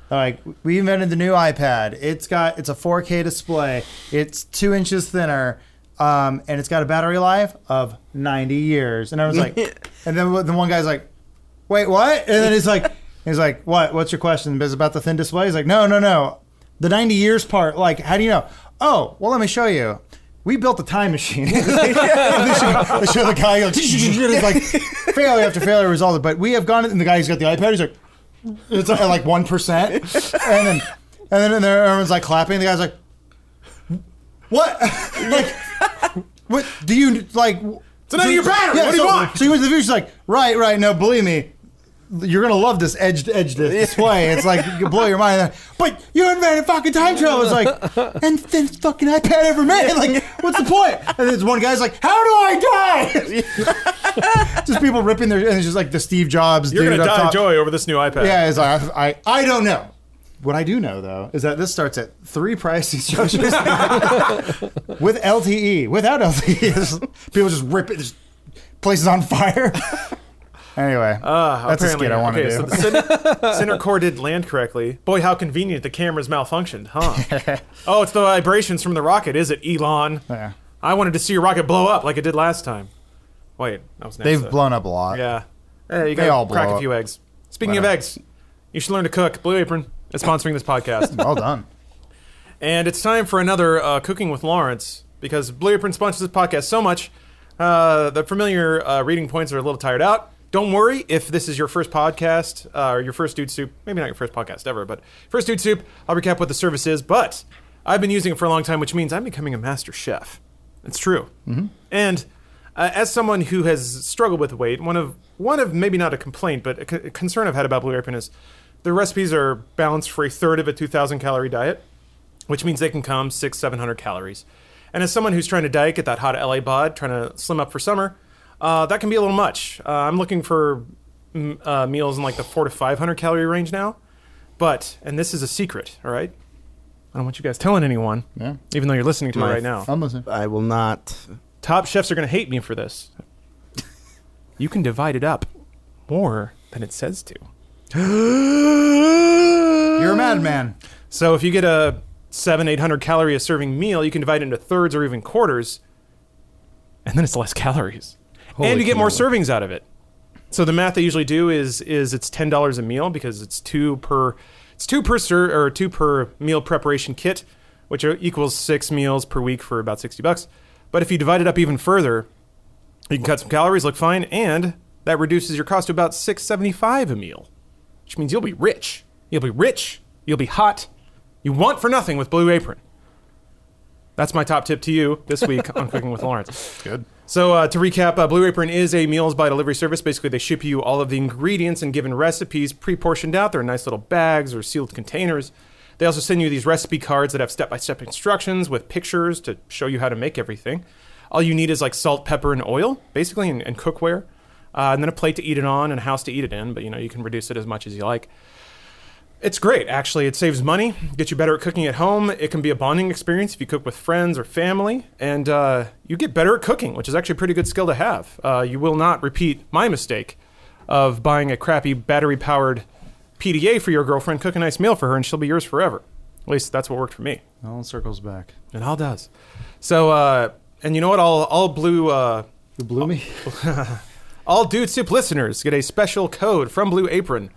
[SPEAKER 2] they're like we invented the new iPad. It's got it's a 4K display. It's two inches thinner, um, and it's got a battery life of 90 years. And I was like, and then the one guy's like, wait, what? And then he's like, he's like, what? What's your question? Is it about the thin display? He's like, no, no, no. The 90 years part. Like, how do you know? Oh, well, let me show you. We built a time machine. they, show, they show the guy like, it's like failure after failure resulted, but we have gone. And the guy who's got the iPad, he's like, it's at like one percent, and then and then and there, everyone's like clapping. The guy's like, "What? like, what do you like?" It's
[SPEAKER 1] another your battery. What do
[SPEAKER 2] so,
[SPEAKER 1] you want?
[SPEAKER 2] So he went to the view. She's like, "Right, right. No, believe me, you're gonna love this edge to edge display. It's like you blow your mind. But you invented fucking time travel. It's like, and then fucking iPad ever made. Like, what's the point? And this one guy's like, "How do I die?" just people ripping their and it's just like the Steve Jobs.
[SPEAKER 1] You're
[SPEAKER 2] dude
[SPEAKER 1] gonna
[SPEAKER 2] up
[SPEAKER 1] die
[SPEAKER 2] top.
[SPEAKER 1] of joy over this new iPad.
[SPEAKER 2] Yeah, it's like, I, I, I don't know. What I do know though is that this starts at three pricing structures with LTE. Without LTE, it's- people just rip it. Just, places on fire. anyway,
[SPEAKER 1] Ah,
[SPEAKER 2] that's a
[SPEAKER 1] apparently-
[SPEAKER 2] skit I want to
[SPEAKER 1] okay,
[SPEAKER 2] do.
[SPEAKER 1] So the center, center core did land correctly. Boy, how convenient the camera's malfunctioned, huh? oh, it's the vibrations from the rocket, is it, Elon?
[SPEAKER 2] Yeah.
[SPEAKER 1] I wanted to see your rocket blow up like it did last time. Wait, that was NASA.
[SPEAKER 2] They've blown up a lot.
[SPEAKER 1] Yeah. Hey, you gotta
[SPEAKER 2] all blow
[SPEAKER 1] crack a
[SPEAKER 2] up.
[SPEAKER 1] few eggs. Speaking of
[SPEAKER 2] Whatever.
[SPEAKER 1] eggs, you should learn to cook. Blue Apron is sponsoring this podcast.
[SPEAKER 2] Well done.
[SPEAKER 1] And it's time for another uh, Cooking with Lawrence because Blue Apron sponsors this podcast so much. Uh, the familiar uh, reading points are a little tired out. Don't worry if this is your first podcast uh, or your first Dude Soup. Maybe not your first podcast ever, but first Dude Soup. I'll recap what the service is. But I've been using it for a long time, which means I'm becoming a master chef. It's true. Mm-hmm. And uh, as someone who has struggled with weight, one of one of maybe not a complaint, but a, c- a concern I've had about Blue Apron is the recipes are balanced for a third of a 2,000 calorie diet which means they can come six, seven hundred calories. And as someone who's trying to diet, get that hot LA bod, trying to slim up for summer, uh, that can be a little much. Uh, I'm looking for mm, uh, meals in like the four to five hundred calorie range now. But and this is a secret, all right? I don't want you guys telling anyone,
[SPEAKER 2] Yeah.
[SPEAKER 1] even though you're listening to it
[SPEAKER 3] My
[SPEAKER 1] right now.
[SPEAKER 2] I'm listening.
[SPEAKER 3] I will not.
[SPEAKER 1] Top chefs are going to hate me for this. you can divide it up more than it says to.
[SPEAKER 2] You're a madman.
[SPEAKER 1] So if you get a seven, eight hundred calorie a serving meal, you can divide it into thirds or even quarters, and then it's less calories, and you get more servings out of it. So the math they usually do is is it's ten dollars a meal because it's two per it's two per ser, or two per meal preparation kit, which are, equals six meals per week for about sixty bucks. But if you divide it up even further, you can cut some calories, look fine, and that reduces your cost to about six seventy five a meal, which means you'll be rich. You'll be rich. You'll be hot. You want for nothing with Blue Apron. That's my top tip to you this week on Cooking with Lawrence. Good. So uh, to recap, uh, Blue Apron is a meals by delivery service. Basically, they ship you all of the ingredients and given recipes pre-portioned out. They're in nice little bags or sealed containers. They also send you these recipe cards that have step-by-step instructions with pictures to show you how to make everything. All you need is like salt, pepper, and oil, basically, and, and cookware. uh, and then a plate to eat it on and a house to eat it in. But you know, you can reduce it as much as you like. It's great, actually. It saves money, gets you better at cooking at home. It can be a bonding experience if you cook with friends or family, and uh, you get better at cooking, which is actually a pretty good skill to have. Uh, you will not repeat my mistake of buying a crappy battery powered PDA for your girlfriend, cook a nice meal for her, and she'll be yours forever. At least that's what worked for me.
[SPEAKER 2] All circles back.
[SPEAKER 1] It all does. So, uh, and you know what? All, all blue. Uh,
[SPEAKER 2] You blew me.
[SPEAKER 1] all Dude Soup listeners get a special code from Blue Apron.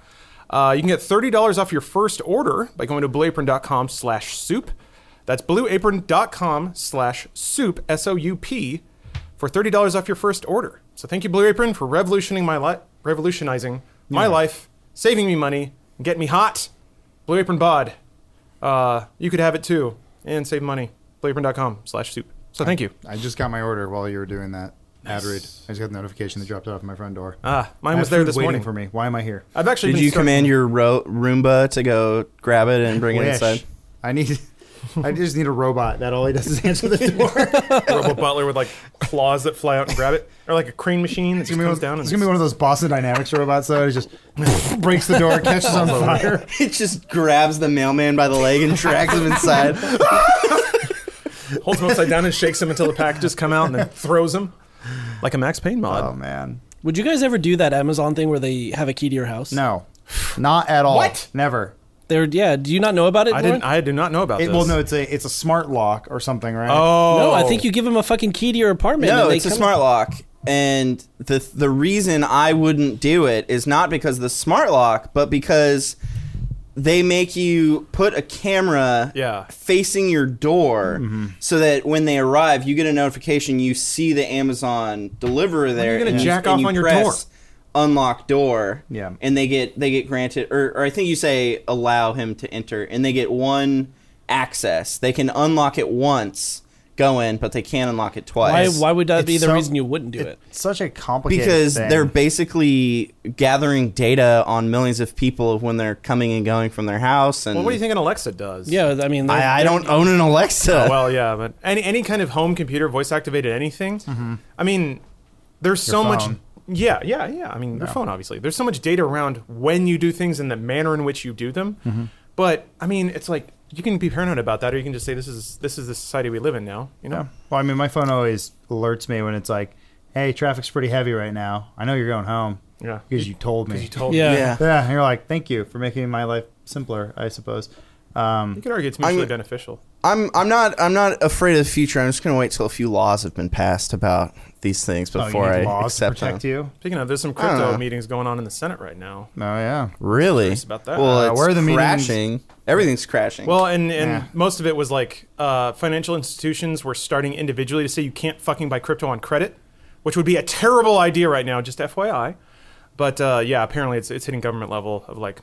[SPEAKER 1] Uh, you can get $30 off your first order by going to blueapron.com slash soup. That's blueapron.com slash soup, S-O-U-P, for $30 off your first order. So thank you, Blue Apron, for revolutioning my li- revolutionizing my life, saving me money, and getting me hot. Blue Apron Bod. Uh, you could have it too and save money. Blueapron.com slash soup. So thank you.
[SPEAKER 2] I just got my order while you were doing that. Ad read. I just got the notification that dropped it off at my front door.
[SPEAKER 1] Ah,
[SPEAKER 2] I
[SPEAKER 1] mine was
[SPEAKER 2] have
[SPEAKER 1] there
[SPEAKER 2] food
[SPEAKER 1] this
[SPEAKER 2] waiting
[SPEAKER 1] morning.
[SPEAKER 2] for me. Why am I here?
[SPEAKER 1] I've actually
[SPEAKER 3] Did
[SPEAKER 1] been
[SPEAKER 3] you
[SPEAKER 1] starting-
[SPEAKER 3] command your ro- Roomba to go grab it and bring it
[SPEAKER 2] Wish.
[SPEAKER 3] inside?
[SPEAKER 2] I need. I just need a robot that all he does is answer the door.
[SPEAKER 1] Robo Butler with like claws that fly out and grab it, or like a crane machine that
[SPEAKER 2] It's
[SPEAKER 1] just
[SPEAKER 2] gonna, be
[SPEAKER 1] comes
[SPEAKER 2] one,
[SPEAKER 1] down.
[SPEAKER 2] it's
[SPEAKER 1] And
[SPEAKER 2] gonna be one of those Boston Dynamics robots though. It just breaks the door, catches on fire.
[SPEAKER 3] It just grabs the mailman by the leg and drags him inside.
[SPEAKER 1] holds him upside down and shakes him until the packages come out, and then throws him like a Max Payne mod.
[SPEAKER 2] Oh man,
[SPEAKER 4] Would you guys ever do that Amazon thing where they have a key to your house?
[SPEAKER 2] no, not at all.
[SPEAKER 1] What?
[SPEAKER 2] Never.
[SPEAKER 4] They're yeah. Do you not know about it?
[SPEAKER 1] I
[SPEAKER 4] Lauren?
[SPEAKER 1] didn't. I do not know about
[SPEAKER 2] It,
[SPEAKER 1] this.
[SPEAKER 2] well, no, it's a it's a smart lock or something, right?
[SPEAKER 1] Oh
[SPEAKER 4] No, I think you give them a fucking key to your apartment.
[SPEAKER 3] No,
[SPEAKER 4] and they
[SPEAKER 3] it's a
[SPEAKER 4] come-
[SPEAKER 3] smart lock. And the the reason I wouldn't do it is not because of the smart lock, but because they make you put a camera
[SPEAKER 1] Yeah.
[SPEAKER 3] facing your door so that when they arrive, you get a notification. You see the Amazon deliverer there.
[SPEAKER 1] gonna
[SPEAKER 3] and
[SPEAKER 1] jack
[SPEAKER 3] and
[SPEAKER 1] off on your
[SPEAKER 3] press
[SPEAKER 1] door?
[SPEAKER 3] Unlock door.
[SPEAKER 2] Yeah.
[SPEAKER 3] And they get they get granted, or, or I think you say allow him to enter, and they get one access. They can unlock it once, go in, but they can't unlock it
[SPEAKER 4] Why?
[SPEAKER 3] twice
[SPEAKER 4] Why would that be
[SPEAKER 2] It's
[SPEAKER 4] the
[SPEAKER 2] so-
[SPEAKER 4] reason you wouldn't do it?
[SPEAKER 2] It's such a complicated
[SPEAKER 3] because
[SPEAKER 2] thing.
[SPEAKER 3] they're basically gathering data on millions of people of when they're coming and going from their house and
[SPEAKER 1] Well, what do you think an Alexa does?
[SPEAKER 4] Yeah, I mean,
[SPEAKER 3] I, I don't own an alexa
[SPEAKER 1] Oh, Well, yeah, but any any kind of home computer, voice activated anything. I mean, there's so much.
[SPEAKER 2] phone.
[SPEAKER 1] Yeah, yeah, yeah. I mean, your phone obviously. There's so much data around when you do things and the manner in which you do them. But I mean, it's like you can be paranoid about that, or you can just say this is this is the society we live in now. You know.
[SPEAKER 2] Yeah. Well, I mean, my phone always alerts me when it's like, "Hey, traffic's pretty heavy right now. I know you're going home."
[SPEAKER 1] Yeah.
[SPEAKER 2] Because you told me.
[SPEAKER 1] You told
[SPEAKER 4] Yeah.
[SPEAKER 3] yeah
[SPEAKER 2] yeah. And you're like, "Thank you for making my life simpler." I suppose. Um,
[SPEAKER 1] You could argue it's mutually
[SPEAKER 3] I'm-
[SPEAKER 1] beneficial.
[SPEAKER 3] i'm i'm not i'm not afraid of the future i'm just going to wait till a few laws have been passed about these things
[SPEAKER 2] oh, you
[SPEAKER 3] before
[SPEAKER 2] need
[SPEAKER 3] i
[SPEAKER 2] laws to
[SPEAKER 3] accept
[SPEAKER 2] protect
[SPEAKER 3] them
[SPEAKER 2] you.
[SPEAKER 1] Speaking of, there's some
[SPEAKER 3] don't
[SPEAKER 1] crypto
[SPEAKER 3] know.
[SPEAKER 1] meetings going on in the Senate right now.
[SPEAKER 2] Oh yeah.
[SPEAKER 3] really
[SPEAKER 1] about that.
[SPEAKER 3] well
[SPEAKER 2] Uh,
[SPEAKER 3] it's
[SPEAKER 2] where are the meetings?
[SPEAKER 3] crashing everything's crashing
[SPEAKER 1] Well, and, and
[SPEAKER 2] Yeah.
[SPEAKER 1] most of it was like uh, financial institutions were starting individually to say you can't fucking buy crypto on credit, which would be a terrible idea right now, just FYI. But uh, yeah, apparently it's, it's hitting government level of like,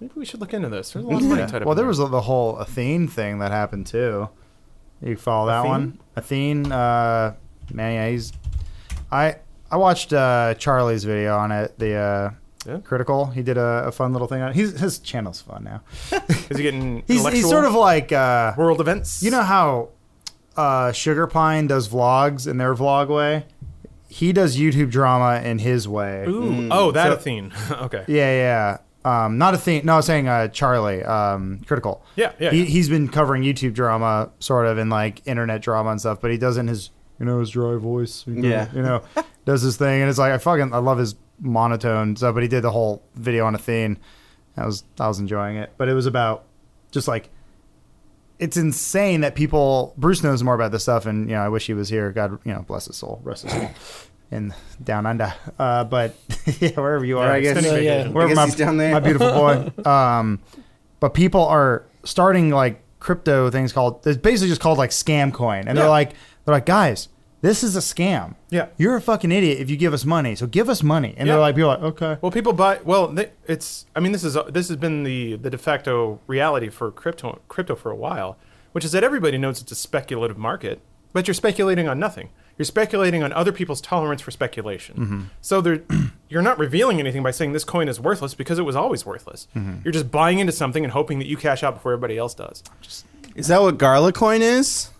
[SPEAKER 1] maybe we should look into this. There's a lot of money tied up.
[SPEAKER 2] Well,
[SPEAKER 1] in
[SPEAKER 2] there was the whole Athene thing that happened too. You follow that
[SPEAKER 1] Athene?
[SPEAKER 2] one? Athene, uh, man, yeah, he's. I I watched uh, Charlie's video on it. The uh,
[SPEAKER 1] Yeah.
[SPEAKER 2] critical. He did a, a fun little thing on. He's, his channel's fun now.
[SPEAKER 1] Is he getting
[SPEAKER 2] He's,
[SPEAKER 1] intellectual
[SPEAKER 2] he's sort of like uh,
[SPEAKER 1] world events?
[SPEAKER 2] you know how uh, Sugar Pine does vlogs in their vlog way. He does YouTube drama in his way.
[SPEAKER 1] Ooh, oh, that
[SPEAKER 2] So-
[SPEAKER 1] Athene. okay.
[SPEAKER 2] Yeah, yeah. Um, not a thing. No, I was saying uh, Charlie, um, critical.
[SPEAKER 1] Yeah, yeah,
[SPEAKER 2] He,
[SPEAKER 1] yeah.
[SPEAKER 2] He's been covering YouTube drama, sort of, and like internet drama and stuff. But he does it in his, you know, his dry voice. You know,
[SPEAKER 3] Yeah.
[SPEAKER 2] you know, does his thing, and it's like I fucking I love his monotone stuff. But he did the whole video on a theme. I was I was enjoying it, but it was about just like it's insane that people Bruce knows more about this stuff and you know I wish he was here God you know bless his soul rest his soul and down under uh, but yeah wherever you are I guess
[SPEAKER 1] spending
[SPEAKER 4] Uh, yeah.
[SPEAKER 1] vacation.
[SPEAKER 2] wherever
[SPEAKER 3] I guess
[SPEAKER 2] my,
[SPEAKER 3] he's down there.
[SPEAKER 2] my beautiful boy um, but people are starting like crypto things called it's basically just called like scam coin and they're
[SPEAKER 1] Yeah.
[SPEAKER 2] like they're like guys this is a scam
[SPEAKER 1] Yeah.
[SPEAKER 2] you're a fucking idiot if you give us money so give us money and they're
[SPEAKER 1] Yeah.
[SPEAKER 2] like people are like okay
[SPEAKER 1] Well, people buy. Well, they, it's. I mean, this is uh, this has been the the de facto reality for crypto crypto for a while, which is that everybody knows it's a speculative market, but you're speculating on nothing. You're speculating on other people's tolerance for speculation. So they're, you're not revealing anything by saying this coin is worthless because it was always worthless. You're just buying into something and hoping that you cash out before everybody else does.
[SPEAKER 3] is that what garlic coin is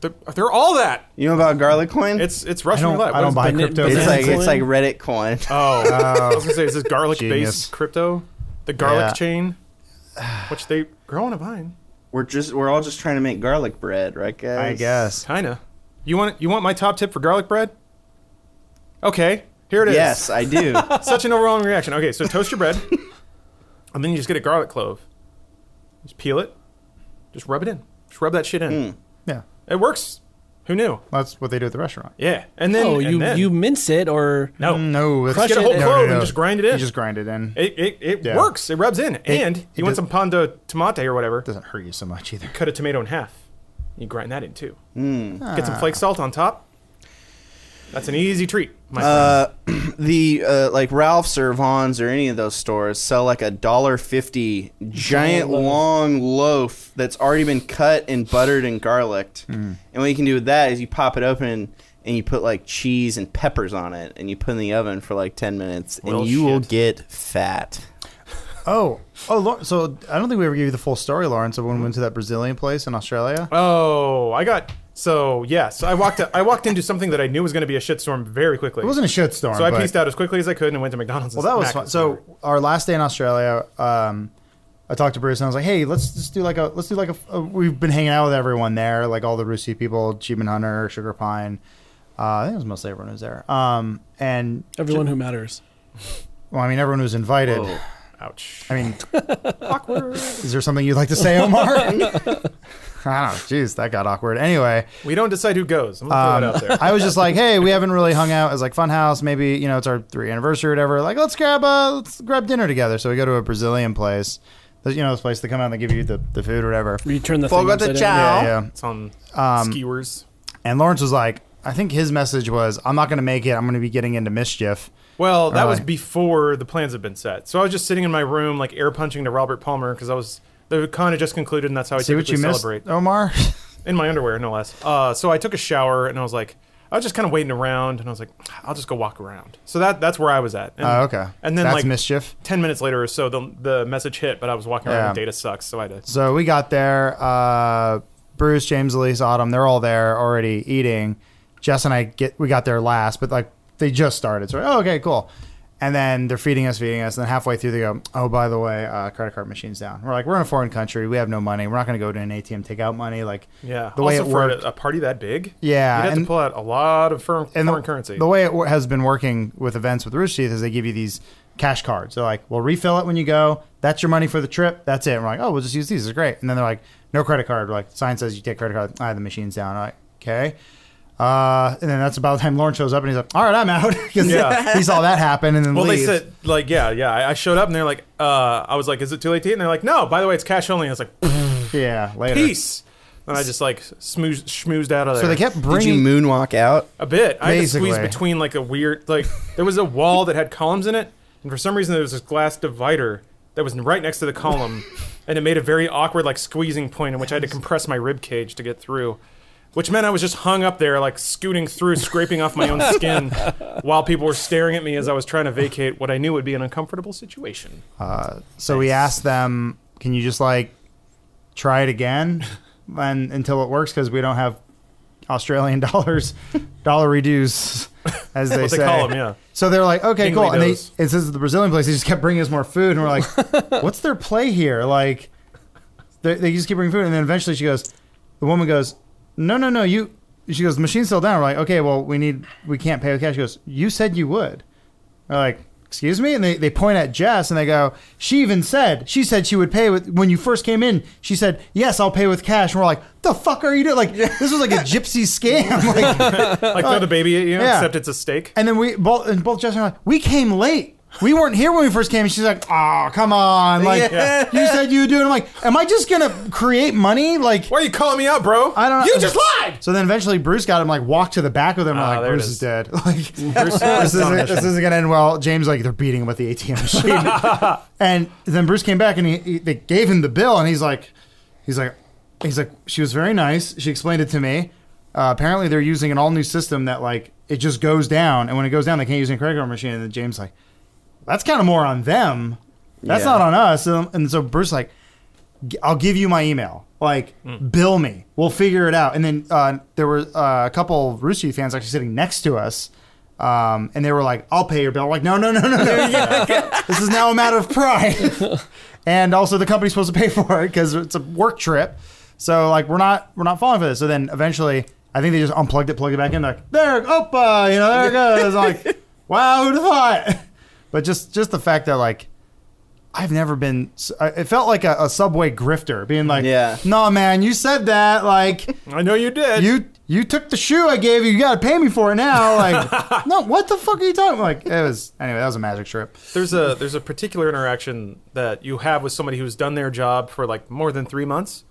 [SPEAKER 1] They're, they're all that.
[SPEAKER 3] You know about garlic coin?
[SPEAKER 1] It's it's
[SPEAKER 2] I
[SPEAKER 1] Russian
[SPEAKER 2] don't,
[SPEAKER 1] roulette.
[SPEAKER 2] I
[SPEAKER 1] What
[SPEAKER 2] don't
[SPEAKER 1] is
[SPEAKER 2] buy
[SPEAKER 1] ban-
[SPEAKER 4] banan-
[SPEAKER 2] crypto.
[SPEAKER 3] it's
[SPEAKER 4] banana
[SPEAKER 3] like
[SPEAKER 4] coin?
[SPEAKER 3] it's like Reddit coin.
[SPEAKER 1] Oh,
[SPEAKER 2] uh,
[SPEAKER 1] I was gonna say, is this
[SPEAKER 2] Genius.
[SPEAKER 1] garlic-based crypto? The garlic
[SPEAKER 2] Yeah.
[SPEAKER 1] chain, which they growing a vine.
[SPEAKER 3] We're just we're all just trying to make garlic bread, right,
[SPEAKER 2] I
[SPEAKER 3] guys?
[SPEAKER 2] guess.
[SPEAKER 1] Kinda. You want you want my top tip for garlic bread? Okay, here it is.
[SPEAKER 3] Yes, I do.
[SPEAKER 1] Such an overwhelming reaction. Okay, so toast your bread, and then you just get a garlic clove. Just peel it. Just rub it in. Just rub that shit in.
[SPEAKER 2] Yeah,
[SPEAKER 1] It works. Who knew?
[SPEAKER 2] that's what they do at the restaurant.
[SPEAKER 1] Yeah. And then
[SPEAKER 4] oh,
[SPEAKER 1] and
[SPEAKER 4] you
[SPEAKER 1] then-
[SPEAKER 4] you mince it or
[SPEAKER 1] no
[SPEAKER 2] Mm, No, that's-
[SPEAKER 1] Crush Just get a it whole in. clove and just grind it in.
[SPEAKER 2] You just grind it in. It
[SPEAKER 1] It it, it
[SPEAKER 2] Yeah.
[SPEAKER 1] works. It rubs in. and you
[SPEAKER 2] it
[SPEAKER 1] want
[SPEAKER 2] does-
[SPEAKER 1] some pando tomate or whatever.
[SPEAKER 2] doesn't hurt you so much either.
[SPEAKER 1] Cut a tomato in half. You grind that in too.
[SPEAKER 2] Hmm.
[SPEAKER 1] Get some
[SPEAKER 2] Ah.
[SPEAKER 1] flake salt on top. That's an easy treat. My friend.
[SPEAKER 3] uh, the uh, like Ralph's or Vaughn's or any of those stores sell like a dollar fifty giant long loaf that's already been cut and buttered and garlicked.
[SPEAKER 1] Mm.
[SPEAKER 3] And what you can do with that is you pop it open and you put like cheese and peppers on it and you put it in the oven for like ten minutes and
[SPEAKER 1] Well,
[SPEAKER 3] you will
[SPEAKER 1] shit.
[SPEAKER 3] get fat.
[SPEAKER 2] Oh, oh, Lau- so I don't think we ever gave you the full story, Lauren. So when we went to that Brazilian place in Australia,
[SPEAKER 1] oh, I got so yeah. So I walked I walked into something that I knew was going to be a shitstorm very quickly.
[SPEAKER 2] it wasn't a shitstorm.
[SPEAKER 1] so I
[SPEAKER 2] but-
[SPEAKER 1] pieced out as quickly as I could and went to McDonald's.
[SPEAKER 2] Well, that was
[SPEAKER 1] Mac
[SPEAKER 2] fun.
[SPEAKER 1] and
[SPEAKER 2] So
[SPEAKER 1] whatever.
[SPEAKER 2] our last day in Australia, um, I talked to Bruce and I was like, "Hey, let's just do like a let's do like a, a- we've been hanging out with everyone there, like all the Rusi people, Cheeman Hunter, Sugar Pine. Uh, I think it was mostly everyone who was there. Um, and
[SPEAKER 4] everyone who matters.
[SPEAKER 2] well, I mean, everyone who was invited.
[SPEAKER 3] Whoa.
[SPEAKER 1] ouch.
[SPEAKER 2] I mean, Is there something you'd like to say, Omar? I don't know. Jeez, that got awkward. Anyway,
[SPEAKER 1] We don't decide who goes. I'm gonna
[SPEAKER 2] um,
[SPEAKER 1] throw it out there.
[SPEAKER 2] I was just like, hey, we haven't really hung out as like Funhouse. Maybe you know it's our three anniversary or whatever. Like, let's grab a let's grab dinner together. So we go to a Brazilian place. There's, you know this place they come out and they give you the, the food or whatever.
[SPEAKER 4] You turn the
[SPEAKER 3] Fogo
[SPEAKER 4] thing
[SPEAKER 3] de
[SPEAKER 4] upside down.
[SPEAKER 3] chao.
[SPEAKER 2] Yeah.
[SPEAKER 1] It's on
[SPEAKER 2] Um,
[SPEAKER 1] skewers.
[SPEAKER 2] And Lawrence was like, I think his message was, I'm not going to make it. I'm going to be getting into mischief.
[SPEAKER 1] Well, that was
[SPEAKER 2] Right.
[SPEAKER 1] before the plans had been set. So I was just sitting in my room, like air punching to Robert Palmer because I was the con had just concluded, and that's how I
[SPEAKER 2] See what you
[SPEAKER 1] typically
[SPEAKER 2] missed,
[SPEAKER 1] celebrate
[SPEAKER 2] Omar.
[SPEAKER 1] in my underwear, no less. Uh, so I took a shower, and I was like, I was just kind of waiting around, and I was like, I'll just go walk around. So that that's where I was at. And,
[SPEAKER 2] Oh, okay.
[SPEAKER 1] And then
[SPEAKER 2] that's
[SPEAKER 1] like
[SPEAKER 2] mischief.
[SPEAKER 1] ten minutes later or so, the the message hit, but I was walking around.
[SPEAKER 2] Yeah.
[SPEAKER 1] and data sucks, so I had to.
[SPEAKER 2] So we got there. Uh, Bruce, James, Elise, Autumn, they're all there already eating. Jess and I get we got there last, but like they just started. So we're, oh, okay, cool. And then they're feeding us, feeding us. And then halfway through, they go, "Oh, by the way, uh, credit card machine's down." We're like, "We're in a foreign country. We have no money. We're not going to go to an ATM, take out money." Like,
[SPEAKER 1] Yeah.
[SPEAKER 2] the way
[SPEAKER 1] also
[SPEAKER 2] it
[SPEAKER 1] for
[SPEAKER 2] worked.
[SPEAKER 1] a, a party that big,
[SPEAKER 2] Yeah,
[SPEAKER 1] you'd have to
[SPEAKER 2] and-
[SPEAKER 1] pull out a lot of firm,
[SPEAKER 2] and
[SPEAKER 1] foreign
[SPEAKER 2] the,
[SPEAKER 1] currency.
[SPEAKER 2] The way it w- has been working with events with Rooster Teeth is they give you these cash cards. They're like, "Well, refill it when you go. That's your money for the trip. That's it." And we're like, "Oh, we'll just use these. It's great." And then they're like, "No credit card." We're like, "Sign says you take credit card." Ah, the machine's down. I'm like, "Okay." Uh, and then that's about the time Lauren shows up and he's like, "All right, I'm out." 'Cause
[SPEAKER 1] Yeah.
[SPEAKER 2] he saw that happen and then
[SPEAKER 1] Well,
[SPEAKER 2] leaves.
[SPEAKER 1] they said like, yeah, yeah. I, I showed up and they're like, uh, I was like, is it too late to eat? And they're like, no. By the way, it's cash only. And I was like,
[SPEAKER 2] "Yeah, later."
[SPEAKER 1] peace. And I just like smoozed, schmoozed out of there.
[SPEAKER 2] So they kept
[SPEAKER 3] Did you
[SPEAKER 2] bringing.
[SPEAKER 3] moonwalk out?
[SPEAKER 1] a bit. I had to squeeze
[SPEAKER 2] Basically.
[SPEAKER 1] between like a weird like there was a wall that had columns in it, and for some reason there was this glass divider that was right next to the column, and it made a very awkward like squeezing point in which I had to compress my rib cage to get through. Which meant I was just hung up there, like scooting through, scraping off my own skin, while people were staring at me as I was trying to vacate what I knew would be an uncomfortable situation.
[SPEAKER 2] Uh, so we asked them, "Can you just like try it again, and until it works?" Because we don't have Australian dollars, dollar reduce, as they
[SPEAKER 1] What
[SPEAKER 2] say.
[SPEAKER 1] they call them, yeah.
[SPEAKER 2] So they're like, "Okay,
[SPEAKER 1] Tingly
[SPEAKER 2] cool." And they,
[SPEAKER 1] does.
[SPEAKER 2] it says the Brazilian place. They just kept bringing us more food, and we're like, "What's their play here?" Like, they, they just keep bringing food, and then eventually she goes, "The woman goes, no, no, no, you." She goes, "Machine's still down." We're like, "Okay, well, we need, we can't pay with cash." She goes, "You said you would." They're like, excuse me? And they, they point at Jess and they go, she even said, she said she would pay with, when you first came in, she said, yes, I'll pay with cash. And we're like, the fuck are you doing? Like, this was like a gypsy scam. Like,
[SPEAKER 1] Like throw the baby at you,
[SPEAKER 2] Yeah.
[SPEAKER 1] except it's a steak.
[SPEAKER 2] and then we both, and both Jess and I are like, we came late. We weren't here when we first came. And she's like, oh, come on. Like,
[SPEAKER 3] Yeah.
[SPEAKER 2] you said you would do it. I'm like, am I just going to create money? Like,
[SPEAKER 1] Why are you calling me out, bro?
[SPEAKER 2] I don't know.
[SPEAKER 1] You just lied.
[SPEAKER 2] So then eventually Bruce got him like walked to the back with him.
[SPEAKER 1] Ah,
[SPEAKER 2] I'm like
[SPEAKER 1] there it
[SPEAKER 2] Bruce
[SPEAKER 1] is.
[SPEAKER 2] is. dead. Like this, isn't, this isn't gonna end well. James like they're beating him with the ATM machine. and then Bruce came back and he, he they gave him the bill and he's like he's like he's like she was very nice. She explained it to me. Uh, apparently they're using an all new system that like it just goes down and when it goes down they can't use a credit card machine. And then James like that's kind of more on them. That's
[SPEAKER 3] Yeah.
[SPEAKER 2] not on us. And, and so Bruce like I'll give you my email. Like, bill me. We'll figure it out. And then uh, there were uh, a couple Rooster Teeth fans actually sitting next to us. Um, and they were like, I'll pay your bill. I'm like, no, no, no, no, no. this is now a matter of pride. and also the company's supposed to pay for it because it's a work trip. So like we're not we're not falling for this. So then eventually I think they just unplugged it, plugged it back in. Like there, opa, you know there it goes. like wow, who'd have thought? But just just the fact that like I've never been. s- I- It felt like a, a subway grifter being like,
[SPEAKER 3] Yeah.
[SPEAKER 2] no man, you said that like
[SPEAKER 1] I know you did.
[SPEAKER 2] you you took the shoe I gave you. You gotta pay me for it now. Like no, what the fuck are you talking? Like it was anyway. That was a magic trip.
[SPEAKER 1] there's a there's a particular interaction that you have with somebody who's done their job for like more than three months,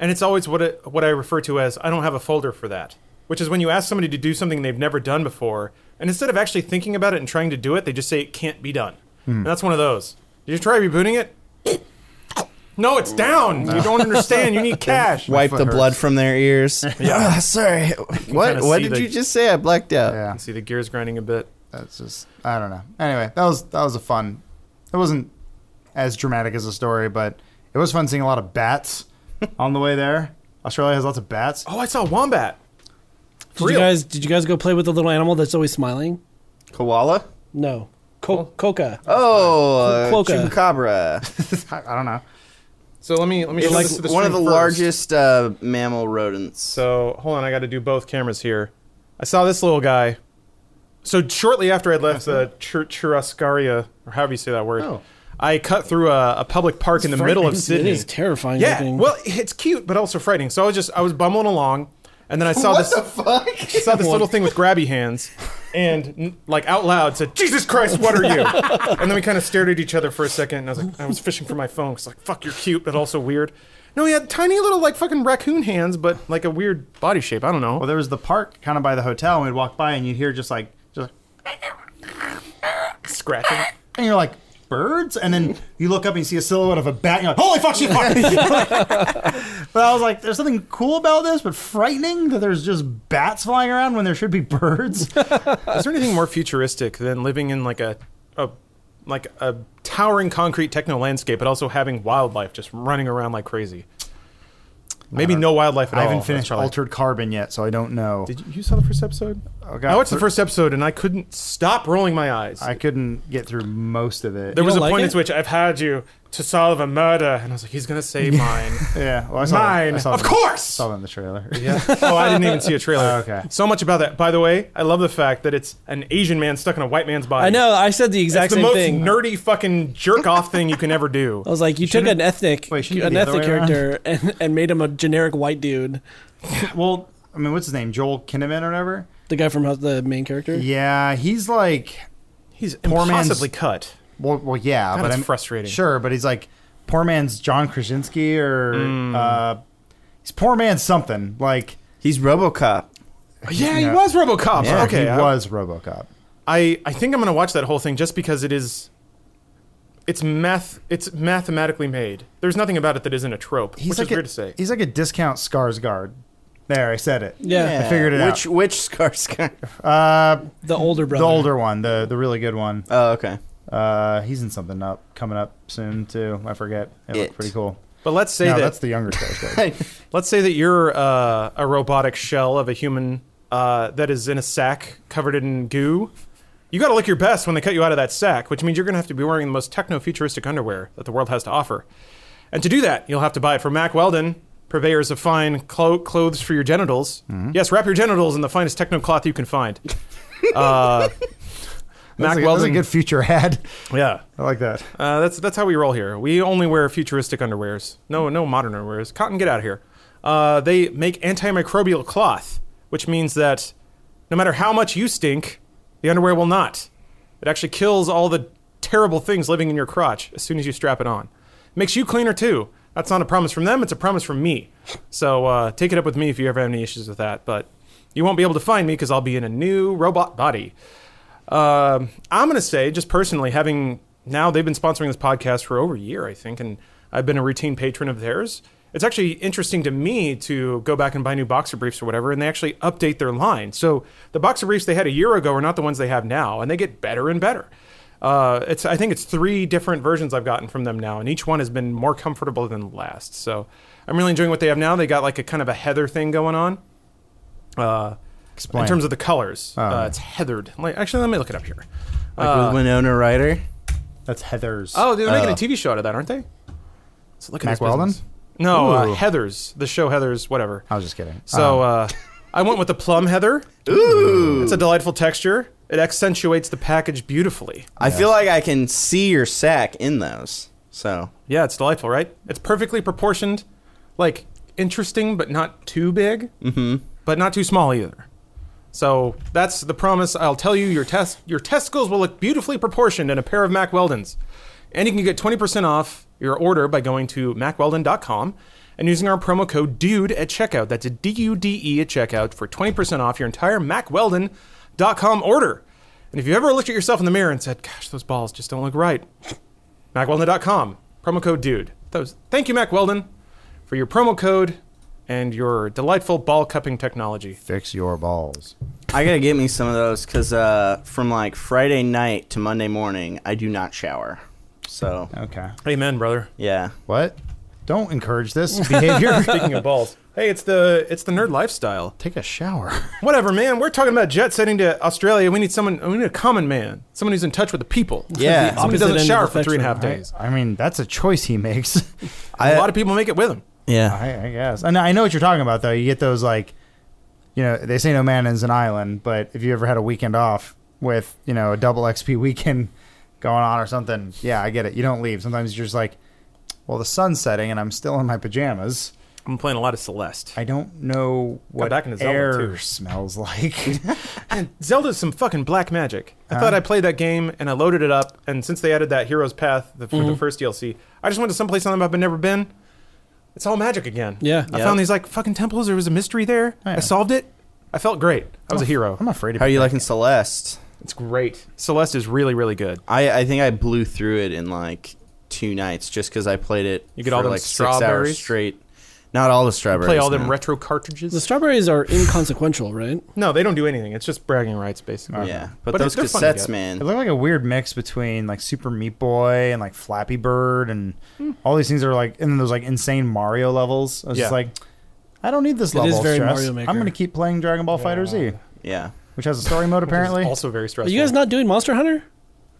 [SPEAKER 1] and it's always what it, what I refer to as I don't have a folder for that, which is when you ask somebody to do something they've never done before, and instead of actually thinking about it and trying to do it, they just say it can't be done. And that's one of those. Did you try rebooting it? No, it's down. You don't understand. You need cash.
[SPEAKER 3] Wipe
[SPEAKER 2] foot
[SPEAKER 3] the
[SPEAKER 2] hurts.
[SPEAKER 3] blood from their ears.
[SPEAKER 1] Yeah.
[SPEAKER 3] Ah, sorry. What?
[SPEAKER 1] kinda
[SPEAKER 3] What
[SPEAKER 1] see
[SPEAKER 3] did
[SPEAKER 1] the-
[SPEAKER 3] you just say? I blacked out.
[SPEAKER 2] Yeah.
[SPEAKER 1] See the gears grinding a bit.
[SPEAKER 2] that's just I don't know. Anyway, that was that was a fun. It wasn't as dramatic as the story, but it was fun seeing a lot of bats on the way there. Australia has lots of bats.
[SPEAKER 1] Oh, I saw a wombat.
[SPEAKER 4] Did you guys did you guys go play with the little animal that's always smiling?
[SPEAKER 3] Koala.
[SPEAKER 4] No. Co- Coca.
[SPEAKER 3] Oh, uh,
[SPEAKER 4] Quokka.
[SPEAKER 3] chupacabra.
[SPEAKER 2] I, I don't know.
[SPEAKER 1] So let me let me
[SPEAKER 3] It's
[SPEAKER 1] show
[SPEAKER 3] like
[SPEAKER 1] this to the
[SPEAKER 3] one of the
[SPEAKER 1] screen first.
[SPEAKER 3] largest uh, mammal rodents.
[SPEAKER 1] So hold on, I got to do both cameras here. I saw this little guy. So shortly after I'd left the Chur- Churrascaria, or however you say that word,
[SPEAKER 2] Oh.
[SPEAKER 1] I cut through a, a public park in the middle of
[SPEAKER 4] It
[SPEAKER 1] Sydney.
[SPEAKER 4] is terrifying
[SPEAKER 1] yeah,
[SPEAKER 4] looking.
[SPEAKER 1] well, it's cute, but also frightening. So I was just I was bumbling along, and then I saw this
[SPEAKER 3] fuck?
[SPEAKER 1] I saw this little thing with grabby hands, and n- like out loud said, "Jesus Christ, what are you?" and then we kind of stared at each other for a second, and I was like, I was fishing for my phone. It's like, "Fuck, you're cute, but also weird." No, he had tiny little like fucking raccoon hands, but like a weird body shape. I don't know.
[SPEAKER 2] Well, there was the park kind of by the hotel, and we'd walk by, and you'd hear just like just,
[SPEAKER 1] scratching.
[SPEAKER 2] and you're like birds, and then you look up and you see a silhouette of a bat, and you're like, holy fuck, she fucked. but I was like, there's something cool about this, but frightening that there's just bats flying around when there should be birds.
[SPEAKER 1] Is there anything more futuristic than living in like a, a like a towering concrete techno landscape, but also having wildlife just running around like crazy? Maybe no wildlife at
[SPEAKER 2] Uh, I
[SPEAKER 1] all.
[SPEAKER 2] haven't
[SPEAKER 1] That's
[SPEAKER 2] finished
[SPEAKER 1] probably-
[SPEAKER 2] Altered Carbon yet, so I don't know.
[SPEAKER 1] Did you, you saw the first episode?
[SPEAKER 2] Oh, God.
[SPEAKER 1] I watched the first episode and I couldn't stop rolling my eyes.
[SPEAKER 2] I couldn't get through most of it.
[SPEAKER 1] there was a
[SPEAKER 4] don't like
[SPEAKER 1] point at
[SPEAKER 4] it?
[SPEAKER 1] which I've had you to solve a murder, and I was like, he's gonna say mine,
[SPEAKER 2] yeah, well, I saw
[SPEAKER 1] mine,
[SPEAKER 2] That, I saw
[SPEAKER 1] of
[SPEAKER 2] that-
[SPEAKER 1] course.
[SPEAKER 2] Saw that in the trailer.
[SPEAKER 1] Yeah. oh, I didn't even see a trailer.
[SPEAKER 2] Oh, okay.
[SPEAKER 1] So much about that. By the way, I love the fact that it's an Asian man stuck in a white man's body.
[SPEAKER 4] I know, I said the exact
[SPEAKER 1] It's the
[SPEAKER 4] same
[SPEAKER 1] most
[SPEAKER 4] thing.
[SPEAKER 1] nerdy fucking jerk off thing you can ever do.
[SPEAKER 4] I was like, you took an ethnic
[SPEAKER 2] Wait, shouldn't it be
[SPEAKER 4] an
[SPEAKER 2] the other
[SPEAKER 4] ethnic
[SPEAKER 2] way around?
[SPEAKER 4] character and, and made him a generic white dude.
[SPEAKER 2] well, I mean, what's his name? Joel Kinnaman or whatever.
[SPEAKER 4] The guy from House- the main character.
[SPEAKER 2] Yeah, he's like,
[SPEAKER 1] He's
[SPEAKER 2] Poor man's-
[SPEAKER 1] impossibly cut.
[SPEAKER 2] well, well yeah, but
[SPEAKER 1] that's
[SPEAKER 2] I'm
[SPEAKER 1] frustrating.
[SPEAKER 2] Sure, but he's like poor man's John Krasinski or
[SPEAKER 1] Mm.
[SPEAKER 2] uh, he's poor man's something. Like,
[SPEAKER 3] He's RoboCop.
[SPEAKER 1] Yeah,
[SPEAKER 2] Yeah.
[SPEAKER 1] he was RoboCop.
[SPEAKER 2] yeah,
[SPEAKER 1] okay,
[SPEAKER 2] he
[SPEAKER 1] I,
[SPEAKER 2] was RoboCop.
[SPEAKER 1] I I think I'm gonna watch that whole thing just because it is. It's math. It's mathematically made. There's nothing about it that isn't a trope,
[SPEAKER 2] He's
[SPEAKER 1] which
[SPEAKER 2] like
[SPEAKER 1] is
[SPEAKER 2] a,
[SPEAKER 1] weird to say.
[SPEAKER 2] He's like a discount Skarsgård. There, I said it.
[SPEAKER 4] Yeah.
[SPEAKER 2] I figured it
[SPEAKER 3] which, Which Skarsgård?
[SPEAKER 2] Uh,
[SPEAKER 4] The older brother.
[SPEAKER 2] the older one, the the really good one.
[SPEAKER 3] Oh, okay.
[SPEAKER 2] Uh, he's in something up coming up soon too. I forget. It,
[SPEAKER 3] It.
[SPEAKER 2] looked pretty cool.
[SPEAKER 1] But let's say
[SPEAKER 2] no,
[SPEAKER 1] that
[SPEAKER 2] that's the younger Skarsgård.
[SPEAKER 1] let's say that you're uh, a robotic shell of a human uh, that is in a sack covered in goo. You got to look your best when they cut you out of that sack, which means you're going to have to be wearing the most techno-futuristic underwear that the world has to offer. And to do that, you'll have to buy it from Mac Weldon, purveyors of fine clo- clothes for your genitals. Yes, wrap your genitals in the finest techno cloth you can find. Uh,
[SPEAKER 2] That's
[SPEAKER 1] Mac
[SPEAKER 2] a, that's a
[SPEAKER 1] Weldon,
[SPEAKER 2] good future ad.
[SPEAKER 1] yeah.
[SPEAKER 2] I like that.
[SPEAKER 1] Uh, that's that's how we roll here. We only wear futuristic underwears. No, no modern underwears. Cotton, get out of here. Uh, they make antimicrobial cloth, which means that no matter how much you stink, the underwear will not. It actually kills all the terrible things living in your crotch as soon as you strap it on. Makes you cleaner too. That's not a promise from them. It's a promise from me. So uh, take it up with me if you ever have any issues with that. But you won't be able to find me because I'll be in a new robot body. Um, I'm going to say, just personally, having now they've been sponsoring this podcast for over a year, I think, and I've been a routine patron of theirs. It's actually interesting to me to go back and buy new boxer briefs or whatever, and they actually update their line. So the boxer briefs they had a year ago are not the ones they have now, and they get better and better. Uh, it's I think it's three different versions I've gotten from them now, and each one has been more comfortable than the last. So I'm really enjoying what they have now. They got like a kind of a heather thing going on. Uh,
[SPEAKER 2] Explain.
[SPEAKER 1] in terms of the colors, uh, it's heathered. Like, actually, let me look it up here.
[SPEAKER 3] Like
[SPEAKER 1] Uh,
[SPEAKER 3] with Winona Ryder.
[SPEAKER 2] That's Heather's.
[SPEAKER 1] Oh, they're making
[SPEAKER 3] Oh.
[SPEAKER 1] a TV show out of that, aren't they? So look at
[SPEAKER 2] Mac
[SPEAKER 1] this
[SPEAKER 2] Weldon?
[SPEAKER 1] business. No, uh,
[SPEAKER 2] Ooh.
[SPEAKER 1] Heather's the show. Heather's whatever.
[SPEAKER 2] I was just kidding.
[SPEAKER 1] So uh, I went with the plum heather. Ooh, it's a delightful texture. It accentuates the package beautifully.
[SPEAKER 3] I feel like I can see your sack in those. So
[SPEAKER 1] Yeah, it's delightful, right? It's perfectly proportioned, like interesting, but not too big, mm-hmm. but not too small either. So that's the promise. I'll tell you, your test, your testicles will look beautifully proportioned in a pair of Mac Weldons, and you can get twenty percent off your order by going to MacWeldon.com and using our promo code DUDE at checkout. That's a D U D E at checkout for twenty percent off your entire MacWeldon.com order. And if you ever looked at yourself in the mirror and said, "Gosh, those balls just don't look right," MacWeldon.com. Promo code DUDE. Those. Thank you, Mac Weldon, for your promo code and your delightful ball cupping technology.
[SPEAKER 2] fix your balls.
[SPEAKER 3] I gotta get me some of those because uh, from like Friday night to Monday morning, I do not shower. So
[SPEAKER 2] Okay.
[SPEAKER 1] Amen, brother.
[SPEAKER 3] yeah,
[SPEAKER 2] What? Don't encourage this behavior.
[SPEAKER 1] Speaking of balls, hey, it's the it's the nerd lifestyle.
[SPEAKER 2] Take a shower.
[SPEAKER 1] Whatever, man. We're talking about jet setting to Australia. We need someone. We need a common man, someone who's in touch with the people.
[SPEAKER 3] yeah.
[SPEAKER 1] Somebody
[SPEAKER 4] Opposite
[SPEAKER 1] doesn't
[SPEAKER 4] end of
[SPEAKER 1] shower
[SPEAKER 4] the
[SPEAKER 1] for three and a half
[SPEAKER 4] spectrum,
[SPEAKER 1] days.
[SPEAKER 2] I mean, that's a choice he makes.
[SPEAKER 1] A
[SPEAKER 3] I-
[SPEAKER 1] lot of people make it with him.
[SPEAKER 3] yeah.
[SPEAKER 2] I, I guess. And I know what you're talking about, though. You get those like, you know, they say no man is an island, but if you ever had a weekend off with, you know, a double XP weekend going on or something, yeah, I get it. You don't leave. Sometimes you're just like, well, the sun's setting and I'm still in my pajamas.
[SPEAKER 1] I'm playing a lot of Celeste.
[SPEAKER 2] I don't know what
[SPEAKER 1] back into Zelda,
[SPEAKER 2] air
[SPEAKER 1] too.
[SPEAKER 2] smells like.
[SPEAKER 1] Zelda's some fucking black magic. I thought I played that game and I loaded it up, and since they added that Hero's Path the, for the first DLC, I just went to someplace on the map I've never been. It's all magic again.
[SPEAKER 4] Yeah.
[SPEAKER 1] I
[SPEAKER 3] Yeah.
[SPEAKER 1] found these like fucking temples. There was a mystery there.
[SPEAKER 2] Oh, yeah.
[SPEAKER 1] I solved it. I felt great. I was a hero.
[SPEAKER 2] I'm afraid of
[SPEAKER 3] How are you liking Celeste?
[SPEAKER 1] It's great. Celeste is really really good.
[SPEAKER 3] I, I think I blew through it in like two nights just because I played it.
[SPEAKER 1] You get
[SPEAKER 3] for
[SPEAKER 1] all them
[SPEAKER 3] like six
[SPEAKER 1] strawberries?
[SPEAKER 3] hours straight. Not all the strawberries.
[SPEAKER 1] Play all them
[SPEAKER 3] no.
[SPEAKER 1] retro cartridges.
[SPEAKER 4] The strawberries are inconsequential, right?
[SPEAKER 1] no, they don't do anything. It's just bragging rights basically.
[SPEAKER 3] Yeah, but,
[SPEAKER 1] But
[SPEAKER 3] those
[SPEAKER 1] they're- they're fun to
[SPEAKER 3] cassettes,
[SPEAKER 1] get.
[SPEAKER 2] It
[SPEAKER 3] man.
[SPEAKER 2] looked like a weird mix between like Super Meat Boy and like Flappy Bird and all these things are like, and then those like insane Mario levels. I was just
[SPEAKER 1] Yeah.
[SPEAKER 2] like, I don't need this
[SPEAKER 4] It
[SPEAKER 2] level.
[SPEAKER 4] is
[SPEAKER 2] of
[SPEAKER 4] very
[SPEAKER 2] stress.
[SPEAKER 4] Mario Maker.
[SPEAKER 2] I'm going to keep playing Dragon Ball Fighter Z,
[SPEAKER 3] Yeah.
[SPEAKER 2] which has a story mode
[SPEAKER 1] Which is
[SPEAKER 2] apparently.
[SPEAKER 1] also very
[SPEAKER 4] Are
[SPEAKER 1] stressful.
[SPEAKER 4] you guys not doing Monster Hunter?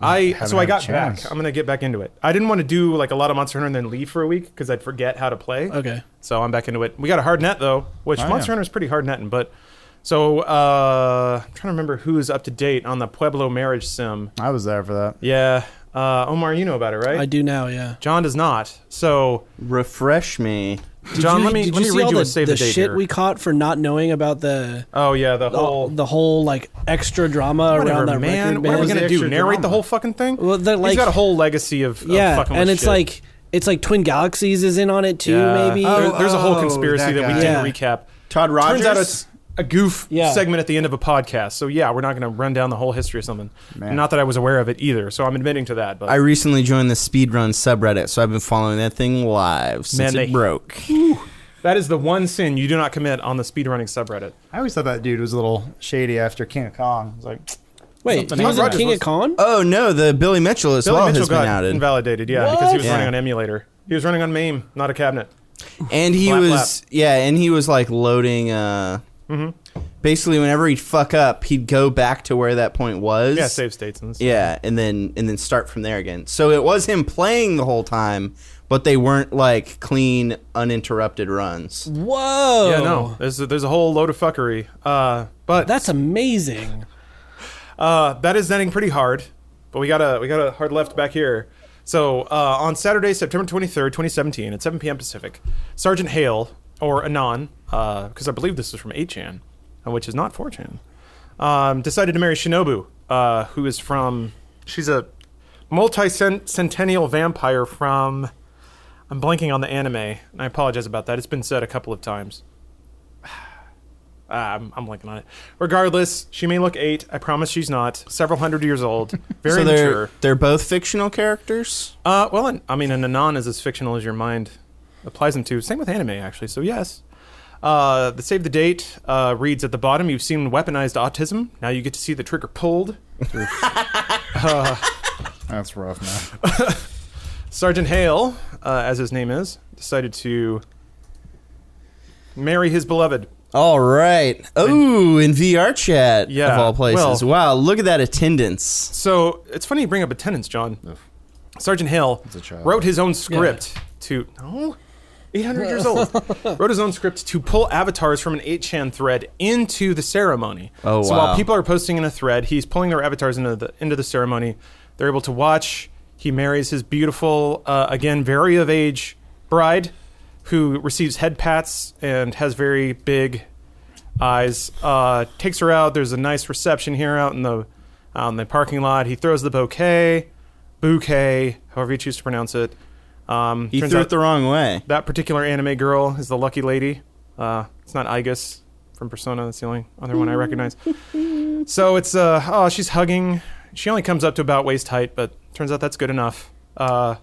[SPEAKER 1] I
[SPEAKER 2] haven't
[SPEAKER 1] so I
[SPEAKER 2] had a
[SPEAKER 1] got
[SPEAKER 2] chance.
[SPEAKER 1] back. I'm gonna get back into it. I didn't want to do like a lot of Monster Hunter and then leave for a week because I'd forget how to play.
[SPEAKER 4] Okay.
[SPEAKER 1] So I'm back into it. We got a hard net though, which
[SPEAKER 2] Oh,
[SPEAKER 1] Monster
[SPEAKER 2] yeah.
[SPEAKER 1] Hunter is pretty hard netting. But so uh, I'm trying to remember who's up to date on the Pueblo marriage sim.
[SPEAKER 2] I was there for that.
[SPEAKER 1] Yeah, uh, Omar, you know about it, right?
[SPEAKER 4] I do now, yeah.
[SPEAKER 1] John does not. So
[SPEAKER 3] Refresh me.
[SPEAKER 4] Did
[SPEAKER 1] John,
[SPEAKER 4] you-
[SPEAKER 1] let me
[SPEAKER 4] did
[SPEAKER 1] let me
[SPEAKER 4] see
[SPEAKER 1] read
[SPEAKER 4] all
[SPEAKER 1] you
[SPEAKER 4] the,
[SPEAKER 1] a save the,
[SPEAKER 4] the
[SPEAKER 1] date
[SPEAKER 4] shit
[SPEAKER 1] here.
[SPEAKER 4] we caught for not knowing about the
[SPEAKER 1] oh yeah, the
[SPEAKER 4] the,
[SPEAKER 1] whole
[SPEAKER 4] the whole like extra drama
[SPEAKER 1] whatever,
[SPEAKER 4] around that
[SPEAKER 1] man.
[SPEAKER 4] record.
[SPEAKER 1] What are we
[SPEAKER 4] band.
[SPEAKER 1] gonna
[SPEAKER 2] The
[SPEAKER 1] do?
[SPEAKER 2] extra
[SPEAKER 1] Narrate the
[SPEAKER 2] drama.
[SPEAKER 1] whole fucking thing?
[SPEAKER 4] Well, they're
[SPEAKER 1] He's
[SPEAKER 4] like-
[SPEAKER 1] got a whole legacy of, of
[SPEAKER 4] yeah,
[SPEAKER 1] fucking with
[SPEAKER 4] and it's
[SPEAKER 1] shit.
[SPEAKER 4] like it's like Twin Galaxies is in on it too,
[SPEAKER 1] Yeah.
[SPEAKER 4] maybe.
[SPEAKER 1] There- there's a whole
[SPEAKER 3] oh,
[SPEAKER 1] conspiracy
[SPEAKER 3] that
[SPEAKER 1] that, we
[SPEAKER 4] guy.
[SPEAKER 1] didn't
[SPEAKER 4] Yeah.
[SPEAKER 1] recap.
[SPEAKER 3] Todd Rogers.
[SPEAKER 1] Turns out it's a goof
[SPEAKER 4] Yeah.
[SPEAKER 1] segment at the end of a podcast. So yeah, we're not going to run down the whole history of something.
[SPEAKER 2] Man.
[SPEAKER 1] Not that I was aware of it either. So I'm admitting to that. But
[SPEAKER 3] I recently joined the speedrun subreddit, so I've been following that thing live since
[SPEAKER 1] Man,
[SPEAKER 3] it
[SPEAKER 1] they-
[SPEAKER 3] broke.
[SPEAKER 1] that is the one sin you do not commit on the speedrunning subreddit.
[SPEAKER 2] I always thought that dude was a little shady after King of Kong. I was like,
[SPEAKER 4] Wait, he was in
[SPEAKER 1] Rogers
[SPEAKER 4] King
[SPEAKER 1] was-
[SPEAKER 4] of Con?
[SPEAKER 3] Oh no, the Billy Mitchell as
[SPEAKER 1] Billy
[SPEAKER 3] well
[SPEAKER 1] Mitchell
[SPEAKER 3] has been
[SPEAKER 1] got
[SPEAKER 3] outed,
[SPEAKER 1] invalidated. Yeah, because he was
[SPEAKER 3] What?
[SPEAKER 1] running
[SPEAKER 3] Yeah.
[SPEAKER 1] on emulator. He was running on MAME, not a cabinet.
[SPEAKER 3] and he
[SPEAKER 1] Flap,
[SPEAKER 3] was yeah, and he was like loading. uh
[SPEAKER 1] Mm-hmm.
[SPEAKER 3] Basically, whenever he'd fuck up, he'd go back to where that point was.
[SPEAKER 1] Yeah, save states and stuff.
[SPEAKER 3] Yeah, and then and then start from there again. So it was him playing the whole time, but they weren't like clean, uninterrupted runs.
[SPEAKER 4] Whoa.
[SPEAKER 1] Yeah, no. There's a, there's a whole load of fuckery. Uh, but
[SPEAKER 4] That's amazing.
[SPEAKER 1] Uh, that is netting pretty hard, but we got a we got a hard left back here. So uh, on Saturday, September twenty third, twenty seventeen, at seven p.m. Pacific, Sergeant Hale or Anon, because I believe this is from eight chan, uh, which is not four chan, um, decided to marry Shinobu, uh, who is from she's a multi centennial vampire from. I'm blanking on the anime, and I apologize about that. It's been said a couple of times. Ah, I'm, I'm blanking on it. Regardless, she may look eight. I promise she's not. Several hundred years old. Very
[SPEAKER 3] so they're
[SPEAKER 1] mature.
[SPEAKER 3] they're both fictional characters.
[SPEAKER 1] Uh, well, an- I mean, an anon is as fictional as your mind applies them to. Same with anime, actually. So yes. Uh, the save the date uh, reads at the bottom. You've seen weaponized autism. Now you get to see the trigger pulled. Through, uh,
[SPEAKER 2] That's rough, man.
[SPEAKER 1] Sergeant Hale, uh, as his name is, decided to marry his beloved.
[SPEAKER 3] All right. Oh, in VR chat
[SPEAKER 1] Yeah,
[SPEAKER 3] of all places.
[SPEAKER 1] well-
[SPEAKER 3] wow, look at that attendance.
[SPEAKER 1] So it's funny you bring up attendance, John. Sergeant Hale
[SPEAKER 2] a child.
[SPEAKER 1] wrote his own script to no, 800 years old. wrote his own script to pull avatars from an 8chan thread into the ceremony.
[SPEAKER 3] Oh,
[SPEAKER 1] so
[SPEAKER 3] wow.
[SPEAKER 1] while people are posting in a thread, he's pulling their avatars into the into the ceremony. They're able to watch. He marries his beautiful, uh, again very of age bride, who receives head pats and has very big eyes. Uh, takes her out. There's a nice reception here out in the out in the parking lot. He throws the bouquet, bouquet, however you choose to pronounce it. Um,
[SPEAKER 3] He
[SPEAKER 1] turns
[SPEAKER 3] threw
[SPEAKER 1] out-
[SPEAKER 3] it the wrong way.
[SPEAKER 1] that particular anime girl is the lucky lady. Uh, it's not Igus from Persona. That's the only other one I recognize. so it's uh, oh, she's hugging. She only comes up to about waist height, but turns out that's good enough. Uh,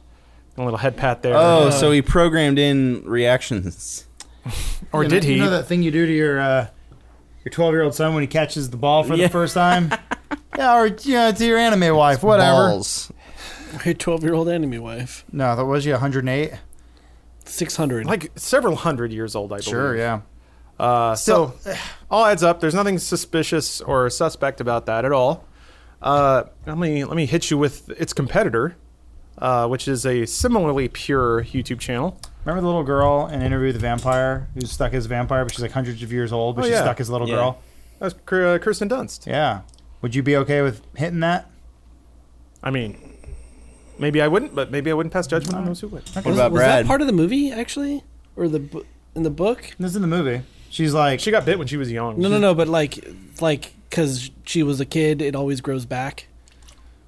[SPEAKER 1] a little head pat there.
[SPEAKER 3] Oh, so he programmed in reactions.
[SPEAKER 1] or
[SPEAKER 2] You
[SPEAKER 1] did
[SPEAKER 2] know-
[SPEAKER 1] he?
[SPEAKER 2] You know that thing you do to your uh, your twelve year old son when he catches the ball for
[SPEAKER 3] Yeah.
[SPEAKER 2] the first time? yeah, or you know, to your anime wife, whatever.
[SPEAKER 3] Balls.
[SPEAKER 4] Your 12 year old enemy wife.
[SPEAKER 2] No, that was you, 108.
[SPEAKER 4] 600.
[SPEAKER 1] Like several hundred years old, I believe.
[SPEAKER 2] Sure, yeah.
[SPEAKER 1] Uh, so, all adds up. There's nothing suspicious or suspect about that at all. Uh, let me let me hit you with its competitor, uh, which is a similarly pure YouTube channel.
[SPEAKER 2] Remember the little girl in Interview with the Vampire who's stuck as a vampire, but she's like hundreds of years old, but
[SPEAKER 1] Oh,
[SPEAKER 2] she's
[SPEAKER 1] yeah.
[SPEAKER 2] stuck as a little
[SPEAKER 3] Yeah.
[SPEAKER 2] girl?
[SPEAKER 1] That's Kir- uh, Kirsten Dunst.
[SPEAKER 2] Yeah. Would you be okay with hitting that?
[SPEAKER 1] I mean, maybe I wouldn't, but maybe I wouldn't pass judgment on those who would.
[SPEAKER 3] What about
[SPEAKER 4] was
[SPEAKER 3] Brad?
[SPEAKER 4] that part of the movie actually, or the bu- in the book?
[SPEAKER 2] This is in the movie. She's like,
[SPEAKER 1] She got bit when she was young.
[SPEAKER 4] No, no, no. But like, like because she was a kid, it always grows back.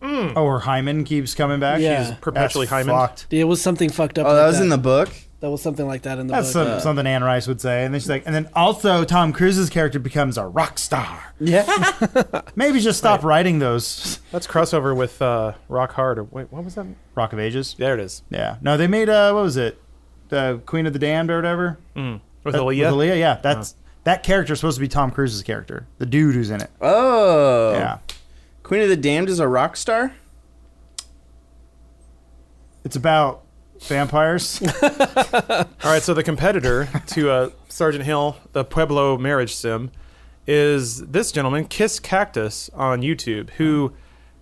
[SPEAKER 2] oh, her hymen keeps coming back.
[SPEAKER 4] Yeah.
[SPEAKER 2] She's
[SPEAKER 1] Hmm. Perpetually
[SPEAKER 2] that's
[SPEAKER 1] hymened.
[SPEAKER 2] fucked.
[SPEAKER 4] It was something fucked up.
[SPEAKER 3] oh,
[SPEAKER 4] like
[SPEAKER 3] that was in the book.
[SPEAKER 4] That was something like that in the
[SPEAKER 2] That's
[SPEAKER 4] book. Uh,
[SPEAKER 2] some, something Anne Rice would say. And then she's like, and then also Tom Cruise's character becomes a rock star.
[SPEAKER 3] Yeah.
[SPEAKER 2] Maybe just stop writing those
[SPEAKER 1] Let's crossover with uh, Rock Hard. Or wait, what was that?
[SPEAKER 2] Rock of Ages.
[SPEAKER 1] There it is.
[SPEAKER 2] Yeah. No, they made uh, what was it, uh, Queen of the Damned or whatever.
[SPEAKER 1] With
[SPEAKER 4] Uh,
[SPEAKER 2] That-
[SPEAKER 1] Aaliyah.
[SPEAKER 2] With Aaliyah. Yeah. That's
[SPEAKER 1] Uh-huh.
[SPEAKER 2] that character's supposed to be Tom Cruise's character, the dude who's in it.
[SPEAKER 3] oh.
[SPEAKER 2] Yeah.
[SPEAKER 3] Queen of the Damned is a rock star.
[SPEAKER 2] It's about vampires.
[SPEAKER 1] All right, so the competitor to uh, Sergeant Hill, the Pueblo marriage sim, is this gentleman, Kiss Cactus, on YouTube, who,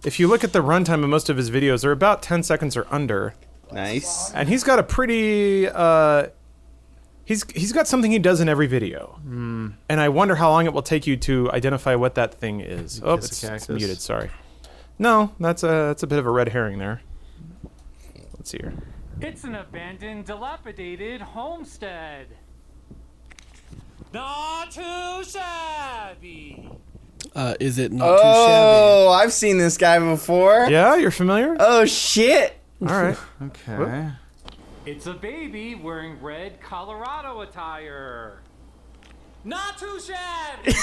[SPEAKER 1] if you look at the runtime of most of his videos, are about 10 seconds or under.
[SPEAKER 3] Nice.
[SPEAKER 1] and he's got a pretty uh, he's he's got something he does in every video
[SPEAKER 2] Hmm.
[SPEAKER 1] and i wonder how long it will take you to identify what that thing is oh it's,
[SPEAKER 2] kiss a
[SPEAKER 1] it's
[SPEAKER 2] cactus?
[SPEAKER 1] muted sorry no that's a that's a bit of a red herring there let's see here
[SPEAKER 6] It's an abandoned, dilapidated homestead. Not too shabby.
[SPEAKER 4] uh, is it not too
[SPEAKER 3] Oh, I've seen this guy before.
[SPEAKER 1] yeah you're familiar
[SPEAKER 3] Oh shit.
[SPEAKER 1] all right
[SPEAKER 2] okay.
[SPEAKER 6] It's a baby wearing red Colorado attire. Not too shabby.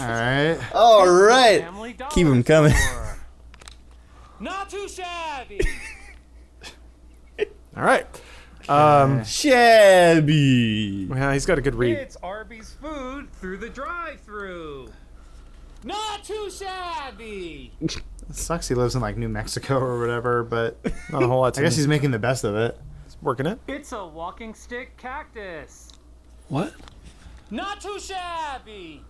[SPEAKER 2] All right.
[SPEAKER 3] All right.
[SPEAKER 6] Family dollar
[SPEAKER 3] Keep him coming.
[SPEAKER 6] store. Not too shabby.
[SPEAKER 1] all right um,
[SPEAKER 3] Shabby.
[SPEAKER 1] yeah, he's got a good read.
[SPEAKER 6] it's Arby's food through the drive-through. Not too shabby.
[SPEAKER 2] It sucks he lives in like New Mexico or whatever, but
[SPEAKER 1] Not a whole lot.
[SPEAKER 2] I
[SPEAKER 1] To
[SPEAKER 2] guess he's making the best of it.
[SPEAKER 1] working it.
[SPEAKER 6] It's a walking stick cactus.
[SPEAKER 4] shabby? What?
[SPEAKER 6] Not too shabby.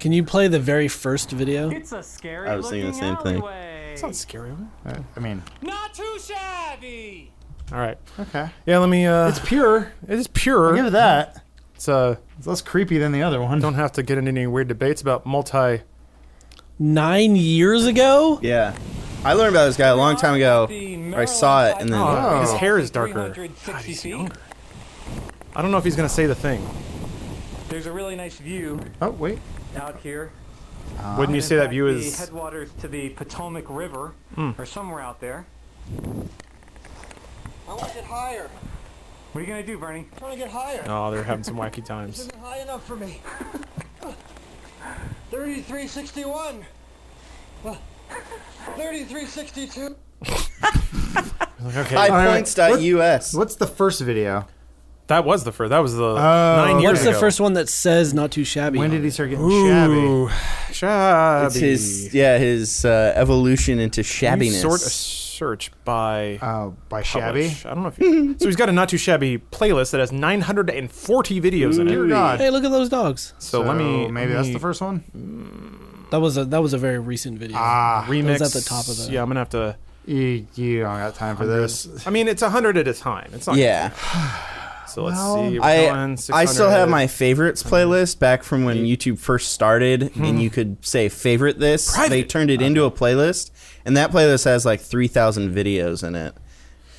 [SPEAKER 4] Can you play the very first video?
[SPEAKER 6] It's a scary
[SPEAKER 3] I was thinking
[SPEAKER 6] looking
[SPEAKER 3] the same thing.
[SPEAKER 6] alleyway.
[SPEAKER 1] Sounds scary.
[SPEAKER 2] Uh, I mean,
[SPEAKER 6] Not too shabby.
[SPEAKER 1] All right.
[SPEAKER 2] okay.
[SPEAKER 1] Yeah, let me. Uh, it's pure. It is pure.
[SPEAKER 2] Give it that.
[SPEAKER 1] It's uh,
[SPEAKER 2] It's less creepy than the other one.
[SPEAKER 1] don't have to get into any weird debates about multi.
[SPEAKER 4] Nine years ago?
[SPEAKER 3] Yeah. I learned about this guy a long time ago. Or I saw it and then
[SPEAKER 1] Oh, his hair is darker. I don't know if he's gonna say the thing.
[SPEAKER 6] There's a really nice view
[SPEAKER 2] Oh wait.
[SPEAKER 6] out here.
[SPEAKER 1] Wouldn't you
[SPEAKER 6] In
[SPEAKER 1] say that
[SPEAKER 6] fact,
[SPEAKER 1] view
[SPEAKER 6] the
[SPEAKER 1] is? Hmm.
[SPEAKER 6] headwaters to the Potomac River or somewhere out there?
[SPEAKER 7] I want to get higher.
[SPEAKER 6] What are you gonna do, Bernie?
[SPEAKER 7] I want to get higher.
[SPEAKER 1] Oh, they're having some wacky times.
[SPEAKER 7] This isn't high enough for me. 3361. Well, 3362.
[SPEAKER 1] Like, okay,
[SPEAKER 3] highpoints.us.
[SPEAKER 2] What's the first video?
[SPEAKER 1] That was the first. That was
[SPEAKER 2] Oh,
[SPEAKER 1] the nine
[SPEAKER 2] okay.
[SPEAKER 1] years
[SPEAKER 4] What's
[SPEAKER 1] ago.
[SPEAKER 4] the first one that says not too shabby?
[SPEAKER 2] When did he start getting shabby?
[SPEAKER 1] Ooh, shabby.
[SPEAKER 3] It's his yeah his uh, evolution into
[SPEAKER 1] E? You
[SPEAKER 3] shabbiness.
[SPEAKER 1] sort a search by
[SPEAKER 2] Uh, by
[SPEAKER 1] publish.
[SPEAKER 2] shabby.
[SPEAKER 1] I don't know if you, so. He's got a not too shabby playlist that has 940 videos in
[SPEAKER 2] Dear
[SPEAKER 1] it.
[SPEAKER 2] God.
[SPEAKER 4] Hey, look at those dogs.
[SPEAKER 1] So,
[SPEAKER 2] So
[SPEAKER 1] let me
[SPEAKER 2] Maybe
[SPEAKER 1] let
[SPEAKER 2] that's
[SPEAKER 1] me Mm-hmm.
[SPEAKER 2] the first one.
[SPEAKER 4] That was a that was a very recent video.
[SPEAKER 2] Ah,
[SPEAKER 1] remix.
[SPEAKER 4] at the top of the-
[SPEAKER 1] Yeah, I'm gonna have to.
[SPEAKER 2] you, you don't got time for this.
[SPEAKER 1] I mean, it's hundred at a time. It's not.
[SPEAKER 3] yeah,
[SPEAKER 1] So let's
[SPEAKER 2] Well,
[SPEAKER 1] see. We're
[SPEAKER 3] I
[SPEAKER 1] going
[SPEAKER 3] I
[SPEAKER 1] 600.
[SPEAKER 3] still have my favorites playlist back from when YouTube first started, and you could say favorite this. They
[SPEAKER 1] Private.
[SPEAKER 3] turned it into a playlist, and that playlist has like three thousand videos in it.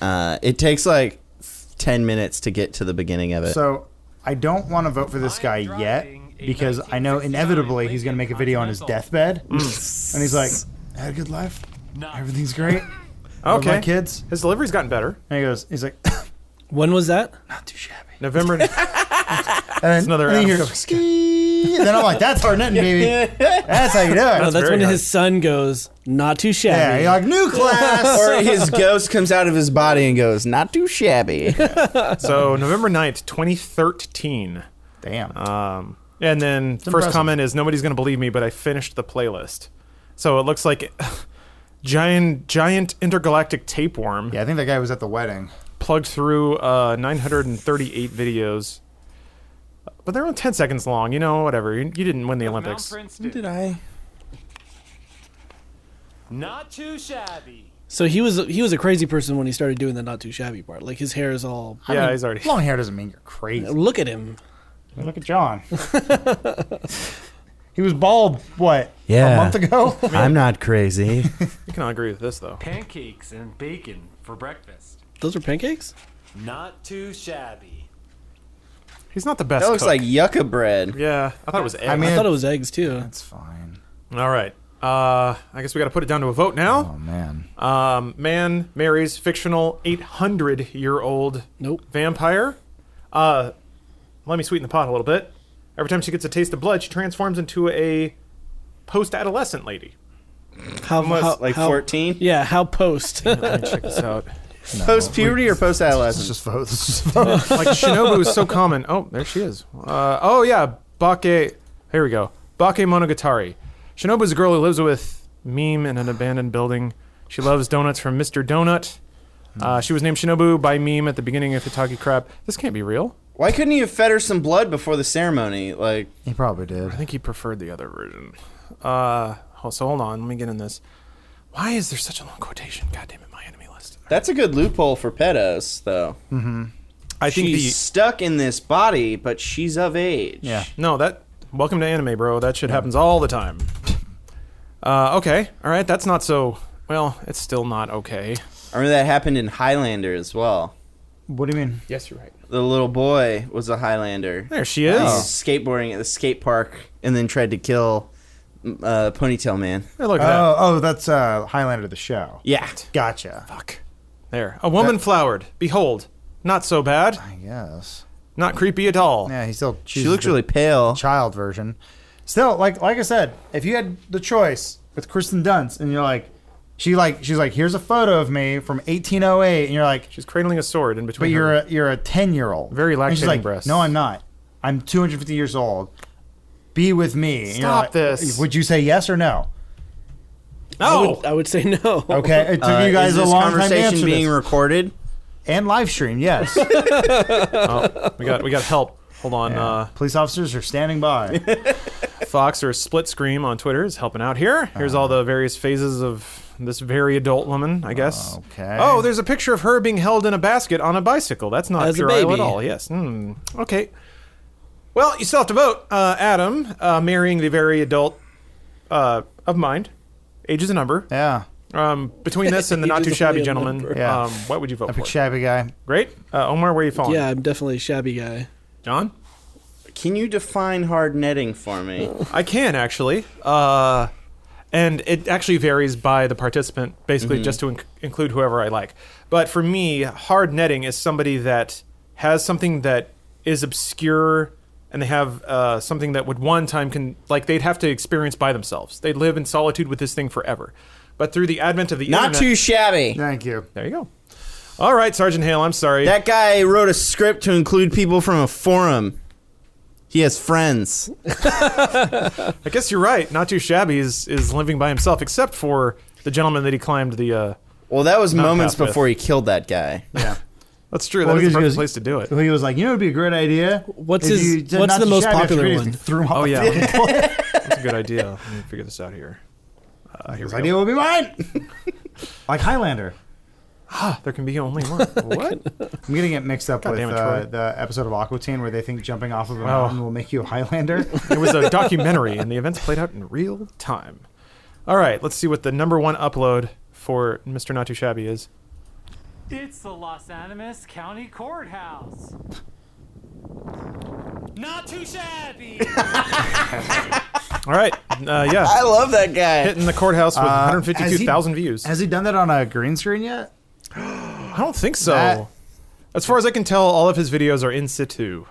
[SPEAKER 3] Uh, it takes like f- ten minutes to get to the beginning of it.
[SPEAKER 2] So I don't want to vote for this
[SPEAKER 6] I'm
[SPEAKER 2] guy yet
[SPEAKER 6] driving a
[SPEAKER 2] because I know
[SPEAKER 6] 1969
[SPEAKER 2] inevitably he's going to make a video on his
[SPEAKER 6] Lincoln
[SPEAKER 2] deathbed, and
[SPEAKER 1] Mm.
[SPEAKER 2] he's like, "I had a good life. Everything's great. Love
[SPEAKER 1] okay.
[SPEAKER 2] my kids."
[SPEAKER 1] His delivery's gotten better.
[SPEAKER 2] And he goes, "He's like,
[SPEAKER 4] when was that?
[SPEAKER 2] not too shabby."
[SPEAKER 1] November.
[SPEAKER 2] And then,
[SPEAKER 1] another
[SPEAKER 2] and then, he
[SPEAKER 1] Adam.
[SPEAKER 2] goes, "Ski." And then I'm like, "That's hard netting, baby. That's how you do it."
[SPEAKER 4] Oh, that's
[SPEAKER 1] very
[SPEAKER 4] when
[SPEAKER 1] hard.
[SPEAKER 4] his son goes not too
[SPEAKER 2] yeah,
[SPEAKER 4] shabby.
[SPEAKER 2] you're like, "New class."
[SPEAKER 3] or his ghost comes out of his body and goes, "Not too shabby."
[SPEAKER 1] so November 9th, 2013.
[SPEAKER 2] Damn.
[SPEAKER 1] Um, and then first
[SPEAKER 2] impressive.
[SPEAKER 1] comment is nobody's gonna believe me, but I finished the playlist. So it looks like giant giant intergalactic tapeworm
[SPEAKER 2] yeah, I think that guy was at the wedding.
[SPEAKER 1] plugged through uh, 938 videos, but they're only 10 seconds long. You know, whatever. You, you didn't win the
[SPEAKER 6] Mount
[SPEAKER 1] Olympics.
[SPEAKER 6] Princeton.
[SPEAKER 3] Did I?
[SPEAKER 6] Not too shabby.
[SPEAKER 4] So he was he was a crazy person when he started doing the not too shabby part. Like his hair is all.
[SPEAKER 1] Yeah, he's already.
[SPEAKER 2] Long hair doesn't mean you're crazy.
[SPEAKER 4] Look at him.
[SPEAKER 2] Look at John. he was bald. What?
[SPEAKER 3] Yeah.
[SPEAKER 2] A month ago.
[SPEAKER 3] I'm not crazy.
[SPEAKER 1] You cannot agree with this though.
[SPEAKER 6] Pancakes and bacon for breakfast.
[SPEAKER 4] Those are pancakes.
[SPEAKER 6] Not too shabby.
[SPEAKER 1] He's not the best.
[SPEAKER 3] That looks
[SPEAKER 1] cook.
[SPEAKER 3] like yucca bread.
[SPEAKER 1] Yeah, I thought it was. Egg.
[SPEAKER 2] I mean,
[SPEAKER 4] I thought it was eggs too.
[SPEAKER 2] That's fine.
[SPEAKER 1] all right. Uh, I guess we got to put it down to a vote
[SPEAKER 2] Oh
[SPEAKER 1] now.
[SPEAKER 2] man. Uh-huh.
[SPEAKER 1] Um, man marries fictional 800 year old
[SPEAKER 4] Nope.
[SPEAKER 1] vampire. Uh, let me sweeten the pot a little bit. Every time she gets a taste of blood, she transforms into a post adolescent lady.
[SPEAKER 4] How, how-
[SPEAKER 3] Like
[SPEAKER 4] how-
[SPEAKER 3] 14?
[SPEAKER 4] Yeah, how post?
[SPEAKER 1] Let me check this out.
[SPEAKER 3] Post puberty or post
[SPEAKER 2] Let's
[SPEAKER 3] adolescence?
[SPEAKER 2] just vote. Let's just vote.
[SPEAKER 1] like Shinobu is so common. Oh, there she is. Uh, oh yeah, Bake. Here we go. Bake Monogatari. Shinobu is a girl who lives with Meme in an abandoned building. She loves donuts from Mr. Donut. Uh, she was named Shinobu by Meme at the beginning of Hitaki Crap. This can't be real.
[SPEAKER 3] Why couldn't he have fed her some blood before the ceremony? Like,
[SPEAKER 2] he probably
[SPEAKER 1] I
[SPEAKER 2] did.
[SPEAKER 1] think he preferred the other version. Uh, oh, so hold on. Let me get in this. Why is there such a long quotation? God damn it, my enemy list.
[SPEAKER 3] that's a good loophole for pedos, though.
[SPEAKER 1] I think
[SPEAKER 3] she's
[SPEAKER 1] the
[SPEAKER 3] stuck in this body, but she's of age.
[SPEAKER 2] Yeah.
[SPEAKER 1] No, that. Welcome to anime, bro. That shit happens all the time. Uh, okay, all right. That's not so. Well, it's still not okay.
[SPEAKER 3] I remember that happened in Highlander as well.
[SPEAKER 2] What do you mean?
[SPEAKER 1] Yes, you're right.
[SPEAKER 3] The little boy was a Highlander.
[SPEAKER 1] There she is.
[SPEAKER 3] He's skateboarding at the skate park and then tried to kill mm, uh, Ponytail Man.
[SPEAKER 1] Hey, look at
[SPEAKER 2] Oh, oh, that's uh, Highlander the show.
[SPEAKER 3] Yeah.
[SPEAKER 2] Gotcha.
[SPEAKER 1] that. Fuck. There. A woman flowered. Behold, not so bad.
[SPEAKER 2] I guess.
[SPEAKER 1] Not creepy at all.
[SPEAKER 2] Yeah, he still.
[SPEAKER 3] She looks really pale.
[SPEAKER 2] child version. Still, like like I said, if you had the choice with Kristen Dunst, and you're like, she like she's like, here's a photo of me from 1808, and you're like,
[SPEAKER 1] She's cradling a sword in between.
[SPEAKER 2] but you're
[SPEAKER 1] her-
[SPEAKER 2] a, you're a 10 year old.
[SPEAKER 1] Mm-hmm. Very
[SPEAKER 2] And she's
[SPEAKER 1] lactating
[SPEAKER 2] like,
[SPEAKER 1] breasts.
[SPEAKER 2] No, I'm not. I'm 250 years old. Be with me. And you're
[SPEAKER 1] Stop
[SPEAKER 2] like,
[SPEAKER 1] this.
[SPEAKER 2] Would you say yes or no? uh,
[SPEAKER 1] no.
[SPEAKER 4] I, would, I would say no.
[SPEAKER 2] Okay, it took
[SPEAKER 3] Uh,
[SPEAKER 2] you guys
[SPEAKER 3] is
[SPEAKER 2] a
[SPEAKER 3] this
[SPEAKER 2] long time to
[SPEAKER 3] conversation
[SPEAKER 2] answer
[SPEAKER 3] being
[SPEAKER 2] this.
[SPEAKER 3] recorded?
[SPEAKER 2] and live stream. Yes,
[SPEAKER 1] we got we got help. Hold on. Uh,
[SPEAKER 2] police officers are standing by.
[SPEAKER 1] Fox or Split Scream on Twitter is helping out here. Here's all
[SPEAKER 2] Uh-huh.
[SPEAKER 1] the various phases of this very adult woman, I guess.
[SPEAKER 2] Okay.
[SPEAKER 1] Oh, there's a picture of her being held in a basket on a bicycle. That's not
[SPEAKER 4] As a
[SPEAKER 1] pure Iowa at
[SPEAKER 4] baby.
[SPEAKER 1] all. Yes. Hmm. Okay. Well, you still have to vote. Uh, Adam uh, marrying the very adult uh, of mind. Age is a number.
[SPEAKER 2] Yeah,
[SPEAKER 1] Um, between this and the
[SPEAKER 4] Age
[SPEAKER 1] not
[SPEAKER 4] is
[SPEAKER 1] too
[SPEAKER 4] only
[SPEAKER 1] shabby
[SPEAKER 4] a
[SPEAKER 1] gentleman,
[SPEAKER 4] number.
[SPEAKER 2] Yeah.
[SPEAKER 1] um, what would you vote
[SPEAKER 2] epic
[SPEAKER 1] for?
[SPEAKER 2] shabby guy.
[SPEAKER 1] Great. Uh, Omar, where are you falling?
[SPEAKER 4] Yeah, I'm definitely a shabby guy.
[SPEAKER 1] John?
[SPEAKER 3] Can you define hard netting for me?
[SPEAKER 1] I can actually, uh, and it actually varies by the participant,
[SPEAKER 2] Mm-hmm.
[SPEAKER 1] basically just to inc- include whoever I like. But for me, hard netting is somebody that has something that is obscure, and they have uh, something that would one time can like they'd have to experience by themselves. They'd live in solitude with this thing forever. But through the advent of the
[SPEAKER 3] Not
[SPEAKER 1] internet,
[SPEAKER 3] too shabby.
[SPEAKER 2] Thank you.
[SPEAKER 1] there you go. All right, Sergeant Hale, I'm sorry.
[SPEAKER 3] That guy wrote a script to include people from a forum. He has friends.
[SPEAKER 1] I guess you're right. Not too shabby is is living by himself, except for the gentleman that he climbed the. Uh,
[SPEAKER 3] Well, that was
[SPEAKER 1] Not
[SPEAKER 3] moments
[SPEAKER 1] half-myth.
[SPEAKER 3] before he killed that guy.
[SPEAKER 1] that's true.
[SPEAKER 2] Well,
[SPEAKER 1] that is
[SPEAKER 2] because
[SPEAKER 1] the perfect
[SPEAKER 2] he was-
[SPEAKER 1] place to do it.
[SPEAKER 2] He was like, you know, it'd be a great idea.
[SPEAKER 4] What's
[SPEAKER 2] if
[SPEAKER 4] his-
[SPEAKER 2] you did
[SPEAKER 4] what's
[SPEAKER 2] not
[SPEAKER 4] the
[SPEAKER 2] to
[SPEAKER 4] most
[SPEAKER 2] shabby
[SPEAKER 4] popular
[SPEAKER 2] after
[SPEAKER 4] one?
[SPEAKER 2] Threw him off
[SPEAKER 1] Oh
[SPEAKER 2] the
[SPEAKER 1] yeah,
[SPEAKER 2] building.
[SPEAKER 1] that's a good idea. Let me figure this out here. Uh, here
[SPEAKER 2] His
[SPEAKER 1] we
[SPEAKER 2] idea
[SPEAKER 1] go.
[SPEAKER 2] would be mine. like Highlander.
[SPEAKER 1] There can be only one. What?
[SPEAKER 2] I'm getting it mixed up with
[SPEAKER 1] damn it,
[SPEAKER 2] uh,
[SPEAKER 1] Troy.
[SPEAKER 2] the episode of Aqua Teen where they think jumping off
[SPEAKER 4] Oh.
[SPEAKER 2] of a
[SPEAKER 1] Wow.
[SPEAKER 2] mountain will make you a Highlander.
[SPEAKER 1] It was a documentary, and the events played out in real time. All right, let's see what the number one upload for Mr. Not Too Shabby is.
[SPEAKER 6] It's the Los Animas County Courthouse. Not too shabby.
[SPEAKER 1] All right, uh, yeah,
[SPEAKER 3] I love that guy.
[SPEAKER 1] hitting the courthouse with
[SPEAKER 2] Uh, has he-
[SPEAKER 1] 152,000 views.
[SPEAKER 2] Has he done that on a green screen yet?
[SPEAKER 1] I don't think so.
[SPEAKER 2] That-
[SPEAKER 1] as far as I can tell, all of his videos are in situ.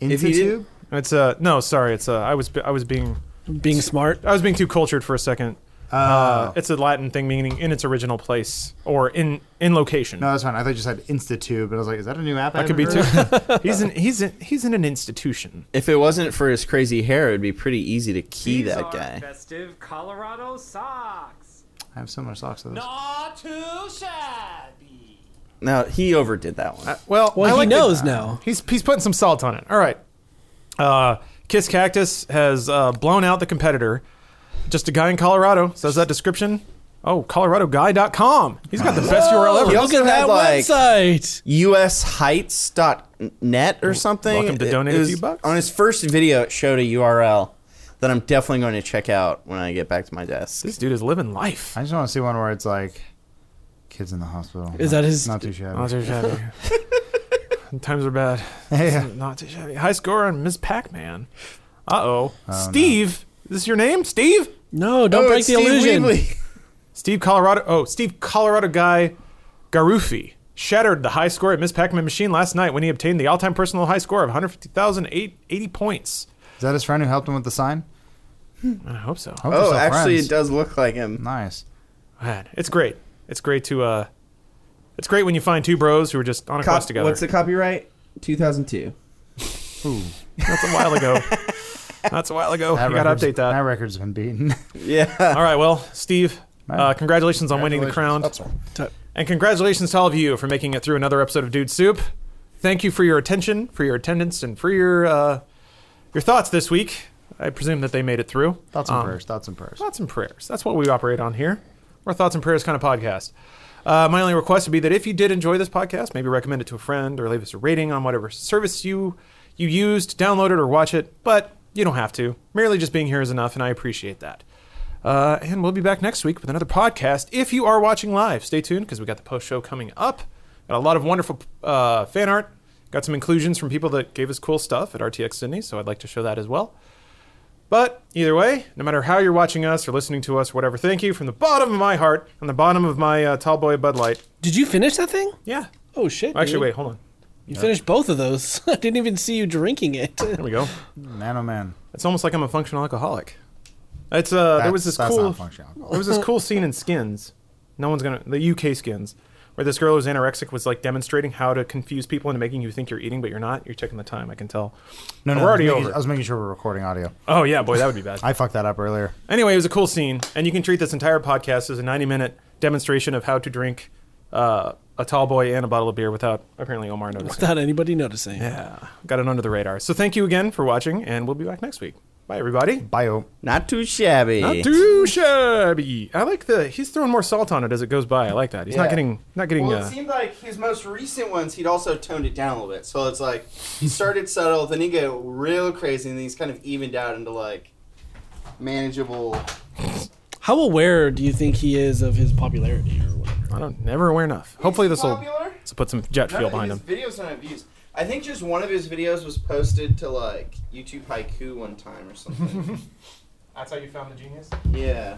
[SPEAKER 2] In
[SPEAKER 3] If he
[SPEAKER 2] situ?
[SPEAKER 1] It's uh no, sorry, it's uh I was I was being
[SPEAKER 4] Being smart.
[SPEAKER 1] I was being too cultured for a second. Uh, it's a Latin thing meaning in its original place or in in location.
[SPEAKER 2] No, that's fine. I thought you said Institute, but I was like, is that a new app? I
[SPEAKER 1] that could be too.
[SPEAKER 2] haven't heard of?
[SPEAKER 1] he's in he's in, he's in an institution.
[SPEAKER 3] If it wasn't for his crazy hair, it'd be pretty easy to key
[SPEAKER 6] These
[SPEAKER 3] that
[SPEAKER 6] are
[SPEAKER 3] guy.
[SPEAKER 6] Festive Colorado socks.
[SPEAKER 2] I have so much socks of this.
[SPEAKER 6] Not too shabby.
[SPEAKER 3] No, he overdid that one.
[SPEAKER 1] Well,
[SPEAKER 4] Well,
[SPEAKER 1] I
[SPEAKER 4] he
[SPEAKER 1] like that-
[SPEAKER 4] knows now.
[SPEAKER 1] He's he's putting some salt on it. All right. Uh, Kiss Cactus has uh, blown out the competitor. Just a guy in Colorado says that description. Oh, ColoradoGuy.com. He's got the best URL ever.
[SPEAKER 3] He
[SPEAKER 4] Look
[SPEAKER 3] also
[SPEAKER 4] at
[SPEAKER 3] had,
[SPEAKER 4] that
[SPEAKER 3] like,
[SPEAKER 4] website.
[SPEAKER 3] usheights.net or something.
[SPEAKER 1] Welcome to
[SPEAKER 3] It-
[SPEAKER 1] donate
[SPEAKER 3] it
[SPEAKER 1] a
[SPEAKER 3] was-
[SPEAKER 1] few bucks.
[SPEAKER 3] On his first video, it showed a URL that I'm definitely going to check out when I get back to my desk.
[SPEAKER 1] This dude is living life.
[SPEAKER 2] I just want to see one where it's like kids in the hospital.
[SPEAKER 4] Is that his-
[SPEAKER 2] Not too shabby.
[SPEAKER 1] Not too shabby. Times are bad.
[SPEAKER 2] Yeah.
[SPEAKER 1] Not too shabby. High score on Miss Pac-Man. Uh-oh. Steve. Is this your name? Steve?
[SPEAKER 4] No, don't
[SPEAKER 2] Oh,
[SPEAKER 3] Oh,
[SPEAKER 4] break the illusion.
[SPEAKER 1] Steve Colorado. Oh, Steve Colorado guy Garufi shattered the high score at Miss Pac-Man Machine last night when he obtained the all-time personal high score of 150,080 points.
[SPEAKER 2] Is that his friend who helped him with the sign?
[SPEAKER 1] I hope so.
[SPEAKER 2] Hope they're
[SPEAKER 3] Oh,
[SPEAKER 2] still
[SPEAKER 3] actually,
[SPEAKER 2] friends.
[SPEAKER 3] it does look like him.
[SPEAKER 2] Nice.
[SPEAKER 1] Man, it's great. It's great to uh it's great when you find two bros who are just on a quest together.
[SPEAKER 3] what's the copyright? 2002.
[SPEAKER 1] That's a while ago. That's a while ago. you got
[SPEAKER 2] record's-
[SPEAKER 1] to update that.
[SPEAKER 2] That record's been beaten.
[SPEAKER 3] Yeah.
[SPEAKER 1] All right, well, Steve, uh, congratulations on winning the crown. And congratulations to all of you for making it through another episode of Dude Soup. Thank you for your attention, for your attendance, and for your uh, your thoughts this week. I presume that they made it through. Um,
[SPEAKER 2] Thoughts and prayers. Thoughts and prayers.
[SPEAKER 1] Thoughts and prayers. That's what we operate on here. We're a thoughts and prayers kind of podcast. Uh, my only request would be that if you did enjoy this podcast, maybe recommend it to a friend or leave us a rating on whatever service you you used, download it or watch it. But you don't have to. Merely just being here is enough, and I appreciate that. Uh, and we'll be back next week with another podcast. If you are watching live, stay tuned because we got the post show coming up. Got a lot of wonderful uh, fan art. Got some inclusions from people that gave us cool stuff at RTX Sydney, so I'd like to show that as well. But either way, no matter how you're watching us or listening to us, whatever, thank you from the bottom of my heart and the bottom of my uh, tall boy Bud Light.
[SPEAKER 4] Did you finish that thing?
[SPEAKER 1] Yeah.
[SPEAKER 4] Oh shit!
[SPEAKER 1] Actually,
[SPEAKER 4] dude.
[SPEAKER 1] wait, hold on.
[SPEAKER 4] You finished both of those. I didn't even see you drinking it.
[SPEAKER 1] There we go.
[SPEAKER 2] Man, oh man.
[SPEAKER 1] It's almost like I'm a functional alcoholic. It's uh, there was
[SPEAKER 2] That's-
[SPEAKER 1] this
[SPEAKER 2] that's
[SPEAKER 1] cool.
[SPEAKER 2] not functional.
[SPEAKER 1] There was this cool scene in Skins. No one's gonna the UK Skins, where this girl who's anorexic was like demonstrating how to confuse people into making you think you're eating, but you're not. You're checking the time. I can tell.
[SPEAKER 2] No, no,
[SPEAKER 1] We're
[SPEAKER 2] I was
[SPEAKER 1] already
[SPEAKER 2] making-
[SPEAKER 1] over.
[SPEAKER 2] I was making sure we're recording audio.
[SPEAKER 1] Oh yeah, boy, that would be bad.
[SPEAKER 2] I fucked that up earlier.
[SPEAKER 1] Anyway, it was a cool scene, and you can treat this entire podcast as a 90 minute demonstration of how to drink uh, a tall boy and a bottle of beer without apparently Omar noticing.
[SPEAKER 4] Without anybody noticing.
[SPEAKER 1] Yeah, got it under the radar. So thank you again for watching, and we'll be back next week. Bye, everybody.
[SPEAKER 2] Bio.
[SPEAKER 3] Not too shabby.
[SPEAKER 1] Not too shabby. I like the he's throwing more salt on it as it goes by. I like that. He's not
[SPEAKER 3] Yeah.
[SPEAKER 1] getting not getting.
[SPEAKER 3] Well,
[SPEAKER 1] uh,
[SPEAKER 3] it seemed like his most recent ones, he'd also toned it down a little bit. So it's like he started subtle, then he go real crazy, and then he's kind of evened out into like manageable.
[SPEAKER 4] How aware do you think he is of his popularity or whatever?
[SPEAKER 1] I don't never wear enough. Hopefully this will
[SPEAKER 3] popular?
[SPEAKER 1] put some jet
[SPEAKER 3] None
[SPEAKER 1] fuel
[SPEAKER 3] of
[SPEAKER 1] behind
[SPEAKER 3] his
[SPEAKER 1] him.
[SPEAKER 3] videos don't have views. I think just one of his videos was posted to like YouTube Haiku one time or something.
[SPEAKER 1] That's how you found the genius.
[SPEAKER 3] yeah.